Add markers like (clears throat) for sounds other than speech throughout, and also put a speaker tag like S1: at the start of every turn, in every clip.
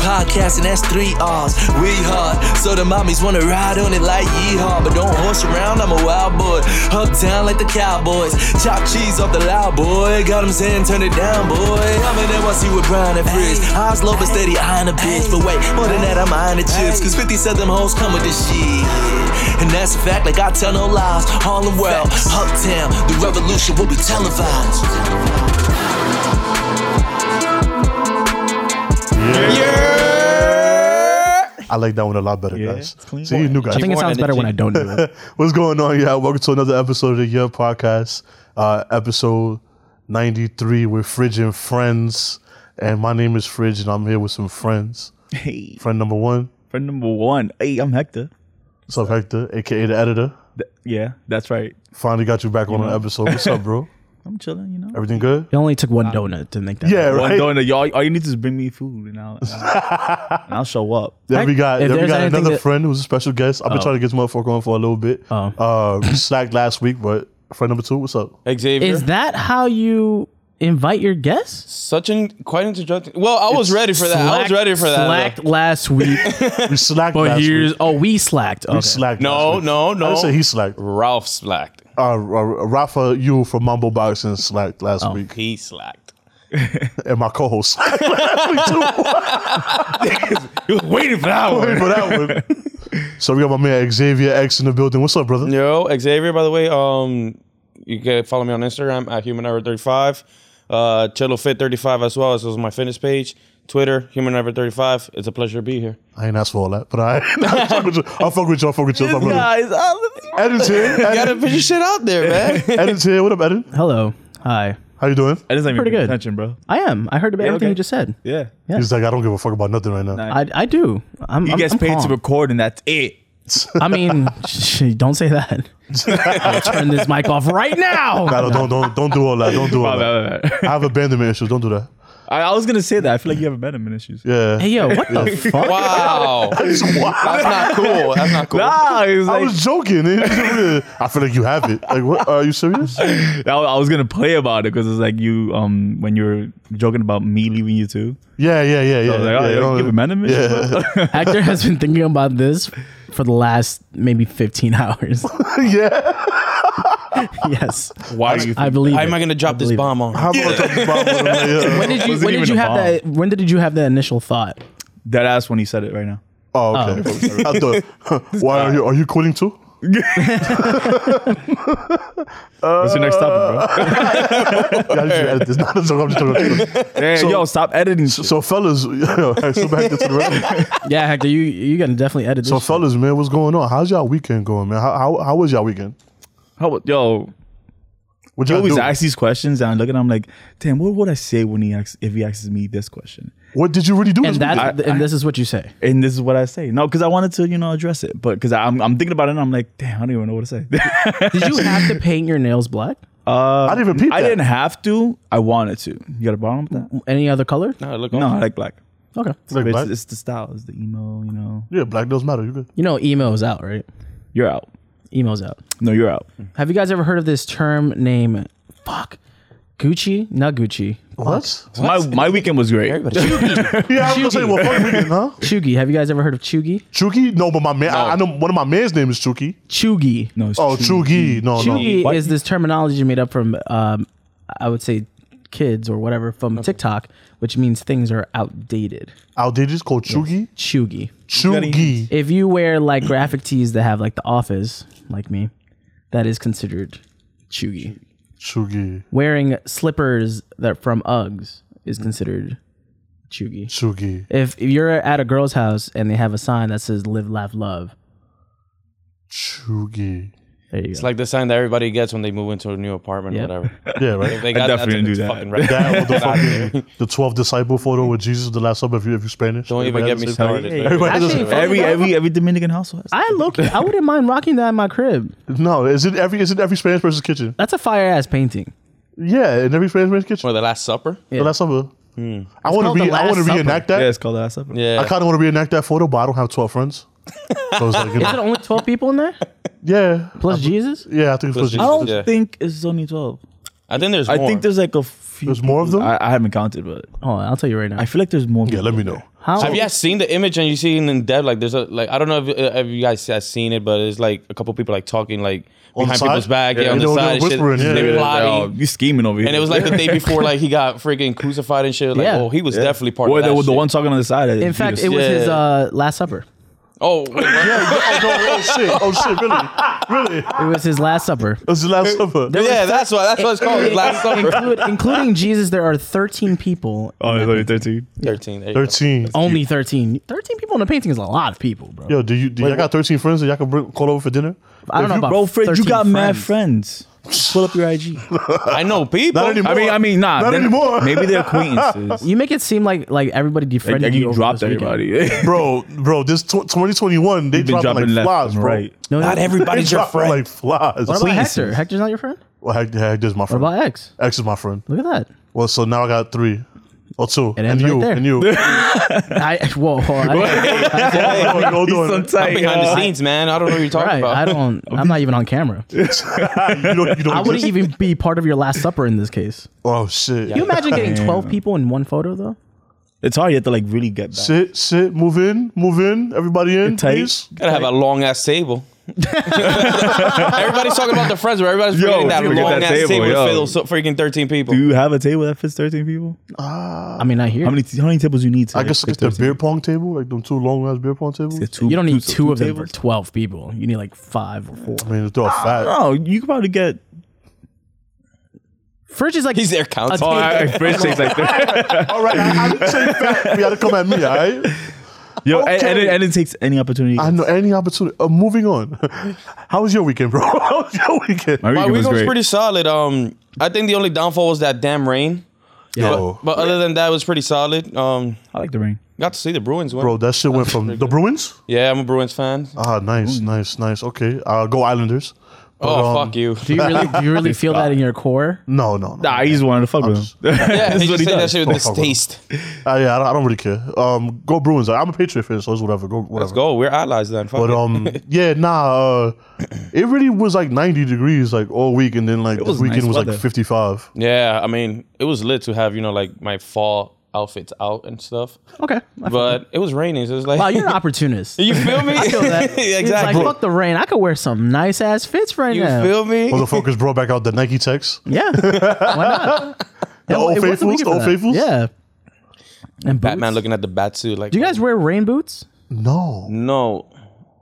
S1: podcast, and that's three R's. We hard, so the mommies wanna ride on it like yeehaw. But don't horse around, I'm a wild boy. Up down like the Cowboys. Chop cheese off the loud boy. Got him saying, turn it down, boy. I'm in NYC with Brian and Frizz. Eyes low, but steady eyeing a bitch. But wait, more than that, I'm eyeing the chips. Cause 50 said them hoes come with this shit. And that's a fact, like I tell no lies. Harlem World, Uptown, the revolution will be televised.
S2: I like that one a lot better,
S3: Yeah,
S2: guys.
S3: it's clean.
S2: See, you new guys.
S4: I think it sounds better when I don't do
S2: (laughs)
S4: it.
S2: What's going on, y'all? Welcome to another episode of the Year Podcast, uh, episode 93 with Fridge and Friends. And my name is Fridge, and I'm here with some friends.
S3: Hey,
S2: Friend number one,
S3: friend number one. Hey, I'm Hector.
S2: what's up, Hector, aka the editor.
S3: Th- yeah, that's right.
S2: Finally got you back on an episode. What's
S3: (laughs)
S2: up, bro?
S3: I'm chilling, you know.
S2: Everything good?
S4: It only took one donut to make that.
S2: Yeah,
S3: Well,
S2: right.
S3: I'm doing it. Y'all, all you need to is bring me food, and I'll, I'll, and I'll show up. (laughs)
S2: Then we got
S4: If
S2: then we
S4: there's
S2: got
S4: anything
S2: another
S4: that-
S2: friend who's a special guest. I've been trying to get this motherfucker on for a little bit.
S4: Oh.
S2: Uh, we slacked last week, but friend number two, what's up?
S5: Xavier.
S4: Is that how you invite your guests?
S5: Such an quite introductory. Well, I was ready for that. I was
S4: Slacked-
S5: ready for that.
S2: (laughs)
S4: Slacked last week,
S3: (laughs)
S2: We slacked
S4: but
S2: last
S4: here's
S2: week.
S4: oh we slacked.
S2: We
S4: Okay.
S2: slacked. last
S5: No,
S2: week.
S5: no, no.
S2: I didn't say he slacked.
S5: Ralph slacked.
S2: Uh, uh, Rafa, you from Mambo Boxing slacked last
S3: Oh.
S2: week,
S5: He slacked.
S2: and my co-host (laughs) slacked last week too.
S3: You was waiting for that one.
S2: for that one.
S3: (laughs)
S2: So we got my man Xavier X in the building. What's up, brother?
S5: Yo, Xavier. By the way, um, you can follow me on Instagram at Human Hour Thirty Five, uh, Chillo Fit Thirty Five as well as is my fitness page. Twitter, Human Hour Thirty Five. It's a pleasure to be here.
S2: I ain't asked for all that, but I, (laughs) I fuck with you. I fuck with you. I fuck with you. What's up, brother? Eden's here.
S3: (laughs)
S2: Eden,
S5: put your shit out there, (laughs) man.
S2: Eden's here. What up, Eden?
S4: Hello, hi.
S2: How you
S3: I
S2: doing?
S3: just ain't even
S4: Pretty
S3: paying
S4: good.
S3: attention, bro.
S4: I am. I heard about everything
S3: okay.
S4: you just said.
S3: Yeah,
S2: He's like, I don't give a fuck about nothing right now.
S4: I, I do. I'm,
S3: he
S4: I'm,
S3: gets
S4: I'm
S3: paid to
S4: calm.
S3: record, and that's it.
S4: I mean, sh- don't
S2: (laughs)
S4: say that. I'll turn this mic off right now.
S2: Nah, don't, don't, don't do all that. Don't do all
S3: Blah,
S2: that.
S3: blah, blah.
S2: I have abandonment issues. Don't do that.
S3: I, I was gonna say that. I feel like you have a better issues.
S2: Yeah.
S4: Hey yo, what
S2: (laughs)
S4: the fuck?
S5: wow, (laughs)
S3: (laughs)
S5: that's
S2: Wow.
S5: not cool. That's not cool.
S3: Nah, it was
S2: I
S3: like,
S2: was joking. I feel like you have it. Like, what? Are you
S3: (laughs)
S2: serious?
S3: I I was gonna play about it because it's like you, um, when you were joking about me leaving you too.
S2: Yeah, yeah, yeah, yeah.
S3: I was like, oh,
S2: yeah,
S3: yeah,
S2: you know,
S3: give abandonment.
S2: yeah.
S4: Actor has been thinking about this for the last maybe 15 (laughs) hours.
S2: (laughs) yeah.
S4: yes,
S3: Why (laughs) do you?
S4: I believe.
S5: How
S4: it.
S5: am I gonna drop this
S4: believe it.
S5: bomb on?
S2: How about talking about what I'm- yeah. (laughs)
S4: When did you,
S3: Wasn't
S4: when did
S3: even
S4: you
S3: a
S4: have
S3: bomb.
S4: that? When did you have that initial thought?
S3: That ass when he said it right now.
S2: Oh, okay. I thought, why are you, are you quitting too?
S3: What's your next topic,
S2: Yeah, I just- it's not a joke. I'm just talking about
S3: bro? (laughs) Hey,
S2: So-
S3: yo, stop editing. shit.
S2: So, fellas, (laughs) so back to the record.
S4: Yeah, Hector, you you gonna definitely edit this.
S2: So,
S4: shit.
S2: fellas, man, what's going on? How's y'all weekend going, man? How how, how was y'all weekend?
S3: How about yo?
S2: What
S3: He
S2: y'all
S3: always
S2: do?
S3: asks these questions, and I look at him like, damn, what would I say when he asks if he asks me this question?
S2: What did you really do?
S4: and
S2: this
S4: that
S2: weekend?
S4: and this is what you say.
S3: And this is what I say. No, because I wanted to, you know, address it, but because I'm I'm thinking about it, and I'm like, damn, I don't even know what to say. (laughs)
S4: Did (laughs) you have to paint your nails black?
S2: I didn't even peep
S3: I
S2: that.
S3: didn't have to. I wanted to. You got a problem with that?
S4: Any other color?
S5: No, look
S3: No,
S5: on.
S3: I like black.
S4: Okay.
S2: Like,
S3: But
S2: black-
S3: It's, it's the style. It's the emo. You know,
S2: yeah, black does matter. You good?
S4: You know, emo's out, right?
S3: you're out.
S4: Emo's out.
S3: No, you're out.
S4: Have you guys ever heard of this term name? Fuck, Gucci, not Gucci.
S2: What?
S3: My my weekend was great.
S2: Yeah, I was gonna say, well, fuck weekend, huh?
S4: Chugi. Have you guys ever heard of Chugi?
S2: Chugi? No, but my man, I, I know one of my man's name is Chugi.
S4: Chugi.
S3: No, it's
S2: Oh,
S3: true.
S2: Chugi. No, no.
S4: Chugi
S3: What?
S4: is this terminology made up from, um, I would say, kids or whatever from TikTok, which means things are outdated.
S2: Outdated is called Chugi.
S4: Chugi.
S2: Chugi.
S4: If you wear like graphic tees that have like the office, like me, that is considered Chugi.
S2: Chugi.
S4: Wearing slippers that from Uggs is considered Chugi.
S2: Chugi.
S4: If you're at a girl's house and they have a sign that says "Live, Laugh, Love,"
S2: Chugi.
S4: there you go.
S5: It's like the sign that everybody gets when they move into a new apartment
S4: Yep.
S5: or whatever.
S2: Yeah, right.
S5: They got
S3: definitely didn't
S5: that,
S3: do
S5: it's
S3: that.
S5: fucking right.
S2: That
S5: (laughs)
S2: or the fucking the twelve disciple
S4: Mm-hmm.
S2: photo with Jesus the last supper. If you if you Spanish,
S5: Don't even
S2: Everybody
S5: get
S2: has
S5: me
S2: the same-
S5: started.
S3: Hey,
S2: Everybody has the
S4: actually,
S2: same-
S4: fuck-
S3: Every every every Dominican household. Has
S4: I look. I wouldn't mind rocking that in my crib.
S2: no, is it every is it every Spanish person's kitchen?
S4: That's a fire ass painting.
S2: Yeah, in every Spanish person's kitchen.
S5: For the Last Supper?
S2: The last supper. I want
S4: called
S2: to re-
S4: The
S2: I want
S4: Last
S2: to reenact that.
S3: yeah, it's called the last supper.
S5: Yeah.
S2: I kind of want to reenact that photo, but I don't have twelve friends. So it's like, you
S4: Is it
S2: know,
S4: only twelve people in there
S2: yeah,
S4: plus Jesus?
S2: yeah. I think it's for
S3: I
S2: Jesus.
S3: don't
S5: Yeah.
S3: think it's only twelve.
S5: I think there's
S3: I
S5: more.
S3: think there's like a few.
S2: There's more of them?
S3: I, I haven't counted, but
S4: Hold on, I'll tell you right now.
S3: I feel like there's more. (laughs)
S2: Yeah, let me know.
S4: How?
S5: Have you guys seen the image and you see it in depth? Like there's a like I don't know if, uh, if you guys have seen it, but it's like a couple people like talking like
S2: On the
S5: behind
S2: side?
S5: people's back, yeah,
S2: Yeah,
S5: on
S2: they
S5: the
S2: were- they were
S5: side, and shit.
S2: whispering, yeah,
S5: they
S2: yeah, yeah.
S5: plotting,
S3: Oh,
S5: (laughs)
S3: you scheming over here.
S5: and it was
S3: (laughs)
S5: like the day before like he got freaking crucified and shit. Like
S4: Yeah.
S5: oh, he was definitely part
S3: Or
S5: of that.
S3: the, the
S5: shit.
S3: one talking on the side.
S4: in fact, it was
S5: Yeah.
S4: his uh, Last Supper.
S5: Oh, (laughs) wait, what?
S2: oh, no, oh shit! Oh shit! Really? Really?
S4: It was his Last
S5: (laughs)
S4: Supper.
S2: That's the Last Supper.
S5: yeah, (laughs) that's why that's what it's called. Last supper.
S4: Include- including Jesus, there are 13 people.
S3: oh, it was only thirteen.
S5: Thirteen. there you go.
S2: Thirteen.
S4: Only 13. 13 people in a painting is a lot of people, bro.
S2: Yo, do you? Do y'all got thirteen friends that y'all can bring, call over for dinner?
S4: I don't know about
S3: Bro, Fred, you
S4: 13
S3: got mad
S4: friends.
S3: friends. Pull up your
S2: (laughs)
S3: IG.
S5: I know people.
S2: Not anymore.
S3: I mean, I mean, nah.
S2: Not
S3: they're-
S2: anymore.
S3: Maybe they're
S2: (laughs)
S3: acquaintances.
S4: You make it seem like like everybody
S3: Like,
S4: defriended
S3: like
S4: you.
S3: you
S4: over
S3: dropped
S4: this weekend.
S3: everybody. (laughs)
S2: bro, bro, this tw- 2021 they
S3: Been
S2: dropped like
S3: dropping left
S2: flies,
S3: and
S2: bro.
S3: right.
S4: No, no.
S1: Not everybody's your
S2: Dropped
S1: friend.
S2: like flies.
S4: What about Hector? Hector's not your friend.
S2: Well, heck, heck, this is my
S4: What
S2: friend.
S4: about X?
S2: X is my friend.
S4: Look at
S3: (laughs)
S2: Well, so now I got three. Or two. and
S4: ends right
S2: you.
S4: there.
S2: and
S4: (laughs)
S2: you. What
S4: that. I (laughs) whoa. whoa I,
S2: are you all doing?
S5: I'm behind the scenes, man. I don't know what you're talking
S4: right.
S5: about.
S4: I don't. I'm not even on camera.
S3: (laughs)
S2: you don't, you don't
S4: I wouldn't
S2: exist?
S4: even be part of your Last Supper in
S3: (laughs)
S4: this case.
S2: Oh shit.
S4: Can you imagine getting 12 people in one photo though?
S3: It's hard. You have to like really get back.
S2: Sit, sit, move in, move in. Everybody in,
S3: tight.
S2: please.
S5: Gotta have a long ass table. (laughs) everybody's talking about the friends, but everybody's
S3: Yo,
S5: forgetting that
S3: we gotta get
S5: long
S3: that
S5: ass
S3: table,
S5: table,
S3: yo.
S5: to fill so freaking thirteen people.
S3: Do you have a table that fits thirteen people?
S4: I mean, I hear.
S3: Uh, How many how many tables you need? To
S2: I guess it's the beer pong table, like them two long ass beer pong tables.
S3: two,
S4: you don't need two, of them
S3: tables?
S4: for 12 people. You need like five or four.
S2: I mean, they're all fat.
S3: No, you could probably get.
S4: Fridge
S3: (laughs)
S4: is like
S5: He's there counting.
S4: Oh, I-
S3: French takes like
S2: all right, I, I didn't say fat. (laughs) You gotta come at me, all right?
S3: Yo, and-
S2: Okay.
S3: and, it, and it takes any opportunity.
S2: I know any opportunity. Uh, moving on. (laughs) How was your weekend, bro? (laughs) How was your weekend?
S3: My
S5: My
S3: weekend
S5: week
S3: was
S5: was
S3: great.
S5: pretty solid. Um, I think the only downfall was that damn rain.
S2: Yo,
S5: But other than that, it was pretty solid. Um,
S3: I like the rain.
S5: got to see the Bruins win.
S2: bro, that shit went from the Bruins.
S5: Yeah, I'm a Bruins fan.
S2: Ah, nice, nice, nice. Okay, uh, go Islanders. But,
S5: oh
S2: um,
S3: (laughs)
S5: fuck you.
S4: Do you really do you really feel that in your core?
S2: No, no, no.
S3: Nah, I just wanted to fuck with
S2: (laughs)
S3: him.
S5: Yeah,
S3: This
S5: he
S3: is what
S5: just
S3: he
S5: said that
S3: does.
S5: shit with distaste.
S2: Uh, yeah, I don't, I don't really care. Um, go Bruins. I'm a Patriot fan, so it's whatever. Go whatever.
S5: Let's go. We're allies then. Fuck
S2: But
S3: (laughs)
S5: it.
S2: um, yeah, nah. Uh, it really was like 90 degrees like all week, and then like this
S3: was
S2: weekend
S3: nice
S2: was like
S3: weather.
S2: 55.
S5: Yeah, I mean, it was lit to have you know like my fall outfits out and stuff,
S4: Okay. I feel-
S5: but it was raining. So it was like,
S4: wow, Uh, you're an
S3: (laughs)
S4: opportunist.
S5: (laughs) you feel me?
S4: I feel
S5: (laughs)
S4: that.
S5: exactly.
S4: It's like, fuck the rain. I could wear some nice ass fits right
S5: you
S4: now.
S5: feel me?
S2: Motherfuckers brought back out the Nike
S3: (laughs)
S2: Techs. (laughs)
S4: yeah. Why not? The
S2: Old Faithfuls, the Old Faithfuls.
S4: Yeah. And
S5: Batman
S4: boots.
S5: looking at the bat suit. Like,
S4: Do you guys wear rain boots?
S3: Mm.
S2: No,
S5: No,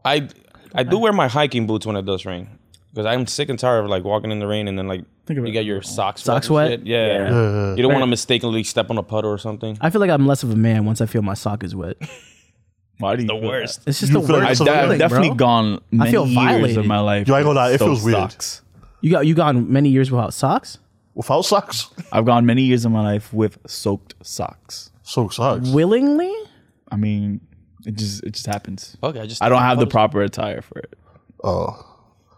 S5: I I do wear my hiking boots when it does rain because I'm sick and tired of like walking in the rain and then like you get your socks
S4: Socks
S5: and
S4: wet?
S5: shit. Yeah.
S2: Yeah.
S5: you don't want to mistakenly step on a puddle or something.
S4: I feel like I'm less of a man once I feel my sock is wet.
S3: Why do you feel that?
S4: It's just
S2: You
S4: the
S2: feel like
S3: I've
S4: worst.
S2: so-
S3: de- I've
S4: feeling,
S3: definitely
S4: bro.
S3: gone many
S4: feel
S3: years
S4: violated.
S3: of my life.
S2: Yo, I ain't gonna lie, it
S3: with
S2: feels weird.
S3: Socks.
S4: You got you gone many years without socks
S2: without socks.
S3: I've gone many years of my life with soaked socks.
S2: So socks.
S4: willingly.
S3: I mean, it just it just happens.
S5: Fuck, I just
S3: I don't have the proper attire for it.
S2: Uh,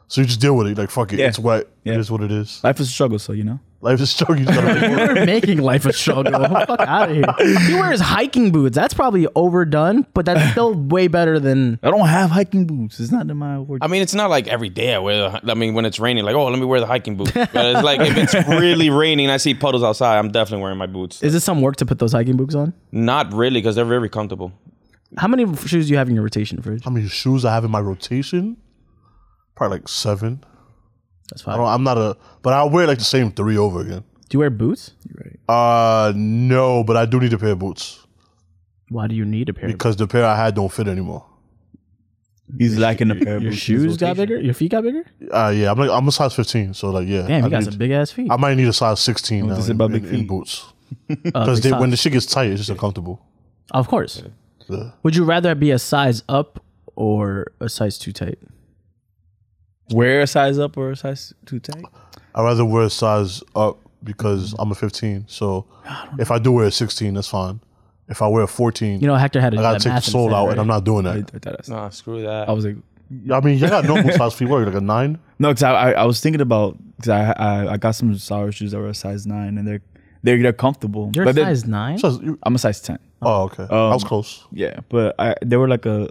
S2: So you just deal with it. Like fuck it,
S3: Yeah.
S2: it's wet.
S3: Yeah.
S2: It is what it is.
S3: Life is a struggle, so you know.
S2: Life is (laughs) struggy. You just
S3: (laughs)
S2: gotta make it work.
S4: You're making life a struggle. Fuck out of here. He wears hiking boots. That's probably overdone, but that's still way better than.
S3: I don't have hiking boots. It's not in my wardrobe.
S5: I mean, it's not like every day I wear. The, I mean, when it's raining, like oh, let me wear the hiking
S4: (laughs)
S5: boots. But it's like if it's really raining, and I see puddles outside. I'm definitely wearing my boots.
S4: Is this some work to put those hiking boots on?
S5: Not really, because they're very comfortable.
S4: How many shoes do you have in your rotation fridge?
S2: How many shoes I have in my rotation? Probably like seven.
S4: That's
S2: I
S4: fine.
S2: don't, I'm not a, but I wear like the same three over again.
S4: Do you wear boots?
S2: Uh, no, but I do need a pair of boots
S4: Why do you need a pair? of boots?
S2: because the pair I had don't fit anymore.
S3: He's lacking a pair of
S4: Your
S3: boots.
S4: shoes got bigger. Your feet got bigger.
S2: Uh, yeah, I'm like I'm a size 15, so like yeah.
S4: Damn,
S2: I
S4: you got
S2: need-
S4: some big ass feet.
S2: I might need a size 16 now
S3: this is
S2: in,
S3: about big
S2: in- in
S3: feet. (laughs)
S2: boots (laughs)
S4: Uh,
S2: because
S4: big
S2: when the
S4: size.
S2: shit gets tight, it's just uncomfortable.
S4: of course. Would you rather be a size up or a size too tight?
S3: Wear a size up or a size too tight.
S2: I'd rather wear a size up because
S4: Mm-hmm.
S2: I'm a 15. So if I do wear a 16, that's fine. If I wear a 14,
S4: You know, Hector had a
S2: I gotta take the sole out, and I'm not doing
S3: I, I,
S2: that.
S3: thought I, said-
S5: Nah, Ah, screw that.
S3: I
S4: Oh.
S3: was like,
S2: I mean, you
S3: (laughs)
S2: got normal size feet. What, like a nine?
S3: no, because I, I I was thinking about because I, I I got some sour shoes that were a size nine and they're they're they're comfortable.
S4: You're a
S3: but they're-
S4: size nine.
S2: Size- you-
S3: I'm a size ten.
S2: oh, okay. I
S3: um,
S2: was close.
S3: Yeah, but I they were like a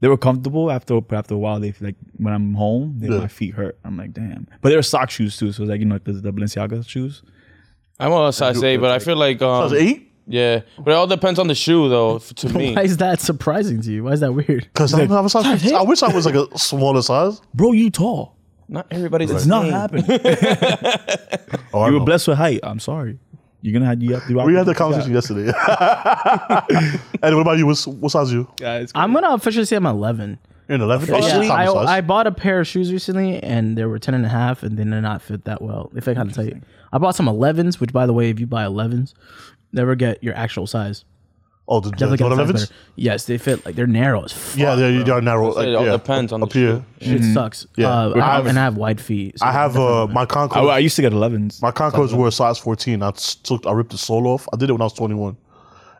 S3: they were comfortable after but after a while they like when I'm home they,
S2: Yeah.
S3: my feet hurt. I'm like damn. But they were sock shoes too, so it's like you know like the, the Balenciaga shoes.
S5: I'm a size eight, but I feel like um,
S2: Size eight?
S5: Yeah, but it all depends on the shoe, though. f- To (laughs) me,
S4: Why is that surprising to you? Why is that (laughs) weird?
S2: Because I'm, I, was, I wish I was like a smaller size.
S3: Bro, you tall.
S5: not everybody's.
S3: It's
S5: the
S3: not
S5: same.
S3: happening.
S2: Oh, I
S3: you were
S2: know.
S3: blessed with height. I'm sorry. You're gonna have you have to.
S2: We had that conversation yesterday. (laughs) and what about you? What's, what size are you?
S4: (laughs) I'm gonna officially say I'm 11.
S2: You're an 11? Oh, that's
S4: Yeah,
S2: a common size.
S4: I, I bought a pair of shoes recently and they were 10 and a half and they did not fit that well. If I kind of tell you, I bought some 11s, which by the way, if you buy 11s, never get your actual size.
S2: oh, the, the,
S4: Definitely
S2: the
S4: get the size
S2: 11s?
S4: better. Yes, they fit like they're narrow as fuck.
S2: Yeah, they they are narrow. Like,
S5: it all
S2: yeah,
S5: depends on
S2: up
S5: the
S2: here.
S4: Shit sucks.
S2: Mm-hmm. Yeah.
S4: Uh,
S2: I
S4: I
S2: have-
S4: and I have wide feet. so
S2: I have uh, my
S3: I, I
S2: Concord.
S3: used to get 11s.
S2: My Concords were a size 14. I took, I ripped the sole off. I did it when I was 21.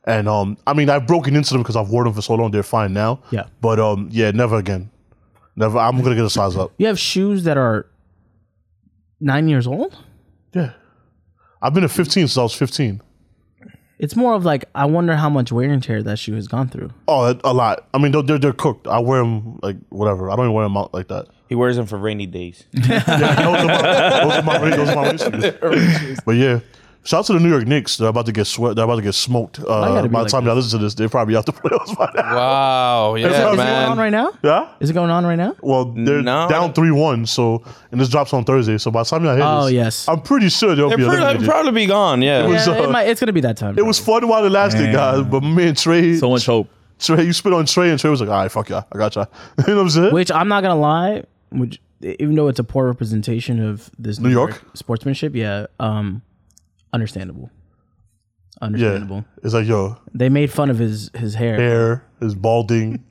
S2: And um, I mean, I've broken into them because I've worn them for so long. They're fine now.
S4: Yeah.
S2: But um, yeah, never again. Never. I'm gonna get a size up.
S4: You have shoes that are nine years old.
S2: Yeah. I've been at 15 since I was 15.
S4: It's more of like I wonder how much wear and tear that shoe has gone through.
S2: Oh, a lot. I mean, they're they're, they're cooked. I wear them like whatever. I don't even wear them out like
S5: (laughs)
S2: that.
S5: He wears them for rainy (laughs) days.
S2: those, are my, those are my rain- those are my
S5: (laughs)
S2: rain shoes. But yeah. Shout out to the New York Knicks. They're about to get sweat. They're about to get smoked. Uh,
S4: gotta be
S2: by the
S4: like
S2: time y'all listen to this, they're probably out the (laughs) playoffs by now.
S5: Wow. Yeah,
S2: what I'm
S4: Is it going on
S5: man.
S4: right now?
S2: Yeah.
S4: Is it going on right now?
S2: Well, they're
S5: No.
S2: down three one. So and this drops on Thursday. So by the time y'all hear
S4: Oh,
S2: this,
S4: yes.
S2: I'm pretty sure they'll
S5: They're
S2: be
S5: pro-
S2: eliminated.
S5: they'd probably be gone. Yeah.
S2: was-
S4: Yeah,
S2: uh,
S4: it might, it's gonna be that time.
S2: it was fun while it lasted,
S3: Man.
S2: guys. But me and Trey,
S3: So much hope.
S2: Trey, you spit on Trey, and Trey was like, "All right, fuck y'all, I got y'all." (laughs) you know what I'm saying?
S4: which I'm not gonna lie, which even though it's a poor representation of this New,
S2: York?
S4: sportsmanship, yeah, um, understandable,
S2: yeah.
S4: understandable.
S2: It's like, yo,
S4: They made fun of his his hair.
S2: hair is
S5: (laughs)
S2: balding,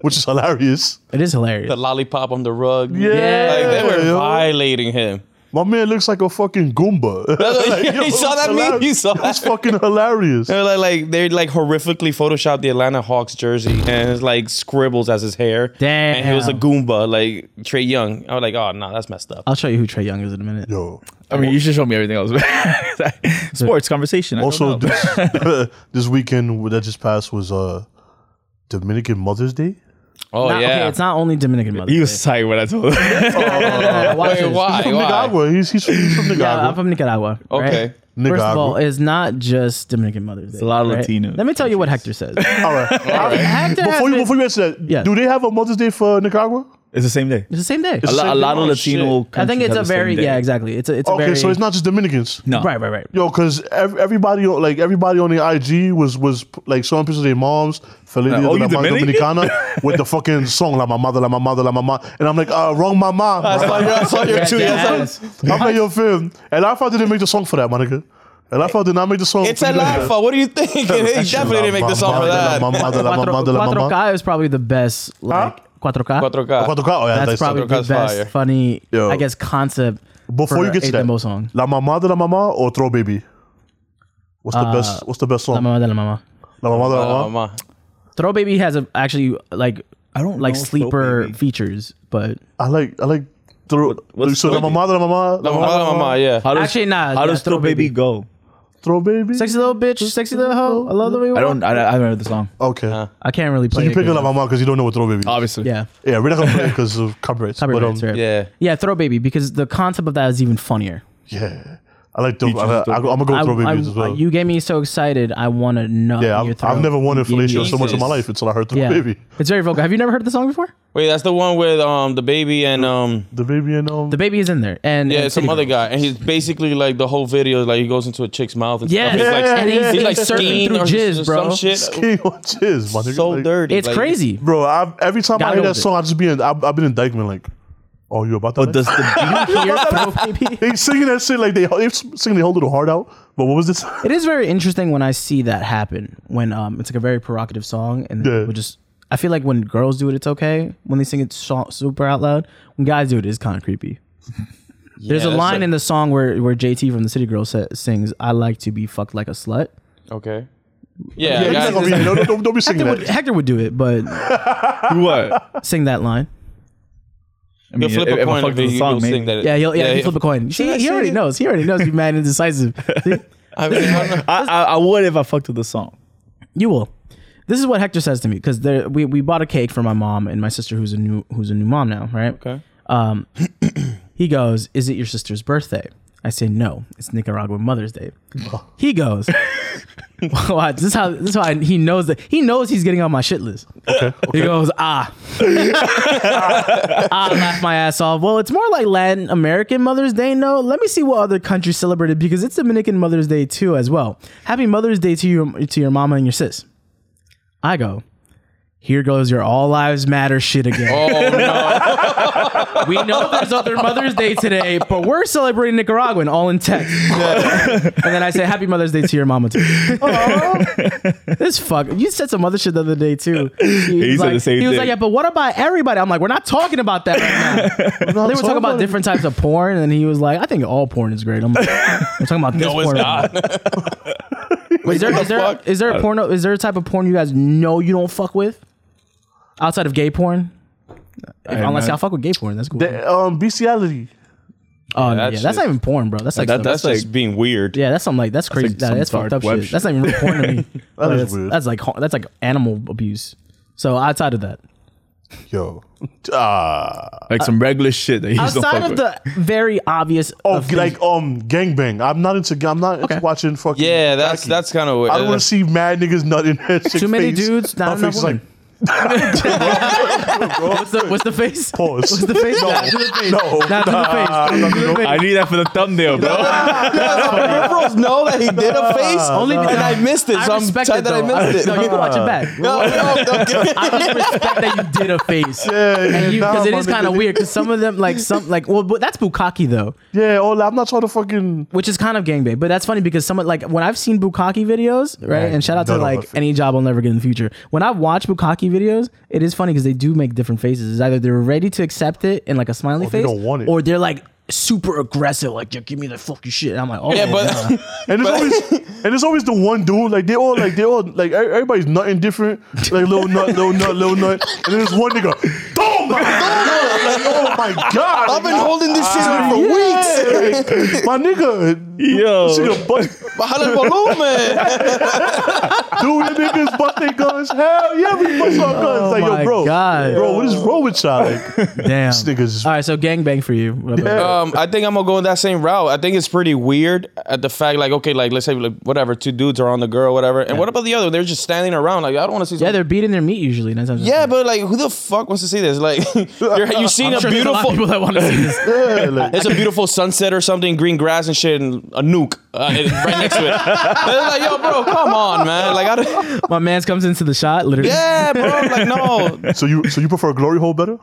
S2: which is hilarious.
S4: It is hilarious.
S5: the lollipop on the rug.
S4: Yeah.
S5: Like, they were
S2: yo.
S5: violating him. (laughs)
S2: My man looks like a fucking Goomba. Like, yo, (laughs)
S5: you saw
S2: it's
S5: that meme?
S2: hilarious.
S5: You saw that?
S2: It's fucking hilarious.
S5: They're like, like (laughs) they like horrifically photoshopped the Atlanta Hawks jersey and it's like scribbles as his hair.
S4: Damn.
S5: And he was a Goomba, like Trey Young. I was like, oh no, that's messed up.
S4: I'll show you who Trey Young is in a minute.
S2: Yo,
S3: I mean, you should show me everything else. (laughs) Sports conversation. I don't know.
S2: also this, (laughs) this weekend that just passed was uh Dominican Mother's Day.
S5: Oh
S4: Not-
S5: yeah.
S4: okay, it's not only Dominican mother.
S3: he was tight when I told him.
S4: Uh, Watch
S5: Wait,
S4: this. (laughs)
S5: why?
S2: From
S5: why?
S2: Nicaragua, he's he's from, he's
S5: (laughs)
S2: from Nicaragua.
S4: Yeah, I'm from Nicaragua. right?
S5: Okay.
S4: First of
S2: Nicaragua.
S4: all, it's not just Dominican Mother's Day. It's
S3: a lot of Latino
S4: Let me tell you what Hector says.
S2: all right.
S4: Hector has
S2: Before you,
S4: been-
S2: before you answer that,
S4: Yes.
S2: do they have a Mother's Day for Nicaragua?
S3: (laughs) It's the same day.
S4: it's the same day.
S3: A, lo- a lot of
S5: Oh,
S3: Latino.
S5: shit.
S4: I think
S3: countries
S4: it's a
S3: have the same
S4: very
S3: day.
S4: yeah, exactly. It's a it's a
S2: Okay,
S4: very
S2: so it's not just Dominicans.
S3: No.
S4: right, right, right.
S2: Yo, because ev- everybody, on- like everybody on the IG was was like showing pictures of their moms, Felicia
S3: Like, oh,
S2: de la
S3: you
S2: Mama
S3: Dominican? (laughs)
S2: Dominicana, with the fucking song "La Mama, La Mama, La Mama," and I'm like, uh, wrong mama. bruh.
S5: I saw (laughs) your two.
S4: Yeah.
S2: I'm like, yo, fam, and I didn't make the song for that, my nigga. And I did not make the song.
S5: It's
S2: for
S5: a
S2: you, nigga.
S5: laugh. What do you think? He definitely didn't make the song for that.
S2: La Mama, La Mama, La Mama, La
S4: Cuatro
S2: Mama.
S4: K is probably the best like Cuatro K.
S5: Cuatro K.
S2: Cuatro K? Oh, yeah, that's-
S4: That's probably
S5: Cuatro
S4: the
S5: K's
S4: best
S5: fire.
S4: funny
S2: Yo.
S4: I guess concept
S2: Before
S4: for
S2: you get to
S4: a
S2: that,
S4: demo song.
S2: La Mama de la Mama or Throw Baby? What's the best? What's the best
S4: Uh, La
S2: song?
S4: mama de la mama.
S2: La Mama de la
S5: Uh,
S2: Mama.
S5: ma.
S4: Throw Baby has a actually like
S3: I don't
S4: like
S3: know if Throw
S4: sleeper
S3: Baby-
S4: features, but
S2: I like I like throw.
S3: what's
S2: so la
S3: Throw
S2: mamá de la mamá, la
S5: La mama,
S2: mamá,
S5: la mama, yeah.
S3: How does,
S4: Actually, nah,
S3: How
S4: yeah,
S3: does
S4: Throw
S3: Throw Baby
S4: Baby.
S3: go?
S2: throw baby.
S4: sexy little bitch, sexy little hoe. I love the way you
S3: I
S4: walk.
S3: don't. I, I haven't heard the song.
S2: Okay,
S4: I can't really play.
S2: you
S4: it
S2: pick
S4: 'cause
S2: la
S4: I'm-
S2: mamá because you don't know what throw baby. Is.
S3: Obviously.
S4: Yeah,
S2: Yeah, we're not gonna play because of copyrights. but, um,
S4: copyrights, right?
S5: Yeah.
S4: Yeah, Throw Baby because the concept of that is even funnier.
S2: Yeah, I like throw. I,
S3: chose
S2: I,
S3: Throw
S2: I, I'm gonna go with
S4: I-
S2: throw
S4: I-
S2: baby as well.
S4: You gave me so excited. I want to know.
S2: yeah, I've, I've never wanted fellatio so much in my
S5: Jesus.
S2: life until I heard throw
S4: Yeah,
S2: baby.
S4: it's very vocal. Have you never heard the song before?
S5: Wait, that's the one with um the baby and um
S2: The baby and um.
S4: The baby is in there, and
S5: yeah
S4: and
S5: some
S4: City
S5: other
S4: Girls.
S5: guy, and he's basically like the whole video like he goes into a chick's mouth and
S4: Yeah,
S5: stuff. He's like,
S4: and he's,
S2: yeah,
S4: he's
S5: he's
S4: like surfing
S5: skiing
S4: through
S5: or
S4: jizz, bro.
S5: Some shit.
S2: (laughs) King on jizz, my nigga.
S5: So
S2: Like,
S5: dirty.
S4: It's
S5: like-
S2: (laughs)
S4: crazy.
S2: bro. I've, every time I
S4: Gotta
S2: hear
S4: know
S2: that
S4: this.
S2: song, I just be in, I've, I've been in Dykeman like, oh, you about that?
S3: But does
S2: life?
S4: (laughs)
S3: the
S4: You hear Throw Baby?
S2: they singing that shit like they they singing their whole little heart out? But what was this? (laughs)
S4: It is very interesting when I see that happen. When um, it's like a very provocative song, and
S2: Yeah.
S4: we just. I feel like when girls do it, it's okay. When they sing it so, super out loud, when guys do it, it's kind of creepy. There's
S5: Yeah,
S4: a
S5: that's
S4: line
S5: like-
S4: in the song where, where JT from the City Girls sa- sings, "I like to be fucked like a slut."
S5: Okay.
S2: Yeah,
S5: Yeah, guys,
S2: he's not gonna be- no, no, don't, don't be singing
S4: Hector would,
S2: that.
S4: Hector would do it, but
S3: what?
S4: sing that line.
S3: I mean,
S5: you'll flip
S3: if-
S5: a
S3: if I
S5: coin
S3: fucked
S5: and
S3: with
S5: you
S3: the song,
S5: will
S3: maybe.
S5: sing that.
S4: Yeah, he'll, yeah, he'll
S5: yeah.
S4: flip a coin.
S5: Should I
S4: He, he
S5: say
S4: already
S5: it?
S4: knows. He already knows. Be mad and
S5: (laughs)
S4: decisive. See? (laughs)
S5: I mean, I don't know.
S3: I, I, I would if I fucked with the song.
S4: You will. This is what Hector says to me because we we bought a cake for my mom and my sister who's a new who's a new mom now, right?
S5: Okay.
S4: Um, (clears throat) he
S5: (laughs)
S4: goes, "Is it your sister's birthday?" I say, "No, it's Nicaraguan Mother's Day." He goes, Watch, this is how this is how I, he knows that he knows he's getting on my shit list. Okay, He goes ah, ah, laugh my ass off. Well, it's more like Latin American Mother's Day. No, let me see what other countries celebrated because it's Dominican Mother's Day too as well. Happy Mother's Day to your to your mama and your sis. I go. Here goes your all lives matter shit again. (laughs) We know there's other Mother's Day today, but we're celebrating Nicaraguan all in text. and then I say Happy Mother's Day to your mama too. this fuck. You said some other shit the other day too. He,
S3: said
S4: was like-
S3: the same
S4: He was
S3: thing.
S4: like, yeah, but what about everybody? I'm like, we're not talking about that right now. they were talking about different types of porn, and he was like, I think all porn is great. I'm like, I'm talking about this
S5: No, it's
S4: porn.
S5: not.
S4: Is there is there
S5: fuck?
S4: is there a porno? Is there a type of porn you guys know you don't fuck with outside of gay porn? If-
S3: am
S4: unless
S3: not-
S4: y'all fuck with gay porn, that's cool.
S2: The, um, bestiality.
S4: Oh yeah,
S5: that's
S4: that's,
S5: just-
S4: not even porn, bro. That's like
S3: that-
S4: some-
S5: (laughs) That's,
S3: That's
S5: just
S3: like-
S5: being weird.
S4: yeah, that's something like that's crazy.
S3: like
S4: That-
S3: some
S4: that's fucked
S3: dark
S4: up
S3: web
S4: shit.
S3: shit.
S4: That's not even real porn to me. (laughs) Like,
S2: is
S4: that's,
S2: weird.
S4: That's like har- that's like animal abuse. So outside of that,
S2: Yo. (laughs) Ah.
S3: Like some regular shit that you just don't
S4: outside
S3: fuck
S4: of
S3: with.
S4: the very obvious,
S2: Oh,
S4: offense-
S2: like um, gangbang. I'm not into. I'm not into watching fucking.
S5: Yeah, that's
S2: Jackie.
S5: that's kind of weird.
S2: I don't want to see mad niggas nut in her
S4: Too many dudes, not enough
S2: face is like
S4: women. (laughs) what's the what's the face?
S2: pause.
S4: What's
S2: (laughs)
S4: the face?
S2: No,
S4: Nah, do the face.
S2: no,
S4: Nah, do the face. Do the face.
S3: I need that for the thumbnail,
S4: (laughs)
S3: bro.
S5: bros know that he did a face,
S4: Only because
S5: and I missed it.
S4: I
S5: So I'm
S4: respect
S5: tired
S4: it,
S5: that I
S4: though.
S5: missed
S4: No, you
S5: it.
S4: can watch it back.
S5: (laughs) No, no, don't
S4: (laughs)
S5: get-
S4: I respect that you did a face.
S2: Yeah, yeah, nah,
S4: because it
S2: my
S4: is
S2: nigga.
S4: kind of weird. Because some of them, like some, like well, but that's bukkake though,
S2: Yeah, all that. I'm not trying to fucking.
S4: which is kind of gangbang. But that's funny because some, like when I've seen bukkake videos, right? And shout out to
S2: None of my
S4: like
S2: fa-
S4: any job I'll never get in the future. When I watch bukkake videos, it is funny because they do make different faces. It's either they're ready to accept it in like a smiley
S2: they
S4: face,
S2: don't want it.
S4: or they're like super aggressive, like just give me the fucking shit. And I'm like, oh
S5: Yeah,
S4: nah.
S5: but
S4: (laughs)
S2: And it's always and it's always the one dude. Like they all like they all like e- everybody's nothing different. Like little nut, little nut, little nut. And then there's one nigga. (laughs) Oh my god! Like, oh my god!
S5: I've been holding this shit in for weeks.
S2: weeks. my nigga, this
S3: Yo.
S2: nigga butt,
S5: Baja el volumen.
S2: dude, the niggas bust their guns. Hell yeah, we bust our guns. like
S4: Oh my
S2: yo, bro,
S4: God.
S2: bro, what is wrong with y'all? Like,
S4: damn.
S2: this nigga's
S4: All right, so gangbang for you. What about-
S5: (laughs) Um, I think I'm gonna go in that same route. I think it's pretty weird at the fact, like, okay, like let's say like whatever, two dudes are on the girl, whatever. And what about the other? They're just standing around. Like I don't want to see.
S4: Yeah,
S5: some-
S4: they're beating their meat usually. nine times out of
S5: yeah,
S4: ten.
S5: but like, who the fuck wants to see this? Like, (laughs) you're, you've seen a
S4: I'm sure there's lot of
S5: beautiful.
S4: people that want to see this.
S2: yeah, like,
S5: It's a beautiful sunset or something, green grass and shit, and a nuke uh, right next to it. It's like, yo, bro, come on, man. Like, I
S4: (laughs)
S5: don't,
S4: My man comes into the shot, literally.
S5: yeah, bro, like, no.
S2: so you so you prefer glory hole better?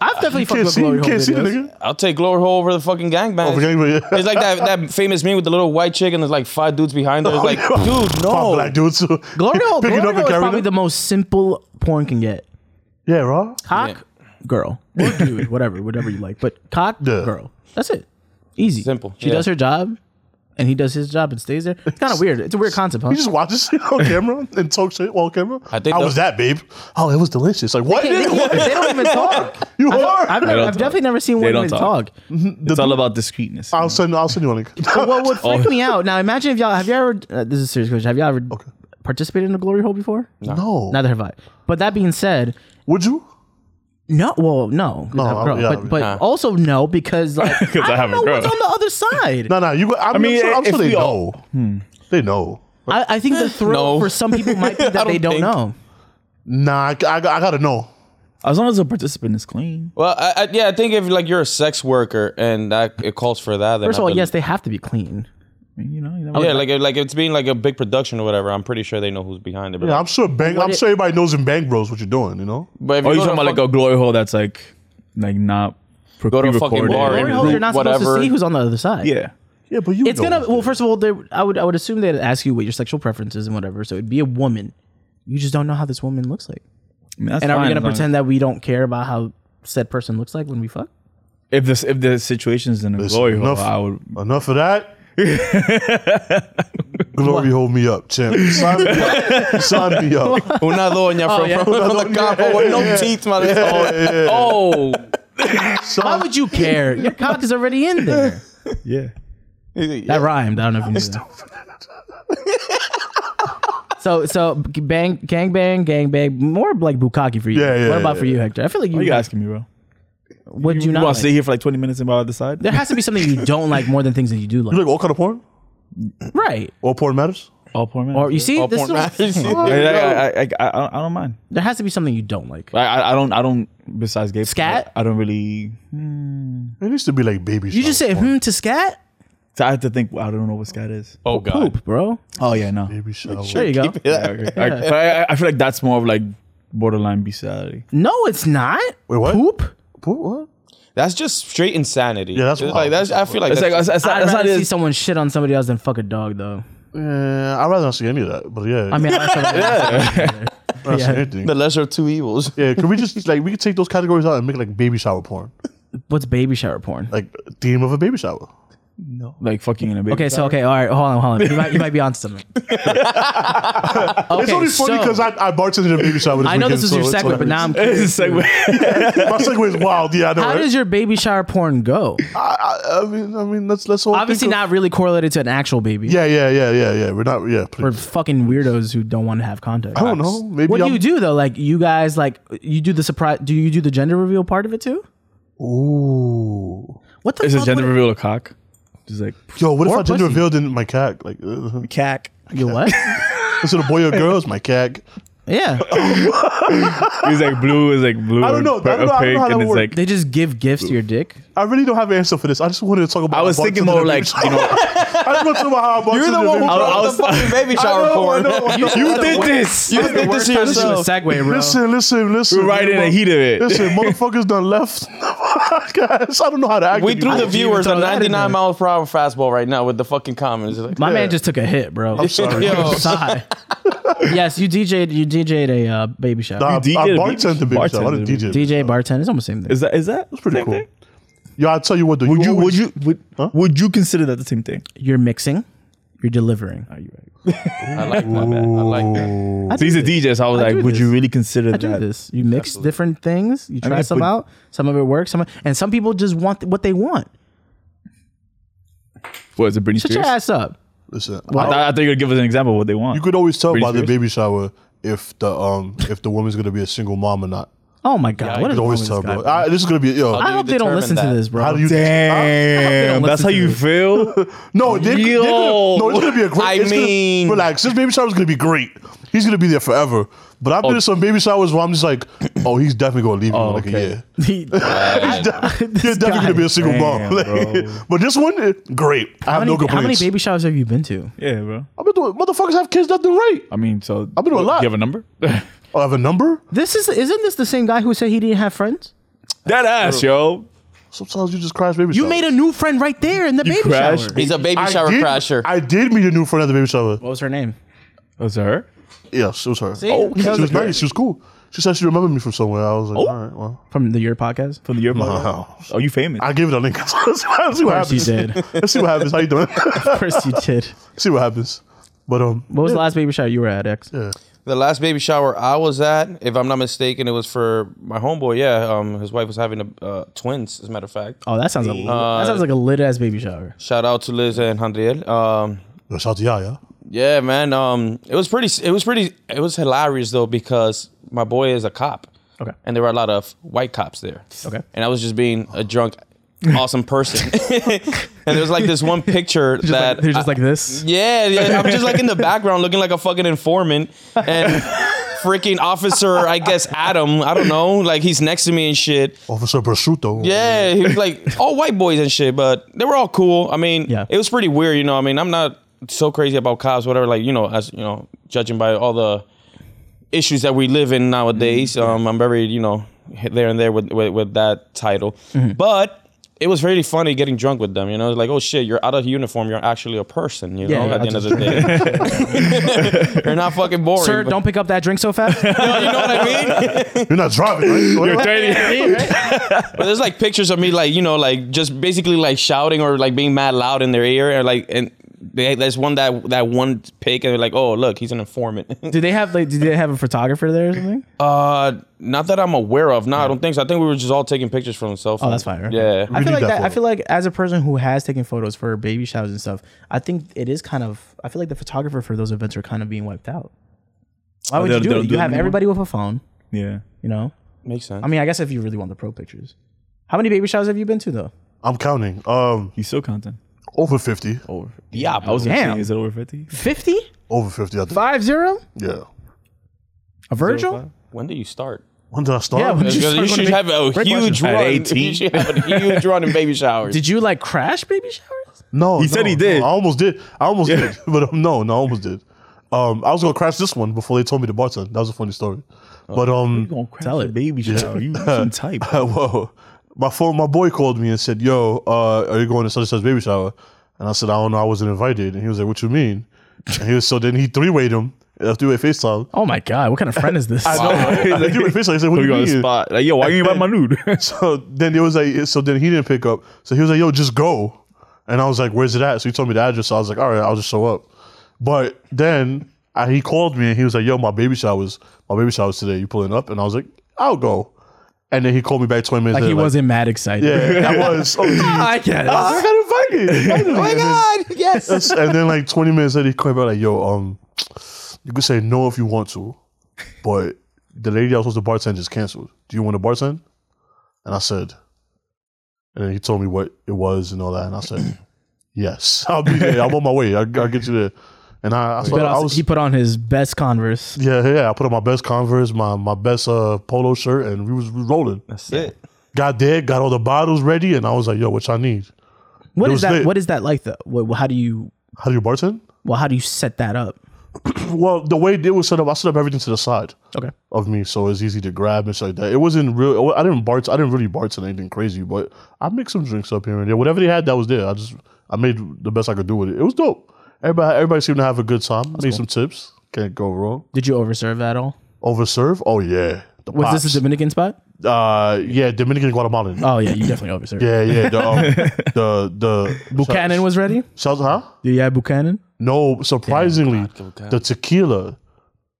S4: I've definitely fucked
S2: Can't
S4: with
S2: see,
S4: Glory
S2: you
S4: Hole
S2: can't see the
S4: videos.
S2: nigga.
S5: I'll take glory hole over the fucking gangbang.
S2: Over gangbang, yeah.
S5: It's like that, that famous meme with the little white chick and there's like five dudes behind her. It's like, dude,
S2: Five
S5: no.
S2: black dudes (laughs) so
S4: (laughs) Oh. Glory Hole,
S2: picking
S4: Glory
S2: up
S4: Hole
S2: and
S4: is
S2: carrying
S4: probably
S2: it.
S4: the most simple porn can get.
S2: Yeah, raw.
S4: Cock, girl, or dude, whatever, whatever you like. But cock,
S2: Yeah.
S4: girl. That's it. Easy.
S5: Simple,
S4: She
S5: yeah.
S4: does her job, and he does his job and stays there.
S2: (laughs)
S4: It's kind of weird. It's a weird concept, huh?
S2: He just watches (laughs) it
S4: (laughs)
S2: on camera and talks shit on camera.
S5: I think
S2: How
S5: the-
S2: was that, babe? Oh, it was delicious. Like (laughs)
S4: (laughs)
S2: what?
S4: they, don't, they don't even talk.
S2: you are.
S4: I've, never,
S3: don't
S4: I've
S3: talk.
S4: definitely never seen
S3: They
S4: women
S3: don't talk.
S4: talk.
S3: It's all about discreetness.
S2: I'll send. I'll send you a link.
S4: But what would
S2: Oh.
S4: freak me out? Now imagine if y'all have you ever uh, this is a serious question. Have you all ever participated in a glory hole before?
S2: (laughs) no.
S4: Neither have I. But that being said,
S2: Would you?
S4: No, well, no, no,
S2: I-
S4: girl,
S2: yeah,
S4: but but
S5: Nah.
S4: also no because (laughs) like I don't
S3: I have a
S4: know what's
S3: girl.
S4: on the other side.
S2: (laughs) No, no. You. go- I'm, I
S3: mean,
S2: mean, I'm sure, I'm
S3: if
S2: sure they
S3: we
S2: know.
S3: all-
S2: They know.
S4: I, I (laughs) think the thrill
S5: No.
S4: for some people might (laughs) be that
S5: I
S4: they
S5: don't
S4: don't
S5: think-
S4: know.
S2: Nah, I, I- I gotta know.
S3: As long as the participant is clean.
S5: Well, I, I, yeah, I think if like you're a sex worker and that, it calls for that, then
S4: First
S5: I
S4: of all,
S5: believe-
S4: yes, they have to be clean.
S3: I mean, you know, you know.
S5: Yeah, like like it's being like a big production or whatever. I'm pretty sure they know who's behind it. But,
S2: Yeah, I'm sure. Bang. I'm
S4: it-
S2: sure everybody knows in Bang Bros what you're doing. You know.
S5: but if
S3: Oh,
S5: you
S3: you
S5: go to
S3: talking about like
S5: fuck-
S3: a glory hole that's like, like not pre-
S5: Go to a fucking
S3: pre-recorded.
S5: bar and-
S4: Glory holes, you're not supposed
S5: whatever.
S4: to see who's on the other side.
S3: Yeah.
S2: Yeah, but you.
S4: it's
S2: know.
S4: gonna. Well, first of all, they, I would I would assume they'd ask you what your sexual preferences and whatever. So it'd be a woman. You just don't know how this woman looks like.
S3: I mean, that's
S4: And are we
S3: fine
S4: gonna
S3: as long as-
S4: pretend that we don't care about how said person looks like when we fuck?
S3: if this if the situation's in a glory hole,
S2: enough.
S3: I would.
S2: Enough of (laughs) that. Glory, hold me up, champ. Sign me up. (laughs) Sign me up.
S5: Una doña from,
S4: yeah.
S5: from, from the campo with no teeth, man.
S3: (laughs) Oh,
S4: Why would you care? Your cock is already in there.
S3: yeah.
S4: That rhymed. I don't know if you knew that. so so g- bang gang bang gang bang more like bukkake for you.
S2: Yeah, yeah,
S4: what about
S2: yeah,
S4: for you, Hector? I feel like you,
S3: What are you asking me, bro?
S4: would you,
S3: You
S4: not.
S3: want
S4: Like?
S3: to stay here for like 20 minutes and by the side?
S4: There has to be something you don't like more than things that you do like.
S2: You like all kind of porn?
S4: Right.
S2: All porn matters.
S3: All poor man.
S4: Or you see,
S5: All
S4: this
S5: porn
S4: is, (laughs)
S5: matters.
S3: I, I, I, I, I I don't mind.
S4: there has to be something you don't like.
S3: I, I I don't. I don't. Besides gay,
S4: Scat?
S3: I, I don't really.
S2: It needs to be like baby.
S4: You just say hmm to scat,
S3: So I have to think. I don't know what scat is.
S5: (laughs) Oh god.
S4: poop, bro.
S3: Oh yeah, no.
S2: baby shower.
S4: There you go.
S3: Okay. I, but I, I feel like that's more of like borderline bestiality.
S4: No, it's not.
S2: Wait, what?
S4: Poop.
S2: What? what?
S5: That's just straight insanity.
S2: Yeah, that's
S5: It's
S2: wild.
S5: like that's. I feel like
S3: It's
S5: that's
S3: like that's, that's,
S4: I'd
S3: that's not
S4: rather see
S3: it.
S4: someone shit on somebody else than fuck a dog, though.
S2: Uh, I'd rather not see any of that. But yeah,
S4: I mean, (laughs) I
S2: I'd rather see
S4: yeah.
S2: anything.
S5: the lesser of two evils.
S2: (laughs) Yeah, could we just like we could take those categories out and make like baby shower porn,
S4: what's baby shower porn?
S2: like theme of a baby shower.
S3: Like fucking in a baby.
S4: Okay, so okay, all right, hold on, hold on. You might, you might be onto something.
S2: (laughs) it's
S4: Okay,
S2: only funny
S4: so-
S2: because I, I bartended a baby shower. This
S4: I know this was
S2: weekend, so (laughs)
S4: your
S2: it's
S4: segment, but now I'm curious.
S3: It's like,
S2: My segue is wild. Yeah, I know.
S4: How
S2: right?
S4: does your baby shower porn go?
S2: (laughs) I, I, I mean, I mean, let's let's all
S4: Obviously,
S2: think of-
S4: not really correlated to an actual baby.
S2: Yeah, yeah, yeah, yeah, yeah. We're not. Yeah,
S4: We're
S2: please.
S4: fucking weirdos who don't want to have contact.
S2: I don't know. Maybe
S4: What do
S2: I'm,
S4: you do though? Like you guys, like you do the surprise? Do you do the gender reveal part of it too?
S2: Ooh.
S4: What the
S3: it's a
S4: fuck?
S3: gender
S4: would-
S3: reveal of cock. Just like
S2: Yo, what if
S4: Or
S2: I gender
S4: pussy.
S2: revealed in my cack? Like, (laughs) uh,
S3: cack.
S4: You what?
S2: is it a boy or girl? It's my cack. (laughs)
S4: yeah,
S3: He's like blue. Is like blue.
S2: I don't
S3: and
S2: know. I
S3: pur-
S2: don't know- I don't know
S3: pink,
S2: how that
S3: and it's
S2: works.
S3: like
S4: (laughs) they just give gifts to your dick.
S2: I really don't have an answer for this. I just wanted to talk about.
S3: I was
S2: how
S3: thinking
S2: bartending
S3: more
S2: a
S3: like
S2: baby
S3: you know.
S2: shower. (laughs) I just want to talk about how I
S5: You're the
S2: bartended a
S5: one
S2: baby shower.
S5: who brought
S3: I
S5: up
S3: was-
S5: the fucking baby
S2: I
S5: shower
S2: know, I
S5: (laughs) porn.
S2: know, I know.
S3: You did this.
S5: You did this to
S4: This is a
S5: yourself.
S4: segue, bro.
S2: Listen, listen, listen.
S3: We're right in the
S2: mother-
S3: heat of it.
S2: Listen, motherfuckers done left. (laughs) Guys, I don't know how to act.
S5: We
S2: anymore.
S5: threw the
S4: didn't even
S5: viewers a
S4: throw that in
S5: 99
S4: there.
S5: mile per hour fastball right now with the fucking comments. Like,
S4: My man just took a hit, bro.
S2: sorry.
S5: (laughs)
S2: (laughs)
S5: Yo,
S4: Sigh. (laughs) yes, you DJ'd you DJ'd a uh, baby shower.
S2: Nah, I, I
S3: You DJ'd a baby-
S2: bartended the baby shower. I
S3: bartended
S2: didn't
S3: a baby-
S2: DJ. it.
S4: DJ bartend. It's almost the same thing.
S3: Is that is that? That's
S2: Pretty cool. Yo, I'll tell you what. Though,
S3: Would you would
S2: always-
S3: you would,
S2: Huh?
S3: would you consider that the same thing?
S4: You're mixing. You're delivering.
S3: Are you right?
S5: I like my man. I like that.
S4: I
S3: So he's a DJ, so I was
S4: I
S3: like,
S4: do
S3: would you
S4: this.
S3: really consider
S4: I do
S3: that?
S4: this. You mix different things. You
S3: I
S4: try
S3: mean,
S4: some
S3: but-
S4: out. Some of it works. Some and some people just want th- what they want.
S3: What is it, Britney
S4: Shut
S3: Spears?
S4: your ass up.
S2: listen.
S3: I, thought, I thought you were gonna give us an example of what they want.
S2: You could always tell
S3: Britney
S2: by the
S3: Spears?
S2: baby shower if the um if the woman's gonna be a single mom or not.
S4: Oh my god.
S2: You could
S4: What is wrong with
S2: always
S4: this
S2: tell,
S4: guy?
S2: bro. I, this is gonna be yo.
S4: I
S5: you
S4: hope they don't
S5: determine
S4: listen to
S5: that?
S4: this, bro.
S2: how do you?
S3: Damn,
S4: don't
S3: that's how
S4: listen to
S3: you
S4: this.
S3: feel.
S2: No, they, they're gonna,
S3: Yo.
S2: no, it's gonna be a great.
S5: I
S2: it's gonna-
S5: mean-
S2: relax. This baby shower is gonna be great. He's gonna be there forever. But
S3: Oh.
S2: I've been in some baby showers where I'm just like, (clears throat) oh, he's definitely gonna leave me in like
S3: okay. (laughs)
S2: a year.
S4: (laughs) He-
S2: He's de- you're definitely
S4: guy.
S2: gonna be a single mom.
S3: Damn,
S2: (laughs) Like,
S3: bro.
S2: but this one, eh, great. I
S4: how,
S2: have
S4: many,
S2: no complaints.
S4: how many baby showers have you been to?
S3: yeah, bro.
S2: I've been doing, motherfuckers have kids left and right.
S3: I mean, so
S2: I've been to a
S3: what,
S2: lot.
S3: You have a number? (laughs) that
S2: Oh, I have a number.
S4: This is isn't this the same guy who said he didn't have friends?
S3: ass, yo.
S2: Sometimes you just crash baby.
S4: You
S2: shower.
S4: made a new friend right there in the baby
S3: crashed.
S4: shower.
S5: He's a baby
S2: I
S5: shower
S2: did,
S5: crasher.
S2: I did meet a new friend at the baby shower.
S4: What was her name?
S3: Was Oh, it her?
S2: Yes, it was her.
S4: See?
S2: Oh,
S4: That
S2: she
S4: was
S2: was,
S4: a girl.
S2: nice. She was cool. She said she remembered me from somewhere. I was
S4: Oh.
S2: like, all right, well,
S4: From the Your podcast?
S3: From the year?
S2: Wow.
S3: Oh, you famous? (laughs)
S2: I gave it a link. (laughs) Let's see what
S4: course you
S2: happens.
S4: did.
S2: (laughs) Let's see what happens. How you doing? (laughs)
S4: Of course you did.
S2: see what happens. But um,
S4: What was the last baby shower you were at, X?
S5: The last baby shower I was at, if I'm not mistaken, it was for my homeboy. Yeah, um, his wife was having a, uh, twins, as a matter of fact.
S4: Oh, that sounds a, that sounds like
S5: Uh,
S4: a lit ass baby shower.
S5: Shout out to Liz and Handriel. Um,
S2: yo, shout out to Yaya.
S5: yeah, man. Um, it was pretty. It was pretty. It was hilarious though because my boy is a cop.
S4: Okay.
S5: And there were a lot of white cops there.
S4: Okay.
S5: And I was just being a drunk,
S4: (laughs)
S5: awesome person. (laughs) and there's like this one picture
S4: Just
S5: that
S4: like, they're just
S5: I-
S4: like this.
S5: Yeah, yeah. I'm just like in the background looking like a fucking informant
S4: (laughs)
S5: and freaking officer, I guess Adam. I don't know. Like he's next to me and shit.
S2: Officer Prosciutto.
S5: Yeah, he was
S4: (laughs)
S5: like all white boys and shit, but they were all cool. I mean,
S4: Yeah.
S5: it was pretty weird, you know. I mean, I'm not so crazy about cops, whatever. Like you know, as you know, judging by all the issues that we live in nowadays,
S4: Mm-hmm.
S5: um, I'm very you know hit there and there with with, with that title,
S4: Mm-hmm.
S5: but. It was really funny getting drunk with them, you know. Like, oh shit, you're out of uniform. You're actually a person, you
S4: Yeah,
S5: know.
S4: yeah,
S5: at the
S4: I
S5: end of the day,
S4: (laughs)
S5: (laughs) you're not fucking boring.
S4: Sir,
S5: but-
S4: don't pick up that drink so
S5: (laughs)
S4: fast.
S5: No, you know what I mean.
S2: You're not driving,
S4: (laughs)
S2: right?
S3: You're 30.
S5: But there's like pictures of me, like you know, like just basically like shouting or like being mad loud in their ear, or like and they, there's one that that one pic, and they're like, oh look, he's an informant. (laughs)
S4: Do they have like? Do they have a photographer there or something?
S5: uh, not that I'm aware of. No, I don't think so. I think we were just all taking pictures from the cell phone.
S4: Oh, that's fire.
S5: Yeah.
S4: I
S2: We
S4: feel
S2: need that
S4: like that. I
S2: photo.
S4: feel like as a person who has taken photos for baby showers and stuff, I think it is kind of. I feel like the photographer for those events are kind of being wiped out. Why would
S3: they
S4: you
S3: don't-
S4: do
S3: they don't
S4: it?
S3: do
S4: You
S3: it
S4: have
S3: anymore?
S4: everybody with a phone.
S3: yeah.
S4: You know.
S5: Makes sense.
S4: I mean, I guess if you really want the pro pictures. How many baby showers have you been to though?
S2: I'm counting. Um,
S3: You still content.
S2: Over 50.
S4: Oh.
S3: Over.
S5: Yeah,
S3: I was
S4: Damn.
S3: damn. Is it over fifty?
S4: 50?
S2: Over 50, I think.
S4: 5 0?
S2: Yeah.
S4: A Virgil?
S5: When did you start?
S2: When did I start?
S4: Yeah, when did you start
S5: Because you
S4: going
S5: should
S4: to
S5: have a
S4: Great
S5: huge
S4: question.
S5: run. (laughs)
S3: At
S5: You
S3: 18?
S5: should have a huge run in baby showers.
S4: Did you like crash baby showers?
S2: No,
S3: He
S2: no,
S3: said he
S2: no,
S3: did.
S2: I almost did. I almost did, (laughs) but um, no, no, I almost did. Um, I was gonna crash this one before they told me to bartend. That was a funny story.
S3: Oh,
S2: But um,
S3: Gonna crash a baby shower. You, you some (laughs) type.
S2: (laughs) whoa, my phone, my boy called me and said, "Yo, uh, are you going to such and such baby shower?" And I said, "I don't know. I wasn't invited." And he was like, "What you mean?" And he was so then he three wayed him. Uh, three way FaceTime.
S4: Oh my God, what kind of friend is
S2: (laughs)
S4: this?
S2: Three way FaceTime. He said, "What
S3: Put
S2: do you
S3: you on the
S2: mean?"
S3: spot. Like, yo, why you ain't invite my (laughs) nude?
S2: So then it was like, so then he didn't pick up. So he was like, "Yo, just go." And I was like, "Where's it at?" So he told me the address. So I was like, "All right, I'll just show up." But then I, he called me and he was like, "Yo, my baby showers, my baby showers today. You pulling up?" And I was like, "I'll go." And then he called me back twenty minutes.
S4: Like
S2: later,
S4: he wasn't mad excited.
S2: Yeah, I was. Oh,
S4: (laughs) I get it.
S2: I got invited.
S5: Oh my God! Yes.
S2: That's- (laughs) and then like 20 minutes later, he came back like, yo, um, you could say no if you want to, but the lady I was supposed to bartend just canceled. Do you want to bartend? And I said, and then he told me what it was and all that. And I said, (clears throat) yes, (laughs) I'll be there. I'm on my way. I, I'll get you there. And I, I,
S4: But
S2: started, I
S4: also,
S2: was,
S4: he put on his best Converse.
S2: yeah, yeah. I put on my best Converse, my my best uh, polo shirt, and we was rolling.
S5: That's it.
S2: Got there, got all the bottles ready, and I was like, yo, what I need?
S4: What
S2: It
S4: is
S2: was
S4: that?
S2: lit.
S4: What is that like though? What, how do you?
S2: How do you bartend?
S4: Well, how do you set that up?
S2: Well, the way it was set up, I set up everything to the side.
S4: Okay.
S2: of me, so it's easy to grab and shit like that. It wasn't real. I didn't bart. I didn't really bartend anything crazy, but I mixed some drinks up here and there. Whatever they had, that was there. I just I made the best I could do with it. It was dope. Everybody, everybody seemed to have a good time. made some tips. Can't go wrong.
S4: Did you overserve at all?
S2: Overserve. Oh yeah. The
S4: Was
S2: pops.
S4: this a Dominican spot?
S2: uh yeah Dominican and Guatemalan.
S4: Oh yeah, you definitely overserved. (laughs)
S2: yeah yeah the um, the the
S4: Buchanan was ready.
S2: shout huh
S4: Do you have Buchanan?
S2: no surprisingly the tequila.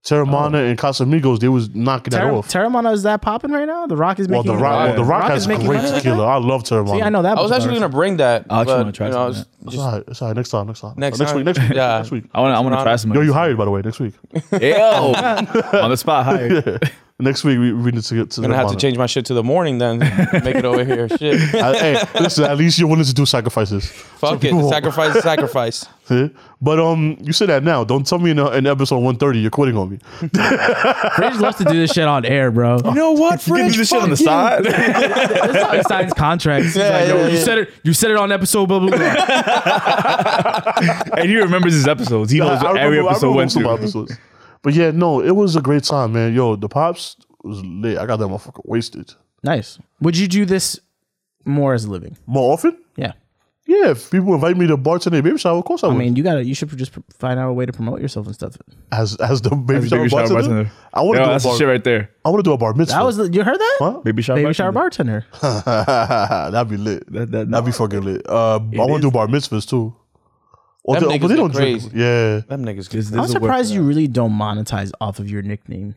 S2: Terramana
S4: Oh.
S2: and Casamigos, they was knocking that
S4: Terra-
S2: off.
S4: Terramana is that popping right now? The Rock is
S2: Well,
S4: making.
S2: the Rock, well, the Rock, has great
S4: money like
S2: tequila. I love Terramana.
S4: that? Yeah, I know that.
S5: I was
S4: much
S5: actually
S4: about (laughs)
S5: gonna bring that.
S3: I actually
S5: but,
S3: wanna try
S5: you know, I
S3: something,
S2: It's
S5: was just-
S2: all right. It's all right. Next time. Next time.
S5: Next
S2: next
S5: time.
S2: week. Next week.
S5: (laughs) Yeah.
S2: Next week.
S3: I want. I want to try some.
S2: Yo, you hired by the way. Next
S5: (laughs)
S2: week.
S3: Yo, on the spot hired.
S2: Next week we, we need to get to.
S5: gonna
S2: the
S5: have to
S2: monitor.
S5: change my shit to the morning then. Make it over here. Shit.
S2: I- Uh, hey, listen. At least you're willing to do sacrifices.
S5: Fuck it.
S2: people-
S5: Sacrifice. is Sacrifice.
S2: See? But um, you say that now. Don't tell me in, uh, in episode 130 you're quitting on me.
S4: it. Fridge loves to do this shit on air, bro.
S2: Oh,
S5: You know what,
S3: You can do this shit on the side.
S4: That's how he signs contracts. He's
S5: Yeah,
S4: like, yo,
S5: yeah,
S4: you
S5: yeah.
S4: said it. You said it on episode blah blah blah.
S3: and he remembers his episodes. He knows
S2: I
S3: what every
S2: remember- I
S3: episode
S2: remember
S3: went
S2: most of my
S3: to.
S2: episodes. But yeah, no, it was a great time, man. Yo, the pops was lit. I got that motherfucker wasted.
S4: (laughs) nice. Would you do this more as a living?
S2: More often?
S4: Yeah.
S2: Yeah, if people invite me to bartend their baby shower, of course I would.
S4: I mean, you gotta. You should just find out a way to promote yourself and stuff.
S2: as as the
S3: Baby
S2: baby shower
S3: shower
S2: bartender,
S3: bartender.
S2: I want
S3: Yo,
S2: to do a
S3: that's the
S2: bar.
S3: shit right there.
S2: I want to do a bar mitzvah. (laughs)
S4: That was you heard that?
S2: Huh?
S3: Baby shower.
S4: Baby shower bartender.
S2: That'd be lit.
S3: That-
S2: That,
S3: that-
S2: would be fucking lit. Uh, I want to do bar mitzvahs too. Or
S5: Them
S2: they-
S5: niggas
S2: but they don't
S5: be
S2: drink. Yeah,
S5: Them niggas.
S3: This-
S5: Get
S3: this
S4: I'm
S3: will work
S4: surprised
S3: for
S4: you really don't monetize off of your nickname.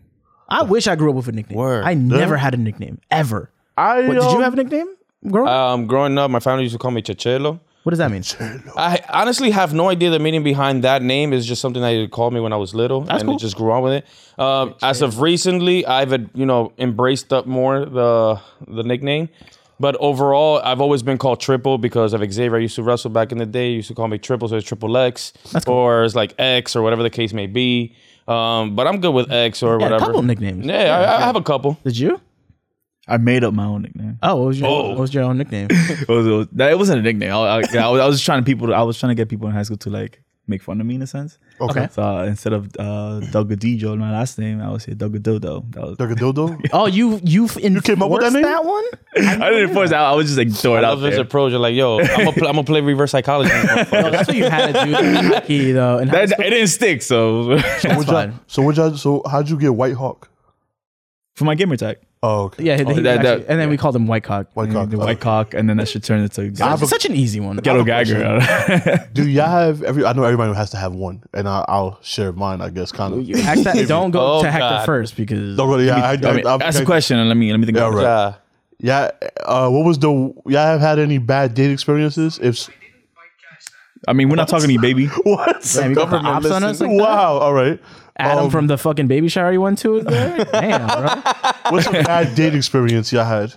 S4: I wish I grew up with a nickname.
S5: Word.
S4: I never had a nickname ever.
S2: I.
S4: What, did you have a nickname? Growing up?
S5: um, growing up, my family used to call me Chachelo.
S4: what does that mean?
S5: I honestly have no idea the meaning behind that name. It's just something that they called me when I was little, and
S4: cool.
S5: it just grew on with it. Um, as of recently, I've uh, you know embraced up more the the nickname, but overall, I've always been called Triple because of Xavier. I used to wrestle back in the day. He used to call me Triple, so it's Triple X, or it's like X, or whatever the case may be. Um, but I'm good with X or
S4: Yeah, a
S5: whatever.
S4: couple nicknames.
S5: Yeah, I, I have a couple.
S4: Did you?
S3: I made up my own nickname.
S4: Oh, what was your, what was your own nickname?
S3: (laughs) It, was, it, was, that, it wasn't a nickname. I, I, yeah, I was, I was trying to people. I was trying to get people in high school to like make fun of me in a sense.
S2: Okay.
S3: So uh, instead of uh, Dugadijo, my last name, I would say Dugadildo. That was.
S2: Like a dildo?
S4: oh, you you you
S2: came up with that name?
S4: one?
S3: (laughs) I didn't force it out. I was just like throw it
S5: I
S3: out
S5: love this
S3: there.
S5: approach. You're like, yo, I'm gonna pl- I'm gonna play
S3: (laughs)
S5: reverse psychology.
S4: No, that's what you had to do in hockey though. In high
S3: That, it didn't stick. (laughs) So
S4: school. That's
S2: What'd y'all-
S4: fine.
S2: so what? Y'all, so how'd you get White Hawk?
S3: for my gamer tag,
S2: Oh, okay.
S4: Yeah, he- he
S3: that-
S4: actually-
S3: that-
S4: and then we called him White Cock.
S2: White Uh, Hawk.
S3: the white cock, and then that should turn into
S4: That's
S3: ghetto
S4: such an easy one.
S3: gagger.
S2: Do y'all have every? I know everybody has to have one, and I, I'll share mine. I guess kind of. (laughs)
S4: Ask that- don't go
S5: Oh,
S4: to Hector
S5: God.
S4: first because
S2: Don't go to- yeah, I,
S3: I (laughs) mean,
S2: I, I,
S3: ask a question and let me let me think.
S2: Yeah,
S3: about it.
S2: right.
S5: Yeah.
S2: Yeah. Uh, what was the? Y'all have had any bad date experiences? If s- (laughs)
S3: I mean, we're not talking to you, baby.
S2: what?
S4: Damn, you got the ops on us like that?
S2: wow. All right.
S4: Adam
S2: Um,
S4: from the fucking baby shower you went
S2: (laughs)
S4: to is there. Damn, bro.
S2: What's a bad date experience y'all had?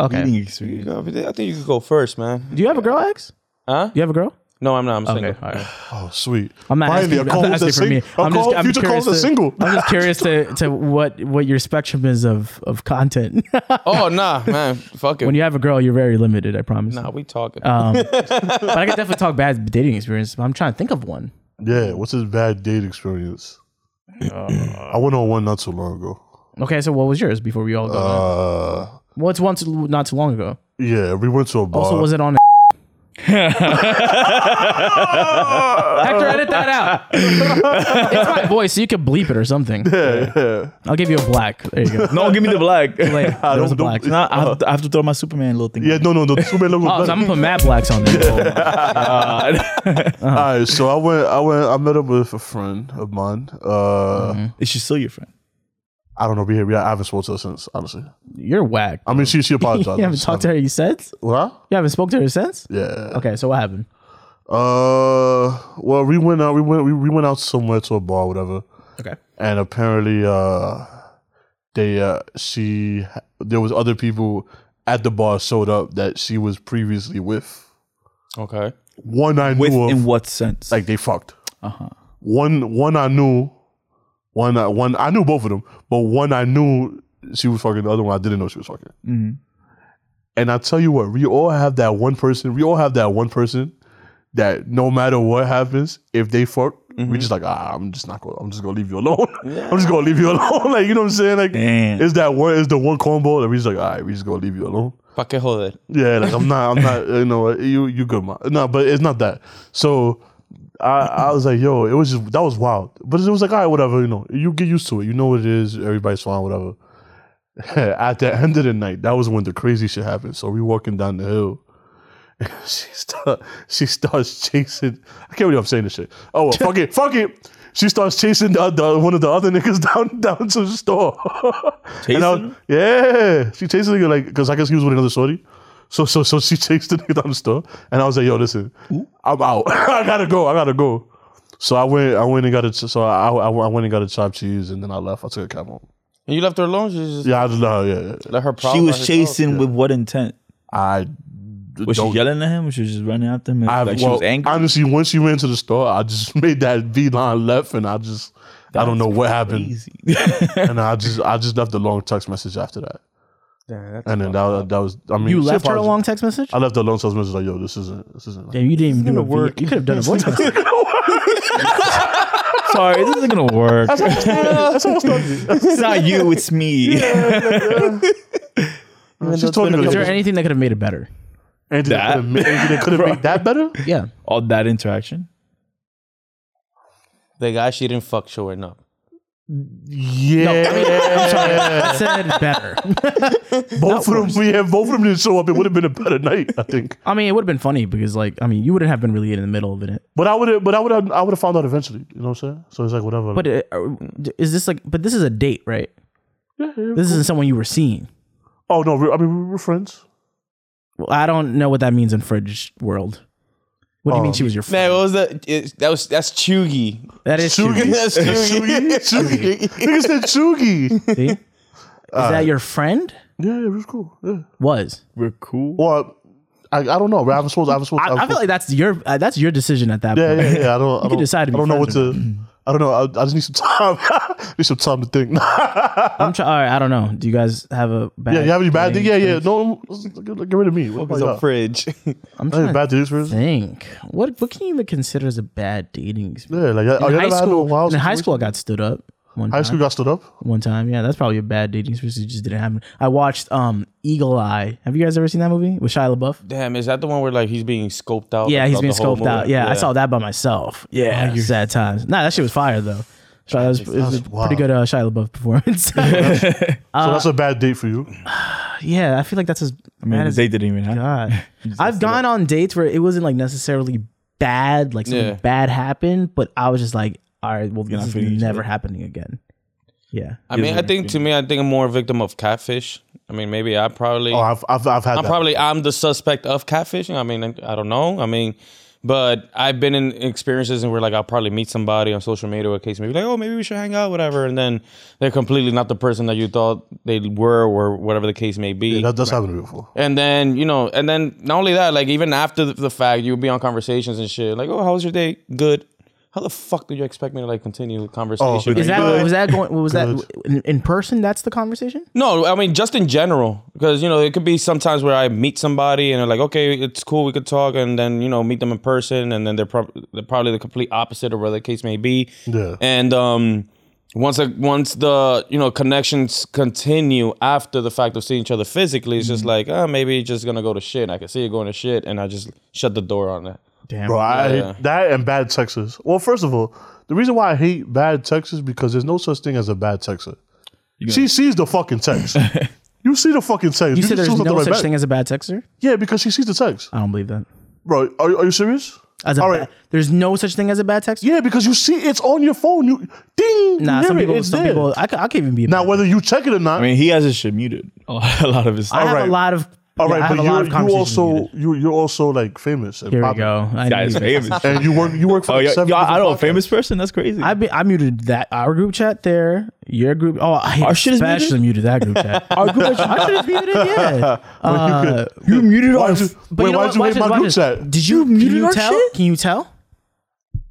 S4: Okay.
S3: Eating experience.
S5: I think you could go first, man.
S4: Do you have a girl ex?
S5: Huh?
S4: You have a girl?
S5: No, I'm not. I'm single.
S3: Okay, all right.
S2: Oh, sweet.
S4: I'm not
S2: Finally,
S4: asking,
S2: a
S4: I'm not
S2: Cole's
S4: asking
S2: a
S4: for me.
S2: sing- a
S4: I'm just,
S2: Cole-
S4: I'm
S2: Future
S4: curious
S2: Cole's a
S4: to-
S2: single.
S4: I'm just curious to, to what, what your spectrum is of, of content. (laughs)
S5: Oh nah, man, fuck it.
S4: when you Um, have a girl, you're very limited. I promise.
S5: nah, we talking.
S4: But I could definitely talk bad dating experience. But I'm trying to think of one.
S2: (laughs) Yeah, what's his bad date experience? Uh, I went on one not too long ago.
S4: Okay, so what was yours before we all go? there?
S2: Uh,
S4: well, it's once not too long ago.
S2: yeah, we went to a bar.
S4: Also, was it on? Hector, edit that out. (laughs) it's my voice, so you could bleep it or something.
S2: yeah, yeah.
S4: I'll give you a black. There you go.
S3: No, give me the (laughs) black.
S4: (laughs) Wait,
S3: no,
S4: there was a
S2: don't-
S4: black.
S3: I have, to, I have to throw my Superman little thing.
S2: yeah, no, no, no. This woman looked
S4: (laughs) Oh, so
S2: better.
S4: I'm gonna put matte blacks on there.
S2: All right, so I went, I went, I met up with a friend of mine. Uh,
S4: Mm-hmm.
S3: Is she still your friend?
S2: I don't know, we, we I haven't spoken to her since, honestly.
S4: You're whack.
S2: I mean, she she
S4: (laughs) you
S2: apologized.
S4: haven't talked to her since.
S2: What?
S4: You haven't spoke to her since.
S2: Yeah.
S4: Okay, so what happened?
S2: Uh, well, we went out. We went. We, we went out somewhere to a bar, whatever.
S3: Okay.
S2: And apparently, uh, they uh, she there was other people at the bar showed up that she was previously with.
S5: okay.
S2: One I
S3: With
S2: knew of,
S3: in what sense?
S2: like they fucked. Uh-huh. One one I knew, one I, one I knew both of them, but one I knew she was fucking. The other one I didn't know she was fucking. And I tell you what, we all have that one person. We all have that one person that no matter what happens, if they fuck, we just like ah, I'm just not going. to I'm just gonna leave you alone. (laughs) I'm just gonna leave you alone. (laughs) like you know what I'm saying? Like
S3: Damn.
S2: it's that one. It's the one combo that we just like all right. We just gonna leave you alone.
S5: Pa que joder.
S2: Yeah, like I'm not, I'm not, uh, you know, you you good, man. No, but it's not that. So I I was like, yo, it was just that was wild, but it was like, all right, whatever, you know, you get used to it, you know what it is, everybody's fine, whatever. (laughs) At the end of the night, that was when the crazy shit happened. So we walking down the hill. (laughs) She start, she starts chasing. I can't believe I'm saying this shit. Oh well, fuck it, fuck it. She starts chasing the, the, one of the other niggas (laughs) down down to the store. (laughs) And I-
S3: Chasing him?
S2: yeah, she chasing the nigga like because I guess he was with another shorty. So so so she chased the nigga down the store, and I was like, yo, listen, I'm out. (laughs) I gotta go. I gotta go. So I went. I went and got a. ch- So I, I I went and got a chopped cheese, and then I left. I took a cab home.
S5: And you left her alone. She just
S2: Yeah, I just no, yeah, yeah.
S5: let her.
S3: she
S5: problem by
S3: was
S5: herself?
S3: chasing with what intent?
S2: I
S3: Was
S2: don't-
S3: she yelling at him? Or she was just running after him? and,
S2: I
S3: like she
S2: well,
S3: was angry.
S2: honestly, once she went to the store, I just (laughs) made that V line left, and I just I don't know what happened,
S3: (laughs) Easy.
S2: and I just I just left a long text message after that, and then that, was- that was I mean
S4: You
S2: she
S4: left her a
S2: apologized.
S4: long text message.
S2: I left a long text message like yo, this isn't this isn't.
S4: Damn, you didn't even do a work. You could have done a voice message. (laughs)
S3: Sorry, this isn't gonna work. it's not you, it's me.
S2: She's told me
S4: Is there anything that could have made it better?
S2: anything
S3: That?
S2: that could
S3: (laughs)
S2: have made that better.
S4: Yeah.
S3: (laughs) All that interaction.
S5: the guy she didn't fuck showing up.
S2: Yeah,
S4: I'm sorry. I said better.
S2: both of them. Yeah, both of them didn't show up. It would have been a better night, I think.
S4: I mean, it would have been funny because, like, I mean, you wouldn't have been really in the middle of it.
S2: But I would have. But I would have. I would have found out eventually. You know what I'm saying? So it's like whatever.
S4: But uh, is this like? But this is a date, right? This isn't someone you were seeing.
S2: oh no, we- I mean we we're
S4: (laughs)
S2: friends.
S4: Well, I don't know what that means in fridge world. What do you mean she was your
S5: Man,
S4: friend?
S5: what was that? It, that was
S4: (laughs)
S5: that's Chugi.
S4: that is
S2: Sugi.
S4: true.
S2: (laughs)
S5: That's Chugi.
S2: Chugi. Nigga said Chugi.
S4: See? Is that your friend?
S2: Yeah, it was cool. Yeah.
S4: Was
S3: We're cool.
S2: Well, I, I don't know. I haven't supposed. I haven't supposed.
S4: I, I feel like that's your uh, that's your decision at that
S2: Yeah,
S4: point.
S2: yeah, yeah. I
S4: (laughs)
S2: don't. I don't,
S4: decide
S2: I
S4: to be
S2: don't know what
S4: friends
S2: to. I don't know. I, I just need some time. (laughs) need some time to think. (laughs)
S4: I'm try- all right, I don't know. Do you guys have a bad?
S2: yeah, you have any bad?
S4: dating
S2: Yeah, yeah.
S4: experience?
S2: No, get, get rid of me. What
S5: It's a
S2: about you?
S5: fridge. (laughs)
S4: I'm
S2: Any
S4: trying to
S2: bad dating experience?
S4: think. What what can you even consider as a bad dating experience?
S2: Yeah, like oh,
S4: in
S2: you
S4: high
S2: never had a
S4: school,
S2: wild
S4: in high
S2: situation?
S4: school, I got stood up one
S2: High
S4: time.
S2: school got stood up.
S4: one time, yeah, that's probably a bad dating experience. It just didn't happen. I watched um Eagle Eye. Have you guys ever seen that movie with Shia LaBeouf?
S5: Damn, is that the one where like he's being scoped out?
S4: Yeah, he's
S5: throughout
S4: being
S5: the whole
S4: scoped out.
S5: movie?
S4: Yeah, I saw that by myself. Yeah, sad times. Nah, that shit was fire though. So that was, it was a
S2: wild.
S4: pretty good uh, Shia LaBeouf performance. (laughs)
S2: So
S4: Uh,
S2: that's a bad date for you.
S4: yeah, I feel like that's as
S3: I mean,
S4: bad as
S3: they didn't even have
S4: God. I've gone on dates where it wasn't like necessarily bad, like something
S5: Yeah.
S4: bad happened, but I was just like, all right, well,
S3: not
S4: this
S3: feeling
S4: is
S3: each
S4: never happening again. Yeah.
S5: I mean, I think to me, I think I'm more a victim of catfish. I mean, maybe I probably,
S2: Oh, I've I've, I've had.
S5: I'm
S2: that.
S5: probably, I'm the suspect of catfishing. I mean, I, I don't know. I mean, But I've been in experiences and where like I'll probably meet somebody on social media or a case maybe like, oh, maybe we should hang out, whatever. And then they're completely not the person that you thought they were or whatever the case may be.
S2: That, that's happened to me before.
S5: And then, you know, and then not only that, like even after the- the fact, you'll be on conversations and shit. Like, oh, how was your day? Good. How the fuck do you expect me to like continue the conversation?
S2: good.
S4: Is that
S2: Good.
S4: was that going? Was that
S2: Good.
S4: in, in person? That's the conversation.
S5: no, I mean just in general. Because, you know, it could be sometimes where I meet somebody and they're like, okay, it's cool, we could talk, and then, you know, meet them in person, and then they're, prob- they're probably the complete opposite of where the case may be.
S2: Yeah.
S5: And um once the once the you know connections continue after the fact of seeing each other physically, it's just like, ah, maybe it's just gonna go to shit. And I can see it going to shit and I just shut the door on that.
S4: Damn.
S2: Bro, I hate
S5: Yeah.
S2: that and bad Texas. Well, first of all, the reason why I hate bad Texas because there's no such thing as a bad Texer. She sees the fucking
S3: (laughs)
S2: text. you see the fucking text.
S4: You
S2: just
S4: said there's
S2: choose not to
S4: no
S2: write
S4: such
S2: back.
S4: thing as a bad texter.
S2: Yeah, because she sees the text.
S4: I don't believe that.
S2: Bro, are, are you serious?
S4: As a
S2: All
S4: ba-
S2: right.
S4: there's no such thing as a bad texter.
S2: Yeah, because you see it's on your phone. You ding. you
S4: Nah,
S2: hear
S4: some
S2: it,
S4: people.
S2: it's
S4: Some
S2: there.
S4: people. I, ca- I can't even be. a
S2: Now
S4: bad-
S2: whether you check it or not,
S3: I mean, he has his shit muted. (laughs) A lot of his.
S4: I have
S2: alright.
S4: a lot of.
S2: all right,
S4: yeah, I have
S2: but
S4: a lot of
S2: you're, you
S4: conversations.
S2: also you you're also like famous. And
S4: Here we
S2: popping.
S4: go. I
S3: Guys,
S4: knew it.
S3: famous.
S2: And you work you work for
S3: Oh,
S2: like
S3: yeah,
S2: (laughs) seven
S3: yeah, I
S2: different
S3: know a
S2: podcasts.
S3: famous person. That's crazy.
S4: I be, I muted that our group chat there. Your group. Oh, I
S3: Our shit is
S4: especially muted that group chat. (laughs) our group chat. Our shit is muted. (laughs) Yeah. Uh,
S3: you muted
S2: Why'd you,
S4: but
S2: wait,
S4: you know
S2: why'd
S4: what?
S2: you
S4: Watch
S2: hate
S4: this,
S2: my
S4: watch
S2: group
S4: this.
S2: chat?
S3: Did you,
S4: Can
S3: muted
S4: you
S3: our
S4: tell?
S3: shit?
S4: Can you tell?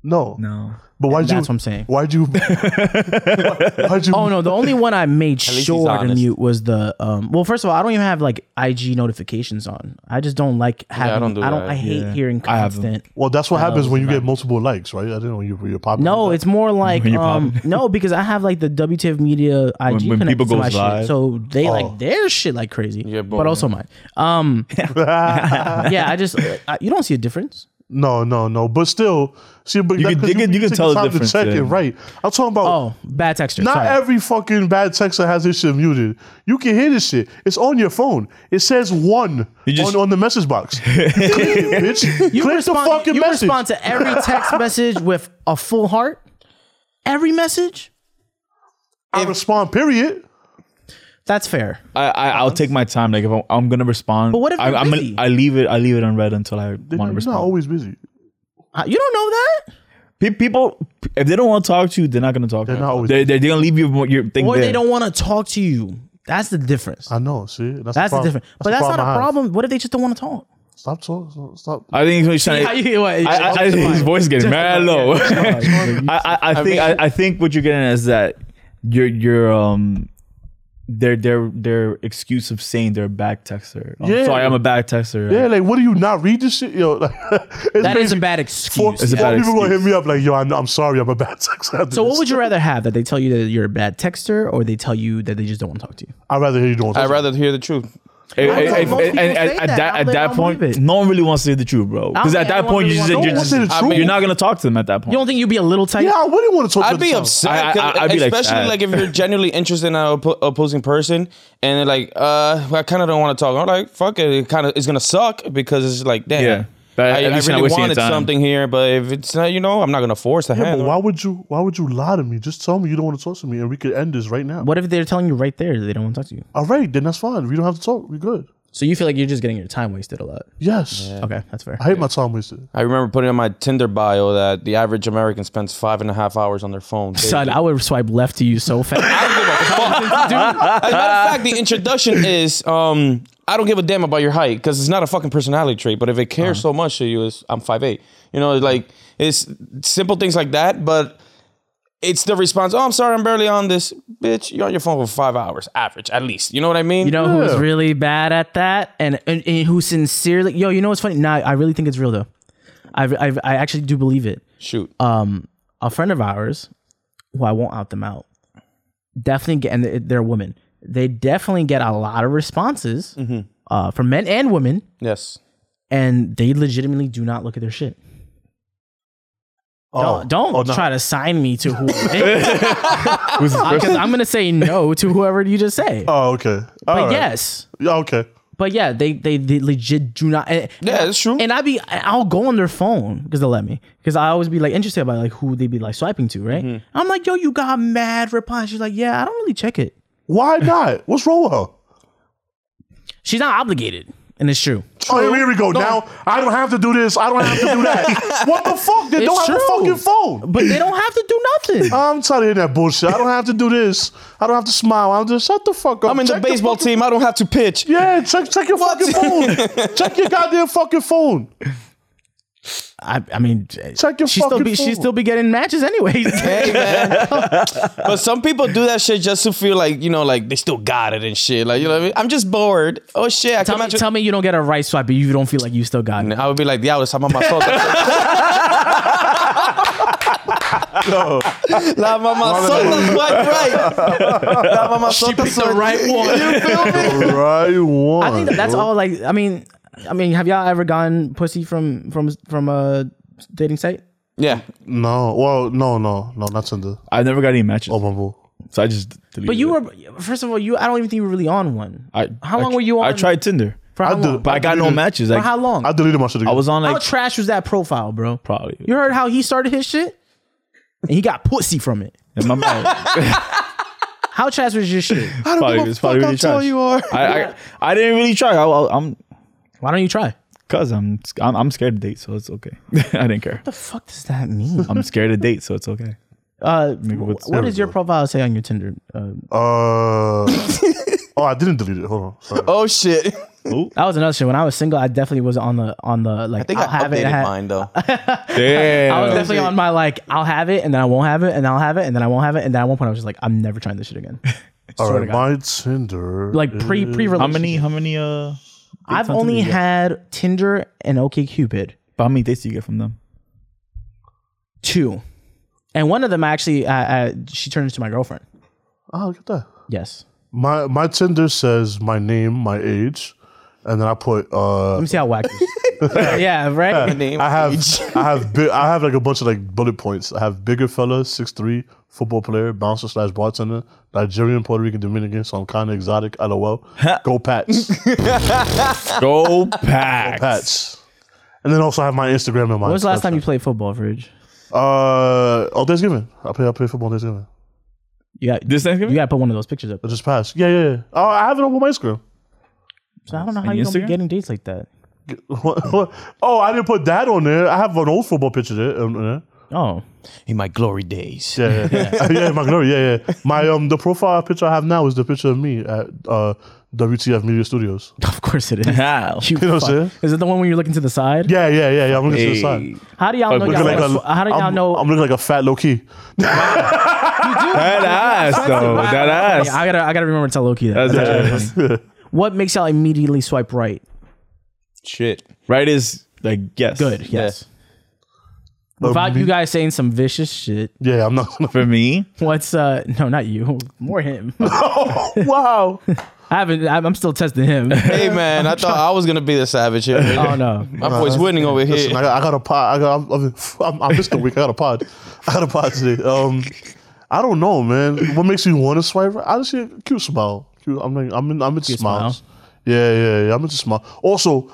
S2: No,
S4: No.
S2: But why'd you?
S4: That's what I'm saying.
S2: Why'd
S4: (laughs)
S2: you? why, would you?
S4: Oh no, the only
S5: (laughs)
S4: one I made
S5: least he's
S4: sure to
S5: honest.
S4: mute was the um well first of all, I don't even have like IG notifications on. I just don't like having I
S5: don't
S4: don't
S5: do
S4: I,
S5: that.
S4: hate hearing
S3: I have them.
S4: constant.
S2: Well, that's what happens when you get multiple likes, right? I didn't know you were popping.
S4: No,
S2: like
S4: it's more like
S3: When you pop-
S4: um no because I have like the WTF media IG
S3: when
S4: connected
S3: people
S4: to my
S3: goes live.
S4: shit. So they
S2: Oh.
S4: like their shit like crazy.
S5: Yeah, boy.
S4: but also mine. Um (laughs) yeah, I just I, you don't see a difference.
S2: (laughs) no, no, no. But still, see, but
S3: You
S2: that-
S3: can-
S2: 'cause
S3: you can- you can
S2: take
S3: tell
S2: the
S3: the
S2: time
S3: difference,
S2: To check
S3: yeah.
S2: it, right? I'm talking about.
S4: Oh, bad texture.
S2: Not
S4: Sorry.
S2: every fucking bad texter has his shit muted. You can hear this shit. It's on your phone. It says one
S3: just-
S2: on, on the
S3: (laughs)
S2: message box. Click it, bitch.
S4: you
S2: Click
S4: respond,
S2: the fucking
S4: you
S2: message.
S4: respond to every text message with a full heart. Every message?
S2: I respond. Period.
S4: That's fair.
S3: (laughs) I, I I'll take my time. Like if I'm, I'm gonna respond,
S4: But what if
S3: I,
S4: you're
S3: I'm gonna,
S4: busy?
S3: I leave it. I leave it unread until I
S2: You're
S3: want to
S2: not
S3: respond.
S2: always busy.
S4: Uh, You don't know that?
S3: Pe- people, if they don't want to talk to you, they're not gonna talk. to
S2: They're
S3: you.
S2: not always-
S3: They're, they're, gonna leave your your thing
S4: Or
S3: there.
S4: they don't want to talk to you. That's the difference.
S2: I know. See, that's,
S4: That's
S2: the,
S4: the
S2: Uh, problem.
S4: difference. But that's
S2: the
S4: not
S2: I
S4: a
S2: have.
S4: problem. What if they just don't want to (laughs) talk?
S2: Stop talking. Stop.
S3: I think he's trying to.
S4: (laughs)
S3: I, I, I, his voice is getting mad low. (laughs) I, I, I think I, I think what you're getting at is that your your um their their their excuse of saying they're a back texter. Oh,
S2: Yeah.
S3: sorry, I'm a back texter.
S2: Yeah, like, what do you not read this shit? Yo, (laughs) like, it's
S4: That is a
S2: crazy.
S4: bad
S2: Four,
S4: excuse.
S3: It's a
S2: four
S3: bad
S2: people gonna hit
S3: excuse.
S2: me up like, yo, I'm, I'm sorry, I'm a bad (laughs) text. after
S4: So what
S2: this.
S4: would you rather have? That they tell you that you're a bad texter or they tell you that they just don't want to talk to you?
S2: I'd rather hear you doing.
S5: I'd rather hear the truth.
S3: Eh, eh,
S4: don't
S3: eh,
S4: know. Most
S3: eh,
S4: people
S3: and- and
S4: say
S3: at
S4: that.
S3: that
S4: I
S3: at
S4: don't
S3: that point,
S4: believe it.
S3: no one really wants to hear the truth, bro.
S4: I
S3: Because
S4: don't
S3: at that
S4: think
S3: point, you just
S4: anyone
S3: you're
S2: no
S4: really
S2: one
S3: just
S2: say the
S3: you're
S2: truth.
S5: I mean-
S3: not gonna talk to them at that
S4: You
S3: point.
S4: don't think you'd be a little tight?
S2: yeah, I wouldn't want to talk. to
S5: I'd be
S2: the town.
S5: upset,
S3: I- I-
S5: 'cause
S3: I'd be like
S5: especially
S3: that.
S5: like, if you're genuinely interested in an oppo- opposing person, and they're like, uh, I kind of don't want to talk. I'm like, fuck it. It kind of it's gonna suck because it's like, damn.
S3: Yeah. But at
S5: I, I
S3: least you're not
S5: really
S3: wasting your
S5: wanted
S3: time.
S5: something here, but if it's not, you know, I'm not gonna force the
S2: Yeah,
S5: hand.
S2: but why would you? Why would you lie to me? Just tell me you don't want to talk to me, and we could end this right now.
S4: What if they're telling you right there that they don't want to talk to you?
S2: All right, then that's fine. We don't have to talk. We're good.
S4: So you feel like you're just getting your time wasted a lot.
S2: Yes,
S4: Okay, that's fair.
S2: I hate my time wasted.
S5: I remember putting in my Tinder bio that the average American spends five and a half hours on their
S3: (laughs)
S5: phone.
S4: Son, I would swipe left to you
S2: (laughs)
S4: so fast.
S5: don't
S4: (laughs)
S5: give a fuck. As a matter
S4: Ah.
S5: of fact,
S4: (coughs)
S5: the introduction is um, I don't give a damn about your height because it's not a fucking personality trait. But if it cares
S4: Uh-huh.
S5: so much to you, is I'm 5'8". You know, like it's simple things like that. But it's the response. Oh, I'm sorry, I'm barely on this, bitch. You're on your phone for five hours, average, at least. You know what I mean?
S4: You know who's
S2: Yeah.
S4: really bad at that, and, and, and who sincerely, yo, you know what's funny? Nah, I really think it's real though. I I I actually do believe it.
S5: shoot.
S4: Um, a friend of ours, who I won't out them out, definitely get, and they- they're women. They definitely get a lot of responses
S2: Mm-hmm.
S4: uh, from men and women,
S5: yes.
S4: and they legitimately do not look at their shit.
S2: Oh,
S4: Don't, don't
S2: oh, no.
S4: try to sign
S2: (laughs)
S4: me to who because
S3: Who's this person?
S4: I'm gonna say no to whoever you just say.
S2: Oh, okay. All
S4: but
S2: right.
S4: yes,
S2: Yeah, okay.
S4: But yeah, they they, they legit do not. And,
S5: Yeah, it's true.
S4: And I be I'll go on their phone because they'll let me because I always be like interested about like who they be like swiping to, right?
S2: Mm-hmm.
S4: I'm like, yo, you got mad replies. She's like, yeah, I don't really check it.
S2: Why not? What's wrong with her?
S4: She's not obligated. and it's true.
S2: Oh, here we go. Now I don't have to do this. I don't have
S4: (laughs)
S2: to do that. what the fuck? They don't
S4: It's
S2: have a
S4: true.
S2: fucking phone.
S4: But they don't have to do (laughs) nothing.
S2: I'm tired of hearing that bullshit. I don't have to do this. I don't have to smile. I'm just shut the fuck up.
S5: I'm in the
S2: Check
S5: baseball
S2: fucking-
S5: team. I don't have to pitch.
S2: Yeah, check check your fucking phone. check your goddamn fucking phone.
S4: I, I mean,
S2: Check your
S4: she still
S2: fucking
S4: be she
S2: phone.
S4: still be getting matches (laughs) anyway.
S5: Hey, man. but some people do that shit just to feel like you know, like they still got it and shit. Like you know what I mean? I'm just bored. Oh shit! I
S4: tell,
S5: come
S4: me,
S5: at you-
S4: tell me you don't get a right swipe, but you don't feel like you still got it.
S5: I would be like, yeah, let's have my fault.
S4: (laughs)
S5: La mama sota swipe right. La mama sota swipe
S2: (laughs)
S4: one.
S2: Right one.
S4: I think that that's all. Like, I mean, I mean, have y'all ever gotten pussy from from from a dating site?
S5: Yeah.
S2: No, well, no, no, no, not Tinder.
S3: I never got any matches,
S2: Oh, Bumble.
S3: so I just. Deleted
S4: But you
S3: it.
S4: were first of all, you I don't even think you were really on one.
S3: I,
S4: how
S3: I-
S4: long were you
S3: I
S4: on-
S3: tried Tinder,
S4: For how
S2: I do-
S4: long?
S3: but I got no
S2: deleted-
S3: matches.
S4: For
S3: Like,
S4: how long?
S2: I deleted my shit.
S3: I was on
S4: how
S3: like
S4: trash was that profile, bro?
S3: probably.
S4: You heard how he started his shit, and he got pussy from it.
S3: in
S4: (laughs)
S3: my mind.
S4: How trash was your shit?
S3: probably, it's probably really trash. You are. I, I, I didn't really try. I, I, I'm
S4: Why don't you try?
S3: cause I'm I'm, I'm scared to date, so it's okay. (laughs) I didn't care.
S4: The fuck does that mean?
S3: I'm scared to date, so it's okay.
S4: (laughs) Uh,
S3: what's-
S4: what does your profile say on your Tinder? Uh, (laughs)
S2: Uh, oh, I didn't delete it. Hold on. Sorry.
S5: Oh shit.
S4: that was another shit. When I was single, I definitely was on the on the like.
S5: I think
S4: will
S5: I
S4: have it.
S5: updated
S4: and I-
S5: mine though.
S3: Damn.
S4: I was definitely on my like, I'll have it and then I won't have it and I'll have it and then I won't have it and then at one point I was just like, I'm never trying this
S3: (laughs)
S4: shit again.
S2: all right, my Tinder.
S4: Like pre pre
S3: Uh, how
S4: relationship.
S3: many? How many? Uh,
S4: I've
S3: dates on
S4: only
S3: Tinder you got?
S4: had Tinder and OK Cupid
S3: But how many dates do you get from
S4: (laughs)
S3: them?
S4: two, and one of them actually I, I, she turned into my girlfriend.
S2: oh, look at that.
S4: Yes.
S2: My my Tinder says my name, my age, and then I put uh
S4: (laughs) Let me see
S3: (laughs)
S4: how whack. this- yeah. Right.
S5: Name.
S2: I have I have bi- I have like a bunch of like bullet points. I have bigger fella, six three, football player, bouncer slash bartender, Nigerian, Puerto Rican, Dominican, so I'm kinda exotic, lol. Go
S4: (laughs)
S2: Pats.
S3: Go pack.
S2: Pats. And then also I have my Instagram and my
S4: When was the last time you played football, Fridge?
S2: Uh oh Thanksgiving. I play I play football on Thanksgiving.
S4: You got
S3: This Thanksgiving?
S4: you got to put one of those pictures up.
S2: It just passed. Yeah, yeah, yeah. Oh, I have it on my Instagram. (laughs)
S4: So I don't know
S3: On
S4: how you don't be
S3: Instagram?
S4: getting dates like that.
S2: What- what- oh, I didn't put that on there. I have an old football picture there. um, there.
S4: Oh,
S5: In my glory days.
S2: Yeah, yeah, (laughs) yeah, my glory. Yeah, yeah. My um, the profile picture I have now is the picture of me at uh, WTF Media Studios.
S4: (laughs) of course it is.
S3: How?
S4: You
S2: know what I'm
S4: fuck.
S2: saying?
S4: Is it the one where you're looking to the side?
S2: Yeah, yeah, yeah, yeah. I'm looking to the
S3: Hey.
S2: side.
S4: How do y'all know?
S3: Like,
S4: Y'all
S3: look
S2: Looking like a,
S4: wanna sw- how do y'all
S2: I'm,
S4: know?
S2: I'm looking like a fat low key.
S3: That
S4: (laughs)
S3: ass though. That ass.
S4: I gotta, I gotta remember to tell Loki that.
S3: That's that ass.
S4: What makes y'all immediately swipe right?
S5: Shit.
S3: Right is like yes.
S4: Good, yes. Without you guys saying some vicious shit.
S2: Um, Yeah, I'm not. (laughs)
S3: For me,
S4: What's uh? No, not you. More him. (laughs) I
S2: wow.
S4: haven't. I'm I'm still
S2: (laughs)
S4: testing him.
S5: Hey man, I thought I was gonna be the savage here.
S4: Oh no.
S5: My boy's winning over here.
S2: Listen, I, got, I got a pod. I got. I'm- I'm, I missed a week. I got a pod. I got a pod today. Um, I don't know, man. What makes me want to swipe? right? I just see a cute smile. Cute. I'm like, I'm, in, I'm into smiles. Yeah, yeah, yeah. I'm into smile. Also,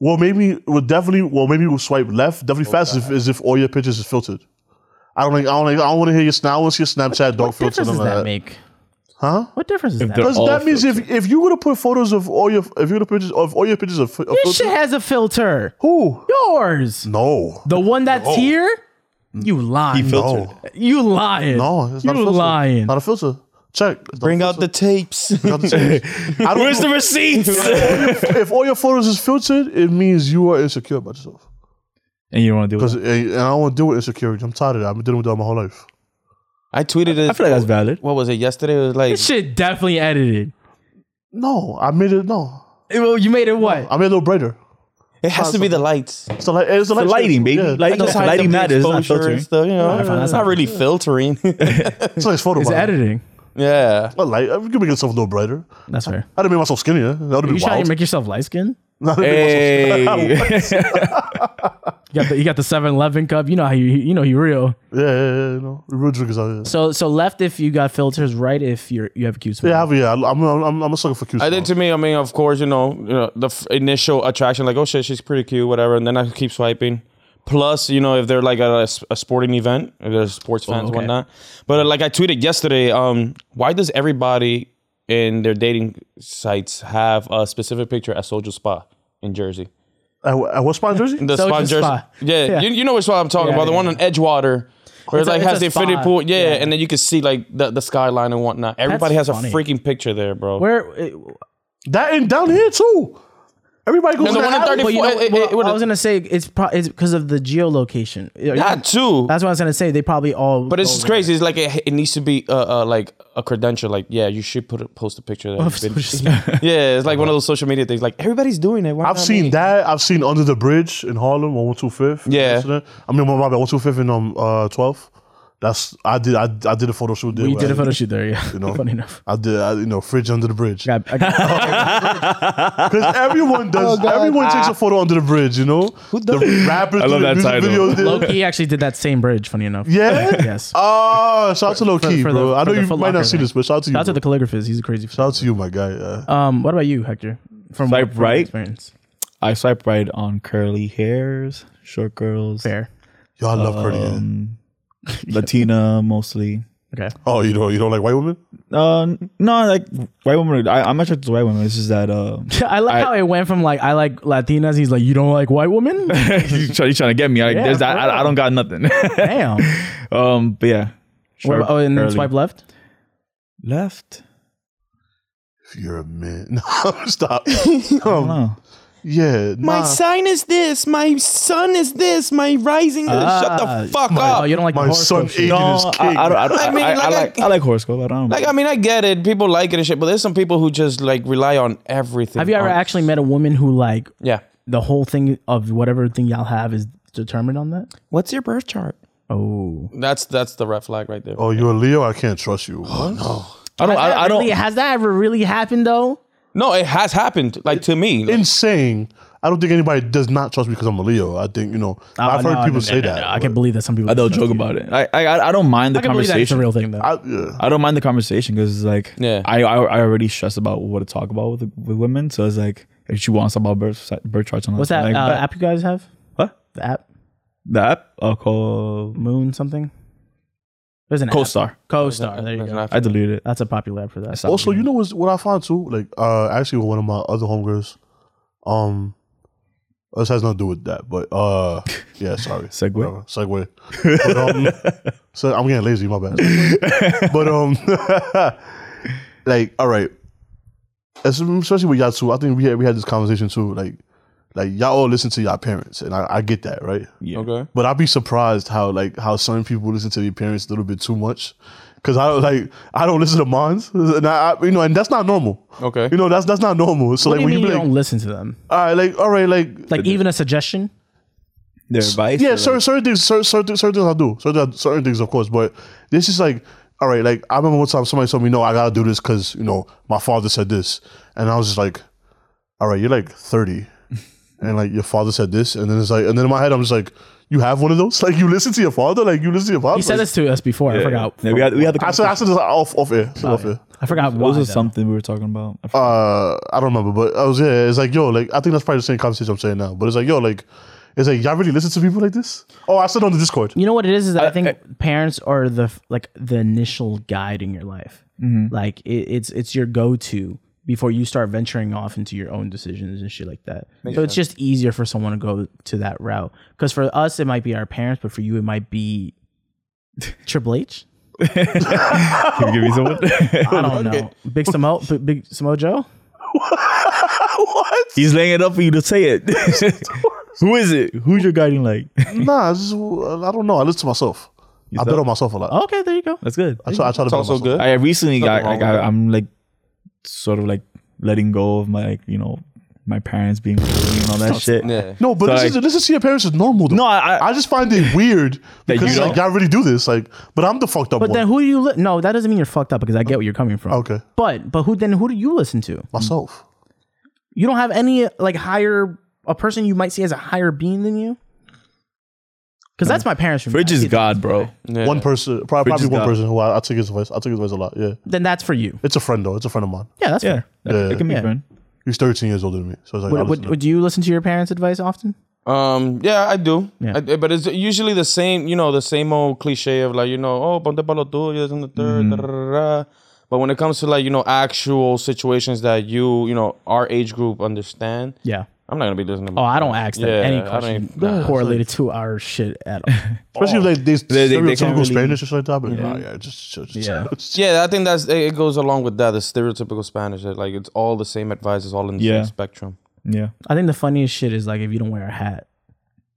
S2: well, maybe well, definitely. Well, maybe we'll swipe left. Definitely fast is if, is if all your pictures is filtered. I don't like. I don't like. I don't want to hear your. sna- I want to see your Snapchat dog
S4: What difference
S2: filter.
S4: does
S2: Like
S4: that
S2: that.
S4: make? Huh? What difference does that?
S3: they're
S4: Make?
S2: Because
S3: All
S2: that means if, if you were to put photos of all your if you were to pictures of all your pictures of, of
S4: This shit
S2: filtered,
S4: has a filter.
S2: who
S4: Yours.
S2: no
S4: The one that's here. You lying.
S3: filtered.
S4: You lying.
S2: No, it's not
S4: you
S2: a filter.
S4: lying.
S2: Not a filter. er Check. er It's not
S5: Bring
S2: a
S5: out the
S2: filter.
S5: tapes.
S2: Not
S3: (laughs)
S2: the tape. I don't
S3: Where's the
S2: know.
S3: receipts?
S2: er (laughs) if all your photos is filtered, it means you are insecure about yourself.
S3: and you don't want to do it.
S2: 'Cause- eh, and I don't want to deal with insecurity. I'm tired of that. I've been dealing with that my whole life.
S5: I tweeted it.
S3: I feel like that's valid.
S5: what was it yesterday? It was like
S4: This shit definitely edited.
S2: No, I made it. No,
S4: Well, you made it what?
S2: I made it a little brighter.
S5: it has to be the lights.
S2: It's the, light, it's the,
S3: The
S2: light
S3: lighting,
S2: shade.
S3: baby.
S2: Yeah.
S3: Light-
S5: Just hide
S3: lighting
S5: the
S3: matters, not
S5: exposure
S3: filtering.
S5: and Stuff, you know, it's not really filtering.
S2: It's like photo.
S4: It's
S2: body.
S4: editing.
S5: (laughs) yeah.
S2: What light? You can make yourself a little brighter.
S4: That's fair.
S2: I didn't make myself skinnier. That would
S4: Are
S2: be
S4: you
S2: (laughs)
S4: trying
S2: wild.
S4: to make yourself light skinned?
S2: Not to make myself-
S3: Hey.
S4: You got the you got the 7-Eleven cup. You know how you you know you real.
S2: (laughs) yeah, yeah, yeah. You know, real drinkers out here.
S4: So so left if you got filters, right if you're you have a cute smile.
S2: Yeah, I- yeah. I'm, I'm, I'm a sucker for cute.
S5: I think to me, I mean, of course, you know, you know the f- initial attraction, like, oh shit, she's pretty cute, whatever, and then I keep swiping. Plus, you know, if they're like at a, s- a sporting event, if there's sports fans,
S4: Oh,
S5: and
S4: okay.
S5: whatnot. But uh, like I tweeted yesterday, um, why does everybody in their dating sites have a specific picture at Soldier Spa? in Jersey.
S2: At, wh- at what spot in Jersey?
S5: The
S4: So
S5: spa in
S4: it's a
S5: Jersey.
S4: spa.
S5: Yeah,
S4: Yeah.
S5: You, you know which spa I'm talking
S4: Yeah,
S5: about. The
S4: yeah,
S5: one on Edgewater. Where
S4: It's
S5: it's
S4: a-
S5: like
S4: it's
S5: has
S4: a
S5: the infinity
S4: spa.
S5: pool, yeah,
S4: Yeah.
S5: and then you can see like the, the skyline and whatnot. Everybody
S4: That's
S5: has
S4: funny.
S5: a freaking picture there, bro.
S4: Where? It,
S2: that and down here too. Everybody goes
S5: And
S2: to
S5: the one in
S2: alley.
S5: 34
S4: but you know,
S5: it- it-
S4: well,
S5: it would've-
S4: I was gonna say it's pro- it's because of the geolocation. Yeah,
S5: that too.
S4: That's what I was gonna say. They probably all.
S5: But it's
S4: go
S5: just
S4: there.
S5: crazy. It's like it, it needs to be uh, uh, like a credential. Like, yeah, you should put a, post a picture that you've been- (laughs) yeah, it's like one of those social media things. Like everybody's doing it. Why
S2: I've
S5: not
S2: seen
S5: me?
S2: that. I've seen Under the Bridge in Harlem on 125th.
S5: Yeah.
S2: Incident. I mean, my bad, 125th in um, uh, 12th. That's I did I, I did a photo shoot there.
S4: We did a
S2: where
S4: photo shoot there. Yeah,
S2: know.
S4: (laughs) funny enough.
S2: I, I did I, you know fridge under the bridge
S4: I got, I got,
S2: because
S4: (laughs)
S2: everyone
S4: Oh,
S2: does everyone takes a photo under the bridge you know Who does? the rappers
S3: I
S2: do
S3: love
S2: the
S3: that
S2: music
S3: title.
S2: videos, they-
S4: Loki actually did that same bridge. Funny enough.
S2: yeah
S4: (laughs) Yes.
S2: oh shout out to Low Key
S4: for the-
S2: bro I
S4: for
S2: know
S4: the
S2: you
S4: Foot
S2: might
S4: Locker
S2: not see
S4: thing.
S2: this but shout out to you
S4: Shout out to the
S2: bro.
S4: calligraphist. He's a crazy. f-
S2: shout out to you my guy yeah.
S4: Um, what about you, Hector? From
S3: Swipe
S4: what- from your
S3: right.
S4: Experience.
S3: I swipe right on curly hairs, short girls,
S4: Fair.
S2: y'all love curly hair.
S4: um,
S3: Latina mostly.
S4: Okay.
S2: oh you don't you don't like white women
S3: Uh, no, like white women. I, I'm attracted to white women. It's just that (laughs) uh,
S4: (laughs) I like
S3: I-
S4: how it went from like I like Latinas. He's like you don't like
S2: (laughs)
S4: white women.
S3: he's trying, to get me. I,
S4: Yeah,
S3: there's that,
S4: bro.
S3: I, I don't got nothing. (laughs)
S4: Damn.
S3: um, but yeah.
S4: What
S3: Short,
S4: about- oh, and then
S3: curly.
S4: swipe left.
S3: left.
S2: if you're a man (laughs) no
S4: (laughs)
S2: stop um,
S3: No.
S2: yeah nah.
S5: sign is this. My sun is this. My rising. Shut
S4: Ah,
S5: the fuck
S4: Oh,
S5: up.
S4: you don't like
S2: my
S4: the
S2: son
S4: horoscope shit.
S2: Aiden is
S3: No, I,
S2: king
S3: I, don't, I, don't, (laughs) I,
S5: I mean,
S3: I, I
S5: like,
S3: like, I, like horoscope. I don't.
S5: like I mean, I get it. People like it and shit, but there's some people who just like rely on everything.
S4: Have you ever
S5: on-
S4: actually met a woman who like
S5: Yeah.
S4: the whole thing of whatever thing y'all have is determined on that?
S5: What's your birth chart?
S4: Oh,
S5: That's that's the red flag right there.
S2: oh you're a Leo I can't trust you
S4: Oh,
S2: no
S3: I don't. I, I don't.
S4: Really, has that ever really happened though?
S5: No, it has happened. Like to me, like,
S2: insane. I don't think anybody does not trust me because I'm a Leo. I think you know. I've
S4: Oh,
S2: heard
S4: no,
S2: people
S4: no,
S2: say
S4: no, no,
S2: that.
S4: no. I can believe that some people.
S3: They'll joke about it. I, I. I don't mind the
S4: I can believe that it's a
S3: conversation.
S4: real thing though.
S2: I, yeah.
S3: I don't mind the conversation because like
S5: Yeah.
S3: I, I I already stress about what to talk about with with women. So it's like if she wants about birth birth charts and all
S4: What's that
S3: like,
S4: uh,
S3: bet.
S4: app you guys have?
S3: What
S4: The app
S3: the app? Uh, called
S4: Moon something. There's an app.
S3: CoStar.
S4: CoStar. There you
S5: there's
S4: go.
S5: an app.
S3: I deleted it.
S4: That's a popular app for that.
S2: Also, you know what's, what I find too? Like, uh, actually, one of my other homegirls, um, this has nothing to do with that, but uh, yeah, sorry,
S3: Segue?
S2: Whatever, segue. But, um, so I'm getting lazy, my bad. but um, (laughs) like, all right, As- especially with y'all too. I think we had, we had this conversation too. Like, like y'all all listen to y'all parents, and I, I get that, right?
S3: Yeah.
S5: Okay.
S2: But I'd be surprised how like how some people listen to their parents a little bit too much. Cause I don't like I don't listen to (laughs) mines, and I, I you know, and that's not normal.
S5: Okay.
S2: You know, that's that's not normal. So
S4: what
S2: like
S4: do you
S2: when
S4: mean
S2: you Uh,
S4: you
S2: be like,
S4: don't listen to them?
S2: all right, like all right, like
S4: Like even a suggestion?
S3: Their advice.
S2: yeah,
S3: or,
S2: certain certain things, certain certain, things- certain things I do, certain certain things of course. But this is like all right, like I remember one time somebody told me, no, I gotta do this because you know my father said this, and I was just like, all right, you're like thirty, and like your father said this, and then it's like, and then in my head I'm just like, you have one of those, (laughs) like you listen to your father, like you listen to your father.
S4: He said
S2: Like,
S4: this to us before. I
S3: like-
S4: forgot.
S3: Yeah, we had we had the
S2: I said, I said this off, off air. I said off air.
S4: I forgot
S3: It was
S4: why.
S3: just
S4: though.
S3: something we were talking about. I forgot.
S2: Uh, I don't remember, but I was yeah. It's like yo, like I think that's probably the same conversation I'm saying now. But it's like yo, like it's like y'all really listen to people like this? Oh, I said on the Discord.
S4: You know what it is? Is that I, think parents are the f- like the initial guide in your life. Like it, it's it's your go to before you start venturing off into your own decisions and shit like that. so it's just easier for someone to go to that route. Because for us, it might be our parents, but for you, it might be (laughs) Triple H.
S3: Can you give me someone?
S4: I don't know. Big Samo, B- Big Samo Joe.
S2: what?
S3: (laughs) He's laying it up for you to say it. (laughs) Who is it? Who's your guiding light?
S4: Mm-hmm.
S2: Nah, it's just, I don't know. I listen to myself. I bet on myself a lot.
S4: Okay, there you go.
S3: That's good.
S2: I try, I try to
S5: It's
S2: bet on
S5: also
S2: myself.
S5: good.
S3: I recently got
S5: Nothing
S3: like
S5: wrong with
S3: I,
S5: that.
S3: I'm like sort of like letting go of my like, you know my parents being crazy and all that shit.
S5: Yeah.
S2: No, but
S3: So,
S2: this, is,
S3: like-
S2: this is to your parents is normal. Though.
S3: No, I- I-
S2: just find it
S3: (laughs)
S2: weird because
S3: you
S2: like
S3: don't.
S2: y'all really do this. Like, but I'm the fucked up
S4: But
S2: one.
S4: then who do you? Li- no, that doesn't mean you're fucked up because I get where you're coming from.
S2: Okay.
S4: But but who then? Who do you listen to?
S2: myself.
S4: You don't have any like higher a person you might see as a higher being than you. Because that's my parents. for me.
S3: Bridge
S4: I
S3: is
S4: see that.
S3: God, bro.
S5: Yeah.
S2: One person, probably,
S3: Bridges
S2: probably one
S3: down.
S2: person who I, I take his advice. I take his advice a lot. Yeah,
S4: Then that's for you.
S2: it's a friend though. It's a friend of mine.
S4: Yeah, that's
S3: Yeah,
S4: fair.
S3: that,
S2: Yeah.
S3: that can be
S4: Yeah.
S3: fun.
S2: He's 13 years older than me, so it's like I listen
S4: Would, would,
S2: to
S4: would you listen to your parents' advice often?
S5: Um. Yeah, I do.
S4: Yeah.
S5: I- but it's usually the same. You know, the same old cliche of like, you know, oh, ponte palo tuyas and the third.
S4: Mm-hmm.
S5: da, da, da, da. But when it comes to like, you know, actual situations that you, you know, our age group understand,
S4: Yeah.
S5: I'm not gonna be listening.
S4: Oh, I don't ask them
S5: Yeah, I
S4: any
S5: don't
S4: question
S5: even- nah,
S4: correlated to our shit at all.
S2: Especially if they, they,
S3: They- they- they
S2: stereotypical
S3: can't really-
S2: Spanish or something like that. But yeah, yeah just, just, just
S4: Yeah.
S5: Yeah, I think that's it it goes along with that. The stereotypical Spanish, that, like it's all the same advice. It's all in the
S3: Yeah.
S5: same spectrum.
S3: Yeah.
S4: I think the funniest shit is like if you don't wear a hat,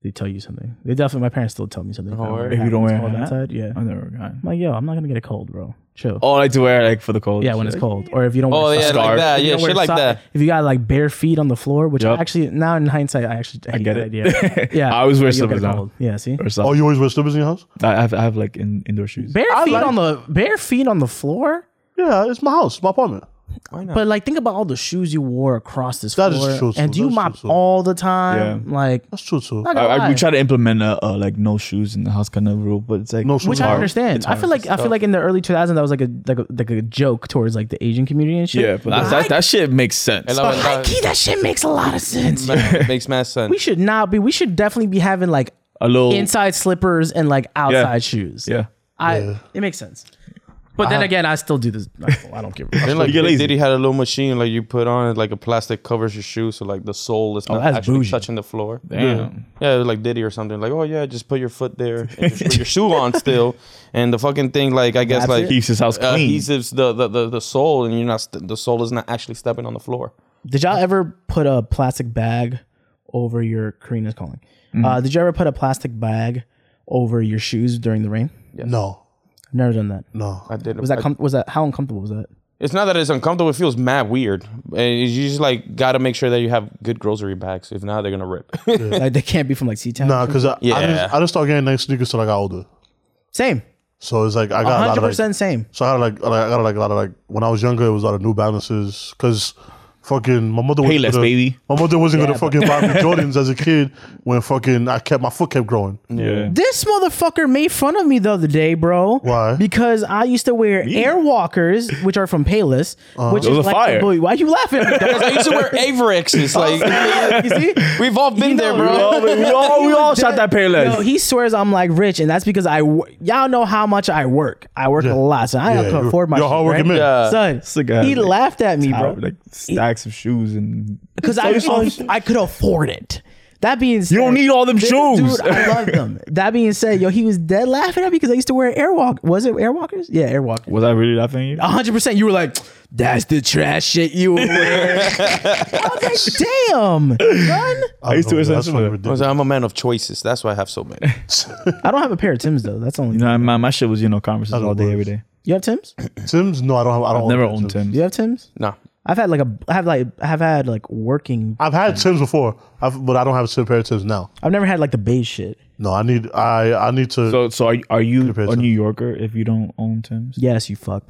S4: they tell you something. They definitely my parents still tell me something. I
S5: Oh,
S4: wear a
S5: if
S4: hat
S3: you don't
S4: when it's
S3: wear a
S4: cold
S3: hat?
S4: outside, yeah.
S3: I
S4: I'm
S3: never gotten.
S4: like, yo, I'm not gonna get a cold, bro. Chill.
S3: Oh, like to wear like for the cold.
S4: yeah, when it's cold, or if you don't.
S5: Oh
S4: wear
S5: yeah,
S4: socks.
S5: like
S3: scarf.
S5: that.
S4: If you
S5: Yeah,
S4: don't wear
S5: shit like
S4: sock-
S5: that.
S4: If you got like bare feet on the floor, which
S3: Yup.
S4: actually now in hindsight, I actually hate
S3: get
S4: that
S3: it. (laughs)
S4: idea. Yeah,
S3: I always wear
S4: you'll
S3: slippers
S4: get a
S3: now.
S4: cold. Yeah, see,
S3: Or
S2: Oh,
S3: something.
S2: you always wear slippers in your house?
S3: I have I have like in, indoor shoes.
S4: bare feet on the bare feet on the floor.
S2: Yeah, it's my house, my apartment.
S4: But like, think about all the shoes you wore across this
S2: That is
S4: floor,
S2: true,
S4: and
S2: too.
S4: you
S2: That's
S4: mop
S2: true, too.
S4: all the time.
S3: Yeah.
S4: Like,
S2: That's true too.
S4: not
S3: I,
S4: gonna
S3: I, we
S4: lie.
S3: try to implement a, a like no shoes in the house kind of rule, but it's like
S2: No
S3: (laughs)
S2: shoes.
S4: which
S2: It's
S4: I
S2: hard.
S4: understand. I feel like I feel like in the early 2000s that was like a like a, like a joke towards like the Asian community and shit.
S3: Yeah, but that, that, that shit makes sense.
S5: And I went,
S4: High key, that shit makes a lot of sense. (laughs)
S5: that makes mad sense.
S4: We should not be. We should definitely be having like
S3: A little
S4: inside slippers and like outside shoes.
S3: Yeah.
S4: I it makes sense. But then again, I still do this. I don't give a
S5: Then
S4: fuck.
S5: like
S3: get
S5: Big
S3: lazy.
S5: Diddy had a little machine like you put on it, like a plastic covers your shoe, so like the sole is not
S4: Oh, that's
S5: actually
S4: bougie.
S5: touching the floor.
S3: Damn.
S5: Yeah, it was like Diddy or something. Like, oh yeah, just put your foot there, and just put your shoe on still, and the fucking thing like I guess
S4: That's
S5: like
S4: it?
S3: Keeps his house
S5: uh,
S3: clean.
S5: adhesives the, the the the sole, and you're not st- the sole is not actually stepping on the floor.
S4: (laughs) Did y'all ever put a plastic bag over your Karina's calling? Uh, did you ever put a plastic bag over your shoes during the rain?
S2: No,
S4: I've never done that.
S2: no.
S5: I did.
S4: Was that
S5: I-
S4: com- was that how uncomfortable was that?
S5: It's not that it's uncomfortable. It feels mad weird. And you just like got to make sure that you have good grocery bags. If not, they're gonna rip. (laughs)
S4: like they can't be from like Sea Town.
S2: Nah, because I, I,
S5: Yeah.
S2: didn't, I didn't start getting nice sneakers till I got older.
S4: (laughs) Same,
S2: So it's like I got a lot
S4: hundred
S2: of like,
S4: percent same.
S2: So I got like I got like a lot of like when I was younger, it was a lot of New Balances because fucking my mother. wasn't
S3: Payless,
S2: gonna-
S3: baby.
S2: My mother wasn't gonna fucking buy me Jordans as a kid when fucking I kept my foot kept growing.
S3: yeah.
S4: This motherfucker made fun of me the other day, bro.
S2: Why?
S4: Because I used to wear Airwalkers, which are from Payless, which
S3: Those
S4: is
S3: are
S4: like
S3: fire.
S4: Boy, why you laughing? Like
S5: I
S4: that?
S5: used to wear Averexes. Like
S4: you see?
S5: we've all been there,
S4: know-
S5: bro.
S3: Oh, we
S4: (laughs)
S3: we all, we all shot that payless.
S4: No, he swears I'm like rich, and that's because I wo- y'all know how much I work. I work a lot, so I
S2: Yeah,
S4: have to
S2: you're-
S4: afford my
S2: you're a
S4: shit,
S2: hardworking
S4: right?
S2: man. Yeah.
S4: Son,
S3: guy,
S4: he
S3: like,
S4: laughed at me, bro,
S3: Out, like stacks of shoes and
S4: because I I could afford it. That being said,
S3: you don't need all them
S4: This
S3: shoes.
S4: Dude, I love them. That being said, yo, he was dead laughing at me because I used to wear Airwalk. Was it Airwalkers? Yeah, Airwalkers.
S3: Was I really laughing at you?
S4: A hundred percent. You were like, "That's the trash shit you wear." (laughs) I was like, "Damn, son."
S2: I,
S3: used to
S2: don't
S3: wear
S2: know, that's
S3: something
S2: fucking
S3: similar.
S5: I was
S2: ridiculous.
S5: like, I'm a man of choices. That's why I have so many.
S4: I don't have a pair of Tims though. That's the only.
S3: You know, my, my shit was, you know, converses all day,
S2: worst.
S3: every day.
S4: You have Tims?
S2: Tim's? No, I don't. Have, I don't
S3: Never owned Tim's.
S4: You have Tims?
S5: No.
S4: I've had like a. I have like. I've had like working.
S2: I've had
S3: Mm.
S2: Tim's before, I've, but I don't have a Tim pair of Tim's now.
S4: I've never had like the beige shit.
S2: No, I need I I need to.
S3: So, so are, are you
S2: Compared
S3: a
S2: to-
S3: New Yorker if you don't own Tim's?
S4: Yes, you fuck.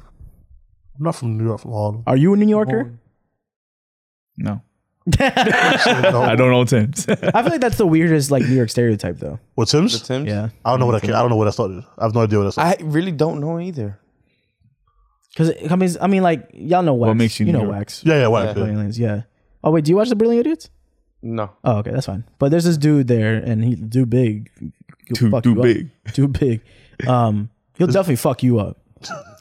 S2: I'm not from New York, from Harlem.
S4: Are you a New Yorker? (laughs)
S3: No. I
S2: No.
S3: don't own Tim's.
S4: I feel like that's the weirdest like New York stereotype though.
S2: What
S5: The
S2: Tim's?
S5: Tim's?
S4: Yeah,
S2: I don't know where that. came- I don't know where that started. I have no idea where that started.
S5: I really don't know either.
S4: because I mean, I mean, like y'all know wax.
S3: What makes you
S4: you
S3: New
S4: know
S3: York?
S4: wax?
S2: yeah, yeah, whack.
S5: Yeah.
S2: yeah.
S4: Brilliant Idiots, yeah. Oh wait, do you watch the Brilliant Idiots?
S5: No.
S4: Oh, okay, that's fine. But there's this dude there, and he do big, He'll
S3: Too-
S4: fuck
S3: too
S4: you up.
S3: big.
S4: (laughs) too big. Um, he'll definitely fuck you up.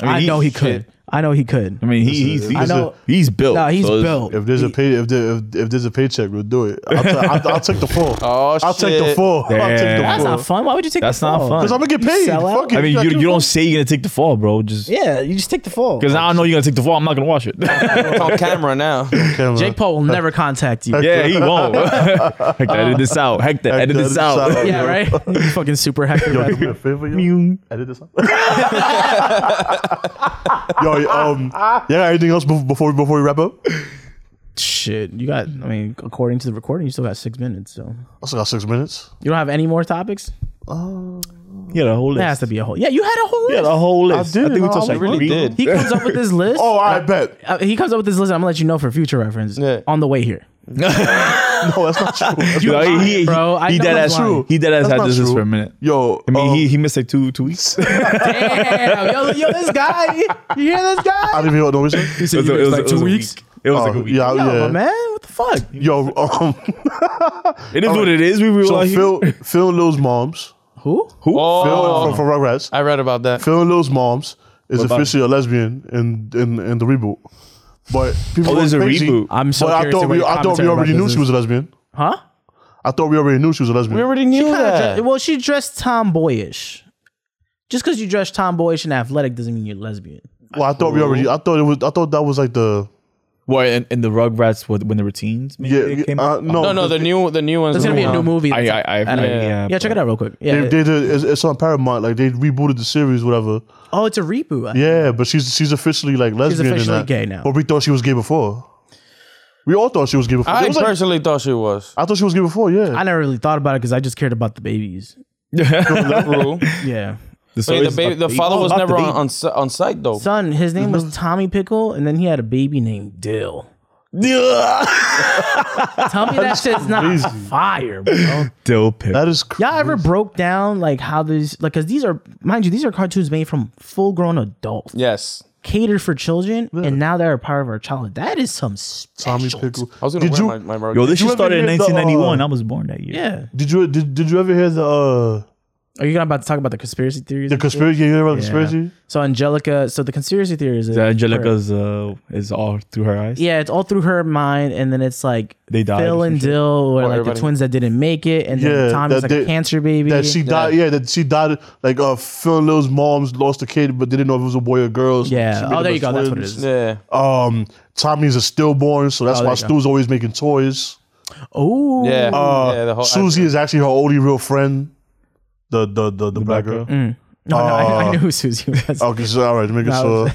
S4: I,
S3: mean, he-
S4: know he could. I know he could.
S3: I mean, he, he's, he's,
S4: I know-
S3: he's built.
S4: no, he's
S3: so it's-
S4: built.
S2: If there's a pay, if there, if, if there's a paycheck, we'll do it. I'll, ta- I'll, I'll take
S3: (laughs)
S2: the full.
S5: Oh,
S2: I'll take the
S5: shit.
S2: full. I'll take the
S3: Damn.
S4: that's
S2: full.
S4: not fun. Why would you take?
S3: That's
S4: the
S3: not
S4: fall?
S3: fun.
S2: Cause I'm gonna get paid.
S4: sell out?
S2: Fuck it.
S3: I mean,
S2: gotta
S3: you,
S2: give
S3: you
S2: a
S3: don't say you're going to take the fall, bro. Just
S4: Yeah, you just take the fall.
S3: Because I don't know you're going to take the fall. I'm not going to watch it.
S5: It's
S4: (laughs)
S5: on camera now.
S2: fuck camera.
S4: Jake Paul will never contact you.
S3: yeah, he won't. Hector, edit this out. Hector, edit
S2: Hector,
S3: this
S2: edit
S3: out.
S2: this out.
S4: (laughs) Yeah, right. fucking super hacker.
S2: Yo, do me a favor, yo. Edit this out. (laughs) yo, um, yeah, anything else bef- before before we wrap up? I
S4: Shit, you got. I mean, according to the recording, you still got six minutes. So
S2: still got six minutes.
S4: you don't have any more topics.
S3: He had a whole
S4: That has
S3: list.
S4: to be a whole. Yeah, you had a whole.
S3: He had
S4: list.
S3: a whole list.
S2: did,
S3: I think we
S2: no,
S3: touched
S2: I
S3: like
S5: really
S3: three.
S5: did.
S4: He comes up with this list.
S2: Oh, I bet. (laughs)
S4: Uh, he comes up with this list. I'm gonna let you know for future reference
S5: Yeah.
S4: on the way (laughs) here.
S2: No, that's not true. That's
S3: Yo,
S2: not-
S3: he, he,
S4: bro. I
S3: he
S4: know
S3: dead
S4: that's
S3: ass.
S4: lying.
S3: He dead ass
S2: That's
S3: had
S2: not
S3: this list
S2: true.
S3: for a minute.
S2: yo,
S3: I mean,
S2: um,
S3: he he missed like two two weeks. it
S4: Damn, yo, yo, this guy. You hear this guy?
S2: I didn't even know what
S3: (laughs)
S2: he said.
S3: was, a- it was, it was a week. It was like a
S2: Oh,
S3: week.
S2: yeah,
S4: Yo, my
S2: yeah.
S4: man, what the fuck?
S2: Yo, um,
S3: It is what it is. We were (laughs)
S2: so
S3: like,
S2: Phil, Phil and Lil's moms,
S4: Who?
S3: who?
S2: Phil
S5: Oh,
S2: from, from Rugrats,
S5: I read about that.
S2: Phil and Lil's moms is
S3: about
S2: officially a lesbian in in in the reboot. But people
S3: Oh, there's
S2: going
S3: a
S2: crazy.
S3: reboot.
S4: I'm so
S2: but I
S4: curious to
S2: thought
S4: what
S2: we
S4: your
S2: I thought we
S4: commentary
S2: already
S4: about
S2: knew
S4: this
S2: she was a lesbian.
S4: Huh?
S2: I thought we already knew she was a lesbian.
S5: (laughs) We already knew
S4: Kinda
S5: that.
S4: dre- well, she dressed tomboyish. Just because you dress tomboyish and athletic doesn't mean you're lesbian.
S2: well, I thought we already. I thought it was. I thought that was like the.
S3: What in, in the Rugrats with, when they were teens? Maybe
S2: Yeah.
S3: they
S2: yeah,
S3: came
S2: uh,
S3: out?
S2: no.
S5: no, no, the new, the new one's
S4: There's gonna be a new movie.
S3: I,
S4: that's-
S3: I, I,
S4: I don't-
S3: yeah,
S4: yeah, check it out real quick. Yeah.
S2: They, they did, it's, it's on Paramount. Like they rebooted the series, whatever.
S4: oh, it's a reboot. I-
S2: Yeah, but she's she's officially like lesbian. and
S4: officially
S2: that.
S4: gay now.
S2: But we thought she was gay before. We all thought she was gay before. It
S5: I
S2: was like-
S5: personally thought she was.
S2: I thought she was gay before. Yeah.
S4: I never really thought about it because I just cared about the babies.
S5: True.
S4: Yeah.
S5: Wait, the, baby, the father was never on,
S3: on.
S5: on si- on site though.
S4: Son, his name
S2: (laughs)
S4: was Tommy Pickle, and then he had a baby named Dill. Tell me that shit's not fire, bro.
S3: Dill pic.
S2: that is crazy.
S4: (laughs) Y'all ever broke down like how these like because these are mind you these are cartoons made from full grown adults
S5: Yes.
S4: catered for children and now they're a part of our childhood. That is some
S2: Tommy
S4: special
S2: Pickle.
S5: I was gonna
S2: did
S5: wear
S2: you
S5: my, my Mark-
S3: Yo, this
S2: You
S3: shit
S2: ever
S3: started in
S2: hear the,
S3: 1991.
S2: uh,
S3: I was born that year.
S4: Yeah.
S2: did you did, did you ever hear the uh,
S4: Are you about to talk about the conspiracy theories?
S2: the
S4: and shit?
S2: conspiracy? You hear about the
S4: Yeah.
S2: conspiracy?
S4: So Angelica, so the conspiracy theory is
S3: The Angelica's uh, is all through her eyes.
S4: Yeah, it's all through her mind, and then it's like
S3: They died
S4: Phil
S3: or some
S4: and
S3: shit.
S4: Dill, or
S5: Or
S4: like the
S5: everybody-
S4: twins that didn't make it, and
S2: Yeah,
S4: then Tommy's
S2: that
S4: like a
S2: they-
S4: cancer baby.
S2: That she died. Yeah, that she died. Like uh, Phil and Lil's moms lost a kid, but they didn't know if it was a boy or girl. so
S4: Yeah.
S2: she made
S4: Oh,
S2: them
S4: there
S2: as
S4: you go. That's what it
S2: twins.
S4: is.
S5: Yeah.
S2: Um, Tommy's a stillborn, so that's
S4: Oh, there
S2: why
S4: you go.
S2: Stu's always making toys.
S4: Oh,
S5: Yeah.
S2: Uh,
S5: yeah. The whole
S2: Susie is actually her only real friend, the the the, the, black girl.
S4: No, no, I,
S2: Uh,
S4: I knew (laughs) who Susie
S2: (laughs)
S4: was.
S2: Okay, so, Oh, all right, making sure.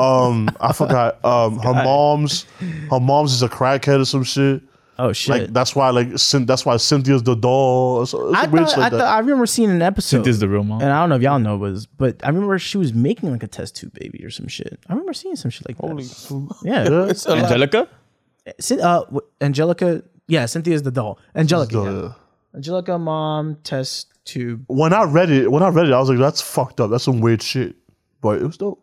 S2: um, I forgot.
S4: (laughs)
S2: Um, her mom's her mom's is a crackhead or some shit.
S4: Oh shit!
S2: Like that's why like Cyn- that's why Cynthia's the doll. It's, it's
S4: I
S2: weird
S4: thought,
S2: shit
S4: I,
S2: like
S4: thought,
S2: that.
S4: I remember seeing an episode,
S3: Cynthia's the real mom.
S4: and I don't know if y'all know was, but I remember she was making like a test tube baby or some shit. I remember seeing some shit like that.
S2: (laughs)
S4: yeah,
S5: It's a lot.
S3: Angelica?
S4: Cyn- uh, w- Angelica. Yeah, Cynthia's the doll. Angelica.
S2: So,
S4: yeah.
S2: yeah.
S4: Angelica, mom, test tube.
S2: When I read it, when I read it, I was like, "That's fucked up. That's some weird shit." But it was dope.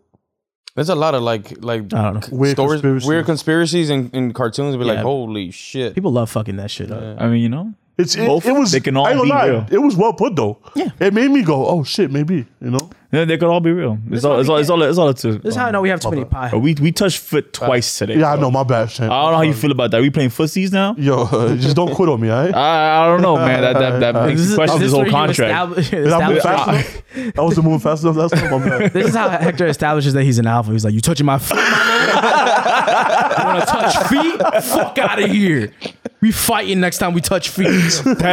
S5: There's a lot of like like
S4: I don't know.
S2: Weird
S5: stories,
S2: conspiracy.
S5: weird conspiracies in, in cartoons. Be like,
S4: Yeah.
S5: holy shit.
S4: People love fucking that shit up.
S3: I mean, you know.
S2: It's it,
S3: Both-
S2: it was.
S3: they can all
S2: I ain't gonna
S3: be
S2: lie,
S3: real.
S2: It was well put though.
S4: Yeah.
S2: It made me go, "Oh shit, maybe." You know.
S3: Yeah, they could all be real. It's all, it's all, it's all, it's all, it's all,
S4: This is how I know we have too many pie.
S3: we we touched foot twice today.
S2: Yeah, I know. My bad, Shane.
S3: I don't know how you feel about that. We playing footsies now?
S2: Yo, (laughs) just don't quit on me, alright?
S3: I, I don't know, man. That that,
S4: (laughs)
S3: that makes me question this whole
S4: where you
S3: contract.
S4: establish-
S2: Did I move
S4: establish-
S2: fast enough? I was moving fast enough last time. My bad.
S4: (laughs) This is how Hector establishes that he's an alpha. He's like, "You touching my feet, my nigga? You want to touch feet? Fuck out of here. We fighting next time we touch feet."
S3: That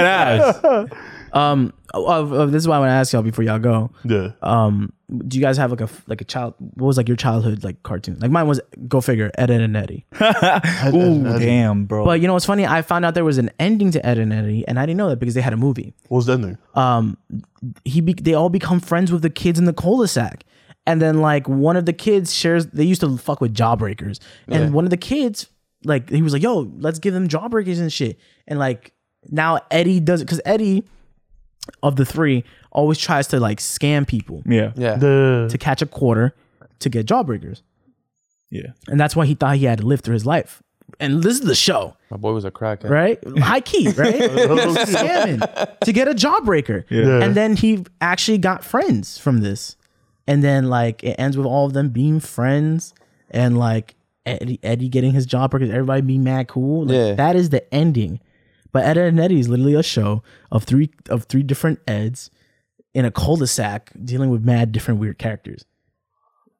S4: (laughs)
S3: ass.
S4: Um, oh, oh, oh, this is why I want to ask y'all before y'all go.
S2: Yeah.
S4: Um, do you guys have like a like a child? What was like your childhood like cartoon? Like mine was Go Figure, Ed, Ed and (laughs) Eddie.
S3: Ooh, damn, bro.
S4: But you know what's funny? I found out there was an ending to Ed and Eddie, and I didn't know that because they had a movie.
S2: What was that
S4: (laughs)
S2: name?
S4: he be- they all become friends with the kids in the cul-de-sac and then like one of the kids shares they used to fuck with jawbreakers and one of the kids like he was like yo let's give them jawbreakers and shit and like now eddie does it because eddie of the three always tries to like scam people
S3: yeah, yeah,
S5: Yeah.
S2: The
S4: to catch a quarter to get jawbreakers
S3: yeah.
S4: and that's why he thought he had to live through his life and this is the show
S5: My boy was a crackhead.
S4: right? High key, right? Scamming to get a jawbreaker.
S3: Yeah.
S4: And then he actually got friends from this. And then like it ends with all of them being friends and like Eddie, Eddie getting his jawbreakers, everybody being mad cool. Like,
S5: Yeah.
S4: That is the ending. But Ed and Eddie is literally a show of three of three different Eds in a cul-de-sac dealing with mad different weird characters.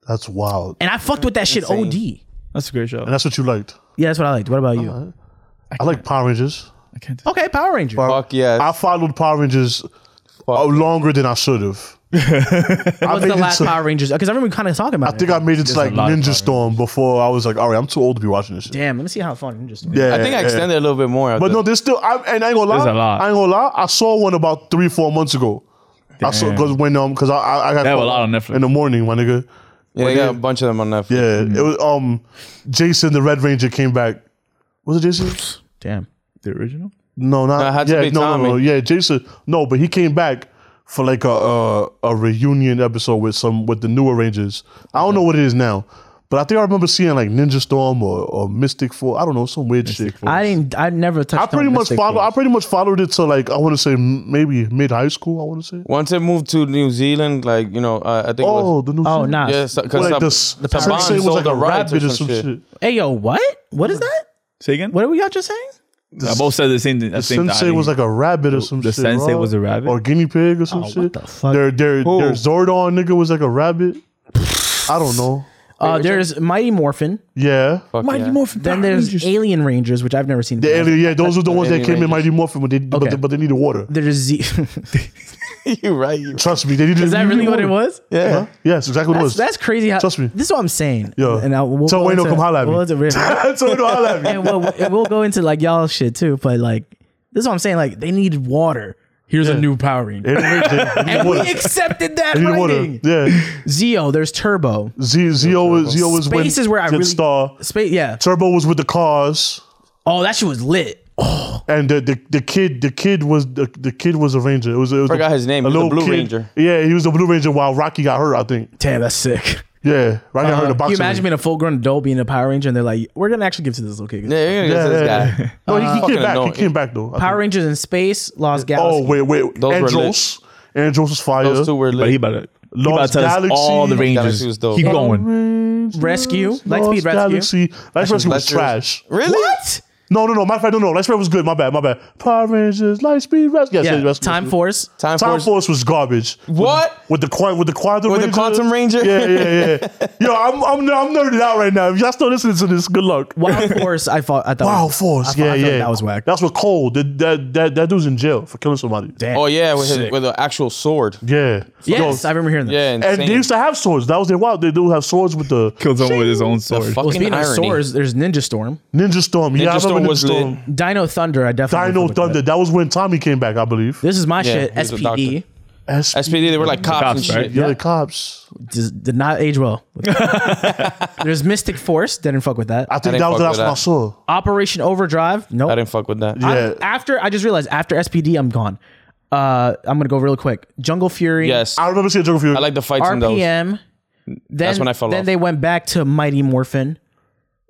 S2: That's wild.
S4: And I fucked with that shit OD.
S3: That's a great show.
S2: And that's what you liked.
S4: Yeah, that's what I liked. What about you?
S2: I like Power Rangers.
S3: I can't.
S4: Okay, Power Ranger.
S5: Fuck yes.
S2: I followed Power Rangers uh, longer than I should
S4: (laughs)
S2: have. I
S4: What's
S2: made
S4: the
S2: it
S4: last
S2: to-
S4: Power Rangers? Because I remember kind of talking about
S2: I
S4: it.
S2: think I made it to like
S3: lot of Power
S2: Ninja Storm before I was like, all right, I'm too old to be watching this shit.
S4: Damn, let me see how fun I'm just.
S2: Yeah,
S5: I think
S2: yeah.
S5: I extended a little bit more.
S2: But no, there's still. I, and I ain't gonna lie.
S3: There's a lot.
S2: I ain't gonna lie. I saw one about three, four months ago. I saw
S3: Damn.
S2: because when um because I I, I got
S3: They have a
S2: caught
S3: lot on Netflix.
S2: in the morning, my nigga.
S5: yeah, they got a bunch of them on Netflix.
S2: Yeah, it
S3: Mm.
S2: was um Jason the Red Ranger came back. Was it Jason?
S4: Damn.
S3: The original.
S2: No, not
S5: No, it had to
S2: yeah,
S5: be
S2: no, no, no,
S5: Tommy.
S2: yeah, Jason. No, but he came back for like a, a a reunion episode with some with the newer Rangers. I don't know what it is now, but I think I remember seeing like Ninja Storm or, or Mystic Four. I don't know some weird shit.
S4: I didn't. I never touched.
S2: I pretty
S4: on
S2: much
S4: Mystic
S2: followed. I
S4: Force.
S2: pretty much followed it to like I want to say m- maybe mid high school. I want to say.
S5: Once it moved to New Zealand, like you know, uh, I think. it was,
S2: Oh, the new.
S4: Oh
S2: shit.
S4: nah.
S5: yeah, because
S2: Well,
S5: Sab-
S2: like this, the
S5: Saban
S2: was
S5: sold
S2: like
S5: the
S2: a
S5: rights
S2: rabbit or some shit.
S4: Hey yo, what? What is that?
S3: Say again.
S4: What were y'all just saying?
S3: I both said the same thing.
S2: The sensei was like a rabbit or some
S3: The
S2: shit.
S3: sensei
S2: bro.
S3: was a rabbit?
S2: Or guinea pig or some
S4: Oh, what
S2: shit.
S4: the fuck?
S2: Their, their,
S3: Who?
S2: their Zordon nigga was like a rabbit. I don't know.
S4: Uh, there's Mighty Morphin.
S2: Yeah.
S5: Fuck yeah.
S4: Then there's Alien Rangers, which I've never seen.
S2: The
S4: before.
S2: alien, yeah, those are the ones that
S5: alien
S2: came in
S5: rangers.
S2: Mighty Morphin, but they, but,
S4: Okay.
S2: they, but they needed water.
S4: There's
S2: (laughs)
S4: Z.
S5: you right. You right.
S2: Trust me, they needed.
S4: Is that really what it was?
S5: Yeah.
S2: Yes, exactly what it
S4: That's,
S2: was. (laughs)
S4: that's crazy. How,
S2: Trust me.
S4: This is what I'm saying.
S2: Yo.
S4: And I, we'll
S2: Tell
S4: go
S2: Wayno
S4: into-
S2: come holla at me.
S4: we'll
S2: (laughs)
S4: into-
S2: That's what I love.
S4: and we'll, and we'll go into like y'all shit too, but like this is what I'm saying. Like they needed water. Here's a new Power Ranger.
S2: Alien Ranger, they needed
S4: And we
S2: water.
S4: accepted that
S2: They needed
S4: writing.
S2: water. Yeah.
S4: Zeo, there's Turbo.
S2: Z Zio was Zio was when
S4: Space is where I
S2: did
S4: really-
S2: star.
S4: Space, yeah.
S2: Turbo was with the cars,
S4: Oh, that shit was lit.
S2: and the, the, the kid the kid was the, the kid was a ranger. It was, it was
S5: Forgot his name. He was the Blue Ranger.
S2: Yeah, he was the blue ranger while Rocky got hurt. I think.
S4: Damn, that's sick.
S2: Yeah, Rocky got hurt in the
S4: Uh, Can you
S2: boxing.
S4: imagine
S2: ring.
S4: being a full grown adult being a Power Ranger and they're like, we're gonna actually give to this little kid.
S5: Yeah, you're gonna
S2: Yeah,
S5: get this
S2: yeah,
S5: guy.
S2: No, Uh, he, he
S5: fucking
S2: came back.
S5: annoying.
S2: He came back though. I
S4: Power
S2: think.
S4: Rangers in Space, Lost Galaxy.
S2: Oh wait, wait.
S5: Those were lit.
S2: Andros. Andros was fire.
S5: Those two were
S3: But he
S5: lit.
S3: about to, he about
S2: Lost
S3: to tell us
S2: Galaxy.
S3: all the
S5: Galaxy was
S3: Rangers.
S5: dope.
S3: Keep
S5: Yeah.
S3: going.
S4: Rescue.
S2: Lost
S4: Lightspeed Rescue.
S2: Galaxy. Lightspeed Rescue was
S5: Lightspeed
S2: trash.
S5: Really?
S4: What?
S2: No, no, no. My fact, no, no. Lightspeed was good. My bad, my bad. Power Rangers, Lightspeed Rescue. Yes,
S4: Yeah.
S2: yes, Rescue.
S4: Time Force.
S5: Time, (laughs)
S2: Time
S5: Force.
S2: Force was garbage.
S5: What?
S2: With the quan- with the quantum
S5: With the
S2: Ranger?
S5: Quantum Ranger?
S2: Yeah, yeah,
S5: (laughs)
S2: yeah. Yo, I'm I'm I'm nerded out right now. If y'all still listening to this, good luck.
S4: Wild Force. I thought. I thought.
S2: Wow,
S4: I
S2: Force.
S4: thought-
S2: Yeah,
S4: I thought
S2: yeah.
S4: That was whack.
S2: That's what Cole. That that that, that dude's in jail for killing somebody.
S4: Damn.
S5: Oh yeah, with his,
S4: Sick.
S5: with an actual sword.
S2: Yeah.
S4: Yes, I remember hearing that.
S5: Yeah, insane.
S2: And they used to have swords. That was their wild. They do have swords with the
S3: Killed someone with his own sword.
S5: fuck-
S4: Well,
S5: Fucking
S4: speaking of
S5: irony.
S4: swords, there's Ninja Storm,
S2: Ninja Storm. yeah, I
S5: Ninja
S2: remember
S5: Storm
S2: Ninja
S5: was
S2: Storm.
S5: lit.
S4: Dino Thunder. I definitely
S2: Dino
S4: fuck with that.
S2: Thunder. That was when Tommy came back, I believe.
S4: This is my
S5: Yeah,
S4: shit. E
S5: he was a
S4: SPD
S5: SPD. They were like cops,
S3: cops,
S5: and shit.
S3: right?
S2: Yeah, the cops.
S4: just did not age
S5: (laughs)
S4: well. there's Mystic Force. Didn't fuck with that.
S2: I think
S5: didn't
S2: that was the
S5: fuck
S2: last
S5: with
S2: one I
S5: that.
S2: saw.
S4: Operation Overdrive. Nope.
S5: I didn't fuck with that.
S4: I'm-
S2: Yeah.
S4: After I just realized after SPD, I'm gone. Uh, I'm gonna go real quick. Jungle Fury.
S5: Yes,
S2: I
S5: I,
S2: remember seeing Joker Fury.
S5: like the fights in those.
S4: RPM. Then, That's
S5: when I fell
S4: Then
S5: off.
S4: they went back to Mighty Morphin,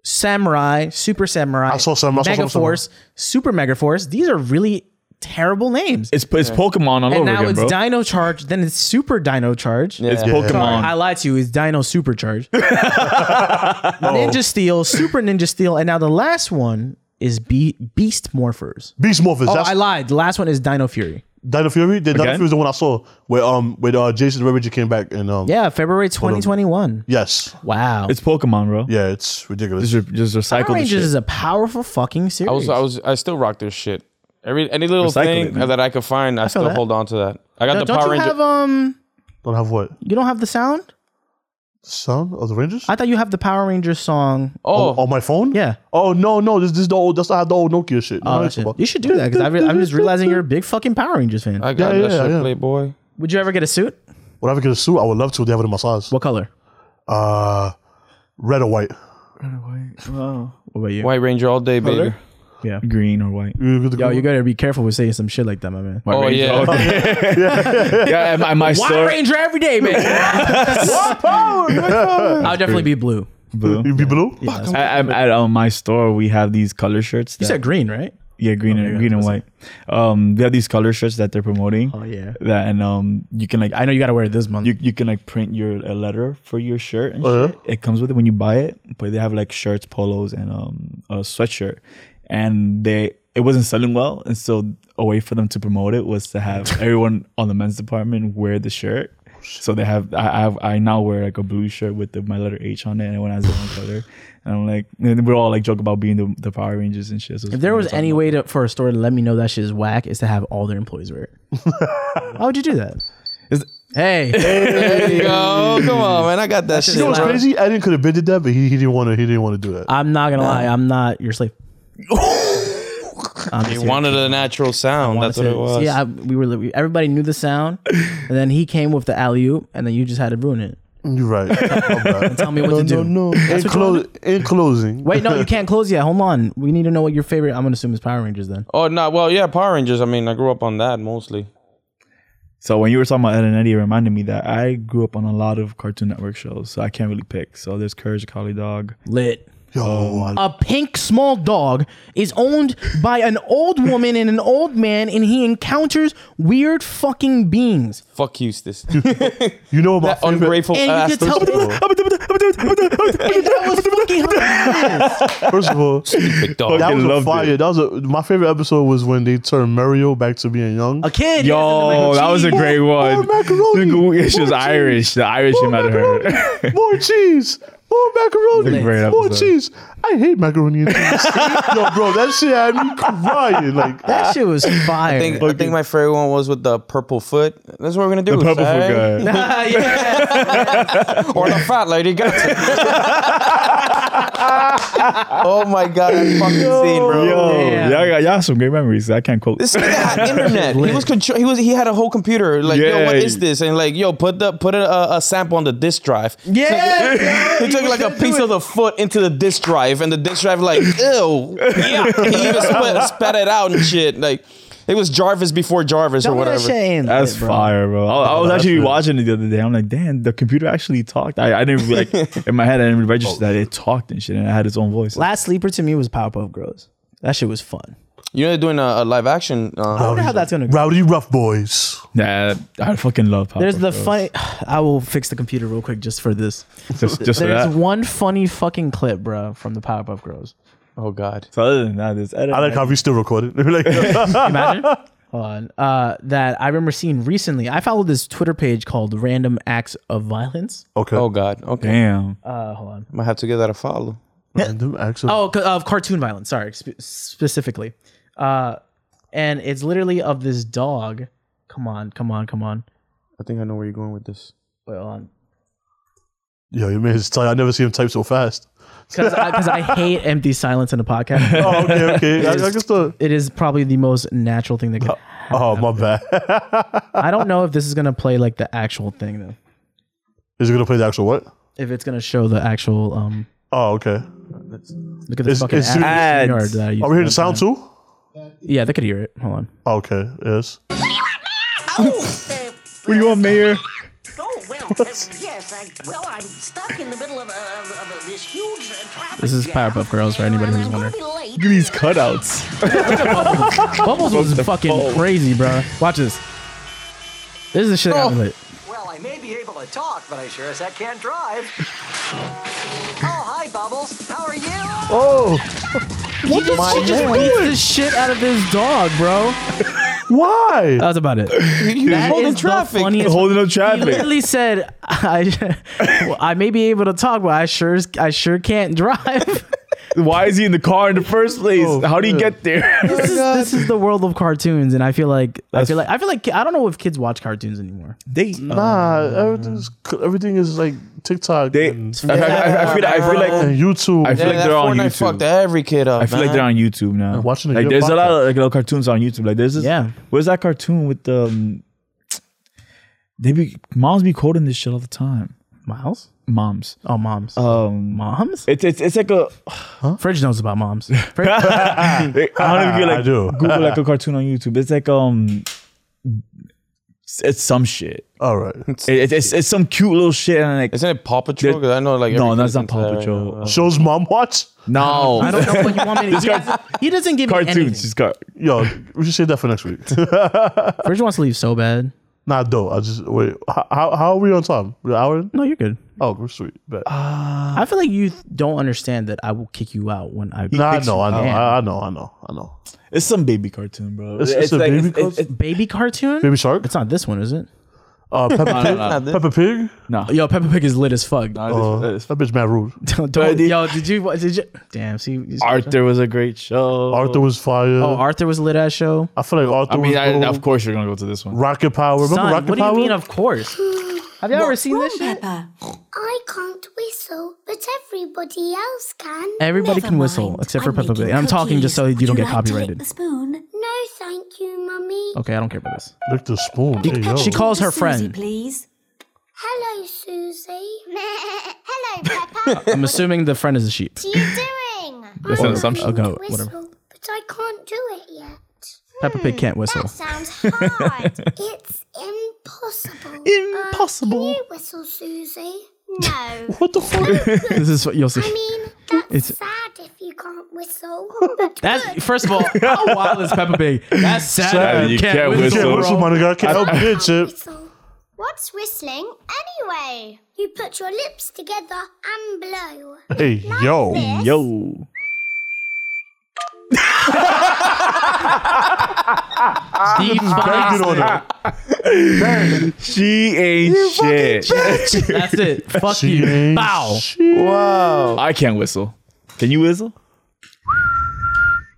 S4: Samurai, Super Samurai. I
S2: saw some- I saw some
S4: Mega Force, Super Mega Force. These are really terrible names.
S3: It's, it's Pokemon all
S4: and
S3: over
S4: now
S3: again,
S4: it's
S3: bro.
S4: Dino Charge. Then it's Super Dino Charge.
S3: It's
S5: Yeah.
S4: Sorry, I
S3: Pokemon.
S4: lied to you. It's Dino Super
S5: (laughs)
S4: Charge. (laughs) Ninja Steel, Super Ninja Steel, and now the last one is Be- Beast Morphers.
S2: Beast Morphers.
S4: Oh,
S2: that's
S4: I lied. The last one is Dino Fury.
S2: Dino Fury. The Dino
S3: Okay.
S2: Fury is the one I saw where um with uh Jason Rebridge came back and um
S4: Yeah, February 2021.
S2: yes
S4: Wow.
S3: It's Pokemon, bro.
S2: yeah it's ridiculous.
S3: Just, re- just
S4: Power
S3: recycle the
S4: Rangers
S3: shit.
S4: is a powerful fucking series.
S5: was, I was, I still rock this shit. Every any little
S3: Recycle
S5: thing
S3: it, man.
S5: that I could find, I, still
S4: that.
S5: hold on to that. I got
S4: No,
S5: the
S4: don't
S5: Power
S4: you
S5: Ranger.
S4: have um?
S2: Don't have what
S4: You don't have the sound?
S2: sound of the Rangers
S4: I thought you have the Power Rangers song.
S5: oh,
S2: on my phone.
S4: Yeah.
S2: Oh no no this this is the old that's not the old Nokia shit.
S4: Oh,
S2: No,
S4: that
S2: it's
S4: shit.
S2: about-
S4: You should do that because I'm just realizing you're a big fucking Power Rangers fan.
S5: I got
S2: Yeah,
S5: that
S2: yeah,
S5: shit,
S2: yeah.
S5: Playboy.
S4: Would you ever get a suit?
S2: Would I ever get a suit? I would love to. They have it in my size.
S4: What color?
S2: Uh, red or white.
S4: What about you?
S5: White Ranger all day, baby.
S3: Green or white.
S2: Mm.
S4: Yo, you gotta be careful with saying some shit like that, my man.
S5: Oh
S3: Ranger
S5: yeah.
S3: all (laughs) Yeah, at my, my
S4: Power
S3: store.
S4: Ranger every day, (laughs) man. (laughs) I'll definitely be blue.
S3: Blue.
S2: You be blue.
S3: I, I'm at um, my store. We have these color shirts.
S4: You
S3: that-
S4: said green, right?
S3: yeah, green and green and white. Um, they have these color shirts that they're promoting.
S4: Oh, yeah.
S3: That and um, you can like
S4: I know you gotta wear it this month.
S3: you you can like print your a letter for your shirt and
S2: Uh-huh.
S3: shit. It comes with it when you buy it, but they have like shirts, polos, and um a sweatshirt, and they it wasn't selling well, and so a way for them to promote it was to
S4: (laughs)
S3: have everyone on the men's department wear the shirt. So they have I I, have, I now wear like a blue shirt with the, my letter H on it, and everyone has their own color. And I'm like, and we're all like joke about being the, the Power Rangers and shit. So
S4: if there was any way to, for a store to let me know that shit is whack, is to have all their employees wear (laughs) it. Why would you do that?
S3: Is-
S4: hey,
S5: Yo, come on, man. I got that shit.
S2: You know what's
S5: bro.
S2: crazy? Eden could have been did that, but he, he didn't want to. He didn't want to do that.
S4: I'm not gonna lie, I'm not your slave. I'm
S5: He
S4: just
S5: wanted a natural sound. That's what
S4: here.
S5: it was.
S4: See, I, we were we, everybody knew the sound, and then he came with the alley oop, and then you just had to ruin it.
S2: You're
S4: (laughs)
S2: right. I'm right.
S4: Tell me what
S2: no,
S4: to do.
S2: no, no. In,
S4: what you
S2: clo- in closing,
S4: Wait, no, you can't close yet. Hold on, we need to know what your favorite. I'm gonna assume is Power Rangers then.
S5: Oh no, well yeah, Power Rangers. I mean, I grew up on that mostly.
S3: So when you were talking about Ed and Eddie, it reminded me that I grew up on a lot of Cartoon Network shows, so I can't really pick. So there's Courage the Collie Dog.
S4: Lit.
S2: Yo,
S4: a pink small dog is owned by an old woman and an old man, and he encounters weird fucking beings. (laughs)
S5: Fuck
S3: (laughs)
S5: Eustace.
S2: you know about
S5: that (laughs) ungrateful
S4: And you
S5: ass.
S4: could tell-
S5: those
S4: And that was fucking hilarious.
S2: First of all,
S4: (laughs)
S5: big dog.
S2: that was a
S3: loved
S2: fire.
S3: it.
S2: That was a, my favorite episode was when they turned Mario back to being young.
S4: A kid.
S3: Yo, that was a great
S2: More
S3: one.
S2: macaroni.
S3: She was
S2: More
S3: Irish. The Irish in out of
S2: macaroni.
S3: her.
S2: More cheese. More macaroni.
S3: It's a great
S2: More
S3: episode.
S2: cheese. I hate macaroni and cheese. Yo, bro, that shit had me crying. Like,
S4: That shit was fire.
S5: I think,
S4: (laughs)
S5: (laughs) I think my favorite one was with the purple foot. That's what we're gonna do.
S3: The (laughs) purple
S5: alright?
S3: foot guy.
S5: or the fat lady. Got (laughs) oh my god, that fucking scene, bro.
S3: Yo,
S4: Yeah.
S3: y'all got y'all some great memories. I can't quote.
S5: This nigga had internet. He was control. He was. He had a whole computer. Like, yo, what
S3: Yeah.
S5: is this? And like, yo, put the put a, a, a sample on the disk drive.
S4: Yeah, yeah,
S5: He took
S4: you
S5: like a
S4: should
S5: piece
S4: do
S5: of the foot into the disk drive, and the disk drive like, ew, yeah. He even spit, spat it out and shit. Like, it was Jarvis before Jarvis or
S4: Dumb that
S5: whatever.
S4: shit ain't
S3: eh, That's
S4: lit, bro.
S3: fire, bro. I, I was actually watching it the other day. I'm like, damn, the computer actually talked. I, I didn't like
S2: (laughs)
S3: in my head. I didn't register
S2: Oh.
S3: that it talked and shit, and it had its own voice.
S4: Last sleeper to me was Powerpuff Girls. That shit was fun.
S5: You know, they're doing a, a live action.
S4: I
S5: Uh,
S4: wonder how that's gonna go.
S2: Rowdy Rough Boys.
S3: Nah, I fucking love. Pop
S4: There's
S3: Up
S4: the
S3: Girls.
S4: funny. (sighs) I will fix the computer real quick just for this.
S3: Just, just for
S4: There's
S3: that.
S4: one funny fucking clip, bro, from the Powerpuff Girls.
S5: oh God.
S3: so other than that, there's edit.
S2: I like how we still recorded. (laughs) like,
S4: Imagine. Hold on. Uh, that I remember seeing recently. I followed this Twitter page called Random Acts of Violence.
S2: (laughs) okay.
S5: Oh God. Okay.
S3: Damn.
S4: Uh, hold on.
S5: I might have to give that a follow.
S2: Random acts of-
S4: Oh, c- of cartoon violence. Sorry, sp- specifically. Uh, and it's literally of this dog. Come on, come on, come on.
S5: I think I know where you're going with this.
S4: Wait, hold on.
S2: Yo, you made his type. I never seen him type so fast.
S4: Because I, 'cause I hate empty silence in a podcast.
S2: Oh, okay, okay. (laughs) I, I guess the,
S4: It is probably the most natural thing that could.
S2: oh, my bad. (laughs)
S4: I don't know if this is gonna play like the actual thing though.
S2: Is it gonna play the actual what?
S4: If it's gonna show the actual um.
S2: Oh, okay.
S4: Look at
S2: It's-
S4: this fucking
S2: it's-
S4: ad-
S3: Ads.
S4: that I used
S2: Are we hearing
S4: to-
S2: the sound too?
S4: Yeah, they could hear it. Hold on.
S2: Oh, okay. Yes.
S3: What do you want, Mayor?
S6: Oh, well,
S4: (laughs)
S6: uh, yes, I, well, I'm stuck in the middle of, uh, of, of this huge uh, traffic
S4: This is
S6: jam.
S4: Powerpuff Girls for anybody
S6: I'm-
S4: who's
S6: I'm gonna
S4: wondering.
S6: be late.
S3: Look at these cutouts.
S4: Bubbles was fucking crazy, bro. Watch this. This is the shit that got me lit.
S7: Well, I may be able to talk, but I sure as heck can't
S4: (laughs)
S7: drive. oh, hi, Bubbles. How are you?
S4: What the fuck just beats the shit out of this dog, bro.
S2: Why?
S4: That's about it.
S5: He's
S4: That
S5: holding
S4: is the
S5: traffic.
S4: funniest-
S3: Holding up
S4: He
S3: traffic.
S4: literally said, "I, well, I may be able to talk, but I sure, as- I sure can't drive." (laughs)
S3: Why is he in the car in the first place?
S2: Oh,
S3: how do you get
S4: (laughs)
S3: there?
S4: this, is, this is the world of cartoons, and I feel like I
S3: That's-
S4: feel like I feel like I don't know if kids watch cartoons anymore.
S3: they.
S2: Nah, everything's, everything is like TikTok
S3: They. I,
S2: and,
S3: I, I, I feel. I feel like.
S2: and YouTube.
S3: I feel
S5: Yeah,
S3: like
S5: that
S3: they're on
S5: Fortnite
S3: YouTube.
S5: fucked every kid up.
S3: I feel
S5: man.
S3: like they're on YouTube now.
S2: watching a
S3: like
S2: good
S3: there's a lot
S2: podcast.
S3: of like little cartoons on YouTube. Like there's this.
S4: Yeah.
S3: Where's that cartoon with the? Um, they be moms be quoting this shit all the time.
S4: Miles?
S3: Moms.
S4: Oh, moms.
S3: Um.
S4: moms?
S3: It's it's it's like a.
S4: Fridge knows about moms. Fridge,
S3: I don't even get like
S2: (laughs) I do.
S3: Google like a cartoon on YouTube. It's like um. It's some shit.
S2: All right.
S3: It, it's- it's it's some cute little shit and like
S5: Isn't it Paw Patrol? 'Cause I know like
S3: no,
S5: every
S3: that's
S5: kid's
S3: not
S5: into
S3: Paw
S5: that right
S3: Patrol.
S5: now.
S2: Shows mom watch.
S3: no.
S4: I don't know what you want me to he, doesn't, he doesn't give me
S3: cartoons.
S4: anything.
S3: Just got
S2: Yo, we should say that for next week.
S4: Fridge wants to leave so bad.
S2: nah, though. I just wait. How, how how are we on time? We're an hour in?
S4: No, you're good.
S2: Oh, we're sweet. Bet.
S4: I feel like you th- don't understand that I will kick you out when I
S2: nah, I
S3: thinks
S2: know, I know, Uh,
S4: can.
S2: I, I know, I know, I know.
S3: it's some baby cartoon, bro.
S2: It's- it's a baby cartoon?
S4: baby cartoon.
S2: Baby Shark.
S4: It's not this one, is it?
S2: Uh, Peppa Pig. Peppa Pig.
S4: Yo, Peppa Pig is lit as fuck.
S2: Uh,
S3: Nah, it's- it's-
S2: that bitch mad rude.
S4: Don't- don't- yo, did you? what- Did you? Damn. See, you-
S3: Arthur was a great show.
S2: Arthur was fire.
S4: Oh, Arthur was a lit ass show.
S2: I feel like Arthur
S3: I mean,
S2: was
S3: I,
S2: dope.
S3: of course you're gonna go to this one.
S2: Rocket Power. Remember
S4: Son,
S2: Rocket
S4: what do
S2: Power?
S4: you mean? Of course. Have you ever seen this shit?
S8: I can't whistle, but everybody else can.
S4: Everybody can whistle except for Peppa Pig. And I'm talking just so you don't get copyrighted.
S8: spoon? No, thank you, Mummy.
S4: Okay, I don't care about this.
S2: Lick the spoon. Hey, yo.
S4: She calls her friend.
S9: please.
S8: Hello, Susie. (laughs) Hello,
S4: (laughs)
S8: Peppa.
S4: I'm assuming the friend is a sheep.
S8: what are you doing?
S3: That's an assumption.
S4: Okay, Oh,
S8: whistle,
S4: whatever.
S8: But I can't do it yet.
S4: Peppa Pig can't whistle.
S8: That sounds
S4: (laughs)
S8: hard. it's impossible.
S2: (laughs)
S4: Impossible. (laughs)
S8: Can you whistle, Susie? No.
S2: What the fuck?
S4: This is what you'll see.
S8: I mean, that's
S4: It's-
S8: sad if you can't
S2: (laughs)
S8: whistle. But
S4: That's first of all, how wild is Peppa Pig? That's sad.
S2: Sad.
S3: You can't
S2: Can't
S3: whistle.
S2: whistle, my nigga. I can't help you,
S8: (laughs)
S2: Chip.
S8: whistle. What's whistling anyway? You put your lips together and blow.
S2: Hey, yo.
S8: This
S3: Yo.
S4: Steve
S2: Banged it on her.
S3: She ain't shit.
S4: That's it. Fuck
S2: She
S4: you.
S2: ain't
S4: Bow.
S2: shit.
S3: Oh, I can't whistle. Can you whistle?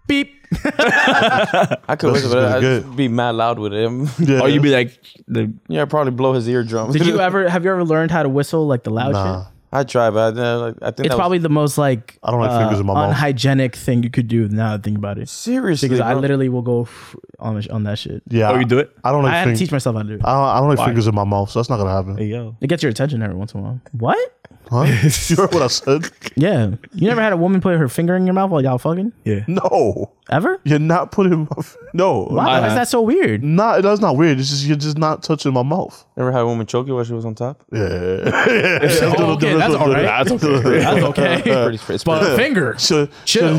S4: Beep.
S5: I could whistle,
S2: is
S5: but I'd
S2: good.
S5: be mad loud with him.
S2: Yeah.
S3: Or you'd be like the
S5: (laughs) yeah, I'd probably blow his eardrum.
S4: Did
S5: (laughs)
S4: you ever have you ever learned how to whistle like the loud
S2: Nah.
S4: shit?
S5: I try, but I, like, I think
S4: It's
S5: that
S4: probably the most like uh,
S2: I don't like fingers in my mouth.
S4: unhygienic thing you could do now that I think about it.
S5: was, seriously.
S4: Because I
S5: bro.
S4: literally will go f- on the- on that shit.
S2: Yeah.
S3: Oh, you do it?
S2: I don't
S4: I had
S2: like
S4: to teach
S2: fingers.
S4: myself how to do it.
S2: I don't, I don't like fingers in my mouth, so that's not gonna happen.
S3: yo.
S4: It gets your attention every once in a while. What?
S3: (laughs)
S2: Huh? you heard what I said?
S4: Yeah. You never had a woman put her finger in your mouth while y'all fucking?
S3: Yeah.
S2: No,
S4: Ever?
S2: you're not putting my. f- No,
S4: Why? Why is
S3: have.
S4: that so weird?
S2: not that's not weird. It's just you're just not touching my mouth.
S5: Never had a woman choke you while she was on top.
S2: Yeah, (laughs) Oh,
S4: okay, that's all right.
S3: That's okay.
S4: That's okay.
S5: (laughs) Pretty,
S4: (laughs)
S5: it's
S4: but finger.
S2: So,
S4: Chill.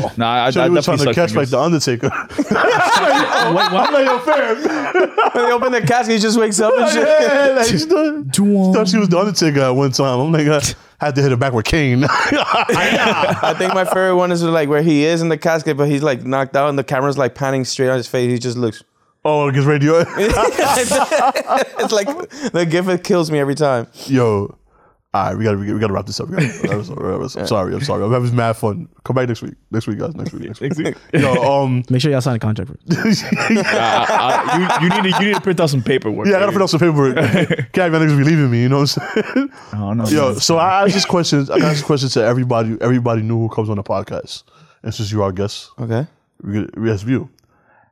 S3: (laughs)
S2: So,
S3: Nah, I, I
S2: so
S3: definitely
S2: you were trying to
S3: suck
S2: catch like
S3: fingers.
S2: the Undertaker. (laughs)
S4: What- what?
S5: they open the casket, he just wakes up and shit.
S2: yeah, like, she thought, she thought she was the Undertaker at one time. I'm like, I had to hit her back with Kane. (laughs)
S3: (laughs)
S5: (laughs) I think my favorite one is like where he is in the casket, but he's like knocked out, and the camera's like panning straight on his face. He just (laughs) looks.
S2: oh, against radio.
S5: It's like the gif it kills me every time.
S2: Yo, all right, we gotta we gotta wrap this up. We gotta, I'm, sorry, I'm (laughs) sorry, I'm sorry. I'm having mad fun. Come back next week. Next week, guys. Next week. (laughs) Next week. Yo, (laughs) um,
S4: Make sure y'all sign a contract. first.
S3: I- I- you, you need to you need to print out some paperwork.
S2: (laughs) Yeah, I gotta print out some paperwork. Can't be niggas be leaving me, you know what I'm saying? (laughs)
S3: Oh, no,
S2: Yo,
S3: no.
S2: so I asked this question. I asked this question to everybody. Everybody knew who comes on the podcast, and since you are our guest,
S5: Okay.
S2: we could- we ask you: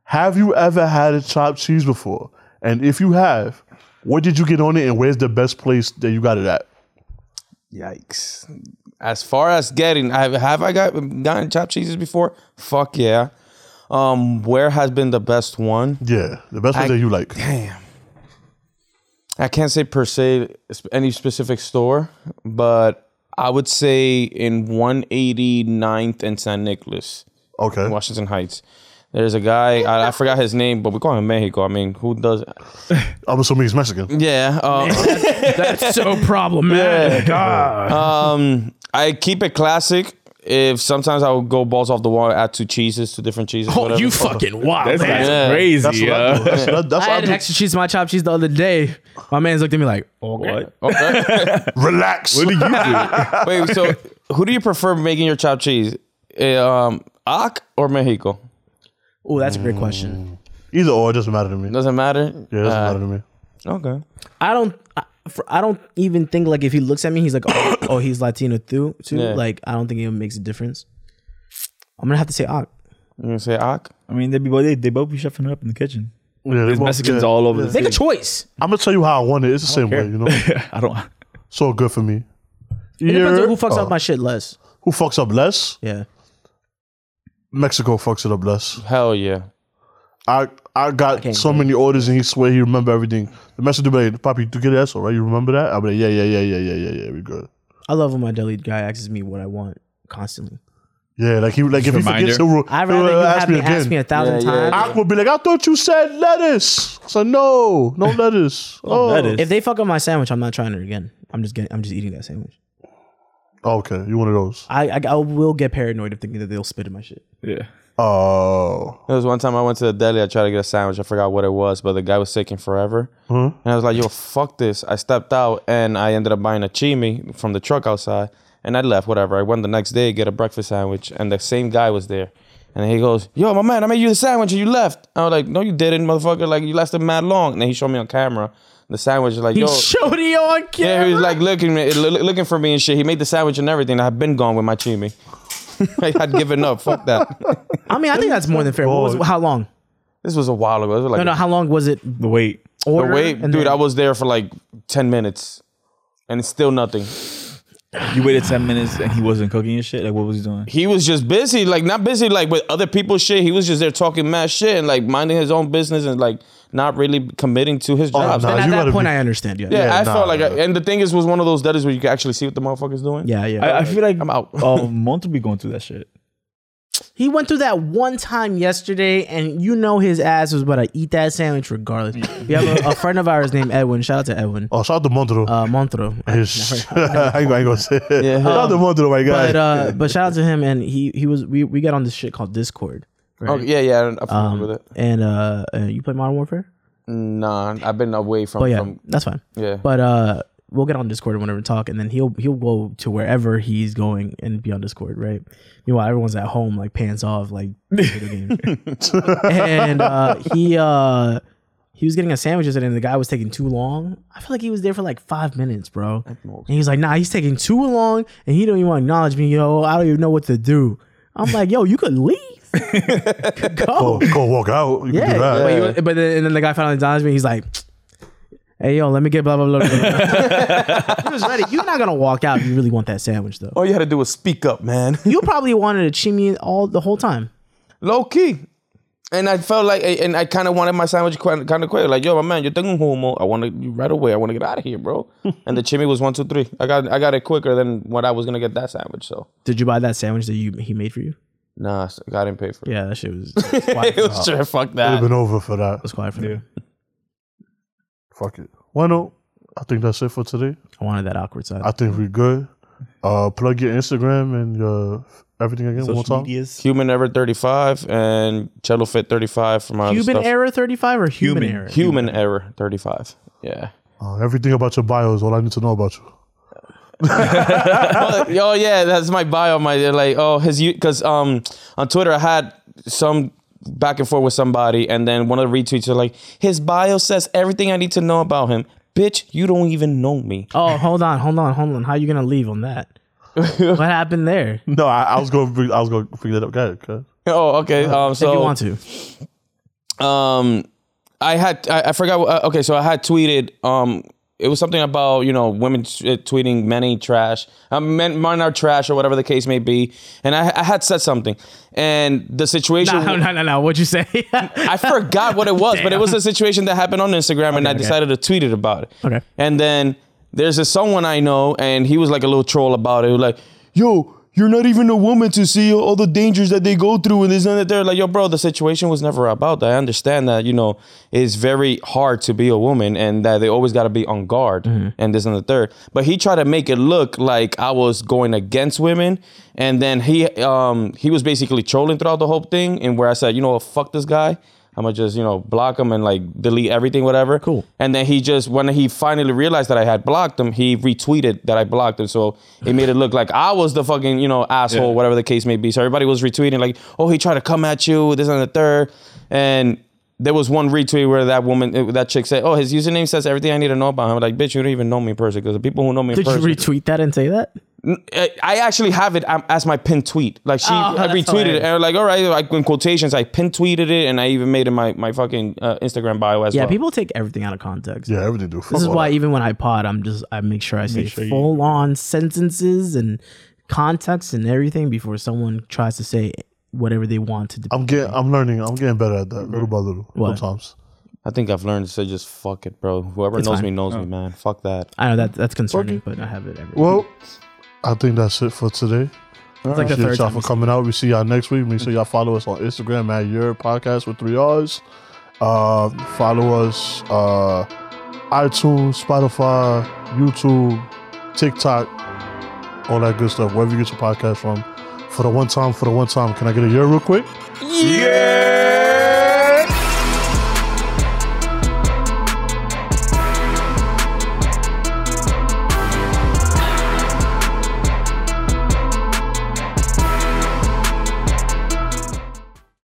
S2: Have you ever had a chopped cheese before? And if you have, what did you get on it, and where's the best place that you got it at?
S5: Yikes. As far as getting, have, have I got gotten chopped cheeses before? Fuck yeah. Um, where has been the best one?
S2: Yeah, the best place that you like.
S5: I can't say per se sp- any specific store, but I would say in 189th and San Nicolas,
S2: Okay,
S5: Washington Heights. There's a guy, I, I forgot his name, but we call him Mexico. I mean, who does?
S2: I'm assuming he's Mexican.
S5: Yeah. Um,
S4: uh,
S5: (laughs)
S4: That's so problematic.
S5: um, I keep it classic. If sometimes I would go balls off the wall, add two cheeses, two different cheeses.
S4: Oh,
S5: whatever.
S4: you fucking wild.
S3: That's
S4: man.
S2: (laughs)
S3: that's crazy.
S2: That's
S5: Yeah.
S2: what I
S3: uh,
S2: do. That's, that, that's
S4: I
S2: what
S4: had
S2: I do.
S4: extra cheese, my chopped cheese the other day. My man's looked at me like, okay.
S2: Relax. (laughs)
S3: What do you do?
S5: Wait, so who do you prefer making your chopped cheese? Eh, Um, Ac or Mexico?
S4: Oh, that's a great question.
S2: Either or, it doesn't matter to me. Yeah, it
S5: Doesn't matter.
S2: doesn't
S4: Uh,
S2: matter to me.
S5: Okay.
S4: I don't. I, for, I don't even think like if he looks at me, he's like,
S2: (coughs)
S4: oh, oh he's Latino too. too.
S5: Yeah.
S4: Like I don't think it makes a difference. I'm gonna have to say, ah,
S5: You gonna say Ac?
S3: I mean, they be both they, they both be chefing it up in the kitchen.
S2: Yeah,
S3: There's Mexicans
S2: yeah.
S3: all over (laughs) the
S4: make a
S3: city.
S4: choice.
S2: I'm gonna tell you how I want it. It's the same way, you know.
S3: I don't.
S2: So good for me.
S4: It depends on
S2: Yeah.
S4: who fucks up
S2: Oh.
S4: my shit less.
S2: Who fucks up less?
S4: Yeah.
S2: Mexico fucks it up less.
S5: Hell yeah.
S2: I I got
S4: can't
S2: so many orders and he swear he remember everything. The messenger be like, Papi, you get that, so right? You remember that? I'll be like, yeah, yeah, yeah, yeah, yeah, yeah, yeah, we good.
S4: I love when my deli guy asks me what I want constantly.
S2: Yeah, like he like if he
S3: Reminder.
S2: forgets, he'll, he'll uh,
S4: I'd rather you
S2: ask
S4: have
S2: me
S4: me ask me a
S2: again.
S4: thousand
S5: Yeah, yeah,
S4: times. (laughs)
S2: I will be like, I thought you said lettuce. I said no,
S4: (laughs)
S2: no lettuce. oh,
S3: lettuce.
S4: If they fuck up my sandwich, I'm not trying it again. I'm just getting. I'm just eating that sandwich.
S2: Oh, Okay, you one of those.
S4: I, I I will get paranoid of thinking that they'll spit in my shit.
S3: Yeah.
S2: Oh,
S5: There was one time I went to the deli. I tried to get a sandwich. I forgot what it was, but the guy was taking forever.
S4: Hmm?
S5: And I was like, "Yo, fuck this!" I stepped out and I ended up buying a chimi from the truck outside, and I left. Whatever. I went the next day get a breakfast sandwich, and the same guy was there. And he goes, "Yo, my man, I made you the sandwich and you left." I was like, "No, you didn't, motherfucker! Like you left it mad long." And then he showed me on camera the sandwich. Like,
S4: (laughs)
S5: yo,
S4: Showed you on
S5: yeah,
S4: camera.
S5: he was like looking at- loo- looking for me and shit. He made the sandwich and everything. I had been gone with my chimi. (laughs) I had given up. Fuck that.
S4: I mean, I think that's more than fair. What was, how long?
S5: This was a while ago. It was like
S4: No, no. How long was it?
S3: The wait.
S4: Order
S5: Wait,
S4: and
S5: dude,
S4: then-
S5: I was there for like 10 minutes and it's still nothing.
S3: You waited ten minutes and he wasn't cooking his shit. Like, what was he doing?
S5: He was just busy, like not busy like with other people's shit. He was just there talking mad shit and like minding his own business and like not really committing to his job.
S2: nah,
S4: Then
S2: Oh, you
S4: at
S2: gotta
S4: that point,
S2: be-
S4: I understand. Oh, Yeah.
S5: yeah,
S2: yeah,
S5: I
S2: nah,
S5: felt like, I,
S2: nah.
S5: and the thing is, was one of those days where you could actually see what the motherfucker's doing.
S4: Yeah. yeah.
S3: I, I feel like
S5: I'm out.
S4: (laughs)
S3: oh, Monty be going through that shit.
S4: He went through that one time yesterday, and you know his ass was about to eat that sandwich regardless.
S2: Mm.
S4: we have
S2: (laughs)
S4: a, a friend of ours named Edwin. Shout out to Edwin.
S2: Oh, shout out to Montero. (laughs)
S4: Uh, Montro.
S2: His- I ain't gonna say it.
S5: Yeah.
S2: Shout out to Montero, my guy.
S4: But uh, but shout out to him, and he he was we we got on this shit called Discord. Right?
S5: Okay, Oh, yeah, yeah, I'm familiar
S4: Um,
S5: with it.
S4: And uh, uh, you play Modern Warfare?
S5: Nah, I've been away from.
S4: But Oh, yeah,
S5: from
S4: that's fine.
S5: yeah.
S4: But uh, we'll get on Discord whenever we talk, and then he'll he'll go to wherever he's going and be on Discord, right? Meanwhile, everyone's at home, like pants off, like video game.
S5: (laughs)
S4: and uh, he uh, he was getting a sandwich yesterday, and the guy was taking too long. I feel like he was there for like five minutes, bro. And he's like, "Nah, he's taking too long, and he don't even want to acknowledge me, yo. I don't even know what to do." I'm like, "Yo, you could leave."
S2: go, go walk out. You can do that.
S4: But, you- but then, and then the guy finally dodged me. He's like, "Hey, yo, let me get blah blah blah." blah. (laughs) he was ready. You're not gonna walk out. if You really want that sandwich though.
S5: All you had to do was speak up, man.
S4: You probably wanted to chimney all the whole time.
S5: Low key. And I felt like, and I kind of wanted my sandwich kind of quick. Like, yo, my man, you're thinking homo. I want to right away. I want to get out of
S4: (laughs)
S5: here, bro. and the chimney was one, two, three. I got, I got it quicker than what I was gonna get that sandwich. So,
S4: Did you buy that sandwich that you he made for you?
S5: nah, so I didn't pay for it.
S4: Yeah, that shit (laughs) was
S5: (laughs) it was sure, fuck that.
S2: I've been over for that.
S4: was quiet for me.
S2: Fuck it. Why not? I think that's it for today.
S4: I wanted that awkward side.
S2: I think we're good. Uh, plug your Instagram and uh, everything again one more
S3: Social
S2: time.
S3: medias.
S5: Human Ever 35 and Cello Fit 35 for my other
S4: Cuban
S5: stuff.
S4: error thirty five or human,
S3: Human.
S4: error?
S5: Human Error 35. Yeah.
S2: Uh, everything about your bio is all I need to know about you.
S5: oh yeah, that's my bio. My they're like, oh, his because um on Twitter I had some back and forth with somebody, and then one of the retweets are like, his bio says everything I need to know about him. Bitch, you don't even know me.
S4: Oh, hold on, hold on, hold on. How you gonna leave on (laughs) that? what happened there? If
S2: No, I, I was going. I was going to bring that up. Got it, okay.
S5: Oh, okay. Um, so
S4: you want to,
S5: um i had i, I forgot what- uh, okay so i had tweeted um it was something about you know women t- uh, tweeting men ain't trash um, men, men are trash or whatever the case may be and i, I had said something and the situation
S4: (laughs) no, no, no, no. What'd you say?
S5: I forgot what it was, but it was a situation that happened on Instagram, and I decided to tweet it about it.
S4: Okay.
S5: And then there's a someone I know, and he was like a little troll about it. He was like, "Yo, you're not even a woman to see all the dangers that they go through, and this and that." They're like, "Yo, bro, the situation was never about that. I understand that. You know, it's very hard to be a woman, and that they always got to be on guard, and this and the third. But he tried to make it look like I was going against women, and then he um he was basically trolling throughout the whole thing, and where I said, "You know what? Fuck this guy." I'm gonna just, you know, block him and like delete everything, whatever. Cool. And then he just, when he finally realized that I had blocked him, he retweeted that I blocked him. So it made it look like I was the fucking, you know, asshole, whatever the case may be. So everybody was retweeting, like, oh, he tried to come at you, this and the third. And there was one retweet where that woman, that chick said, oh, his username says everything I need to know about him. I'm like, bitch, you don't even know me in person because the people who know me in
S4: Did you
S5: person.
S4: retweet that and say that?
S5: I I actually have it um, as my pin tweet. Like she,
S4: Oh,
S5: I
S4: that's
S5: retweeted it,
S4: hilarious.
S5: and I'm like, all right, like in quotations, I pin tweeted it, and I even made it my my fucking uh, Instagram bio as
S4: Yeah,
S5: well.
S4: people take everything out of context.
S2: Yeah, everything do. Fuck
S4: This is
S2: all
S4: why
S2: that.
S4: even when I pod, I'm just I make sure I say full on sentences and context and everything before someone tries to say whatever they want to.
S2: I'm getting. I'm learning. I'm getting better at that little by little. Sometimes.
S5: I think I've learned to say just fuck it, bro. Whoever knows
S4: fine. Oh.
S5: me knows me, man. Fuck that.
S4: I know that that's concerning, but I have it. Every
S2: Well, I think that's it for today.
S4: it's like the
S2: Appreciate
S4: third
S2: y'all
S4: time.
S2: for coming out. We see y'all next week. Make sure y'all follow us on Instagram at your podcast with three R's. Uh, follow us uh, iTunes, Spotify, YouTube, TikTok, all that good stuff. Wherever you get your podcast from. For the one time, for the one time, can I get a year real quick?
S5: Yeah.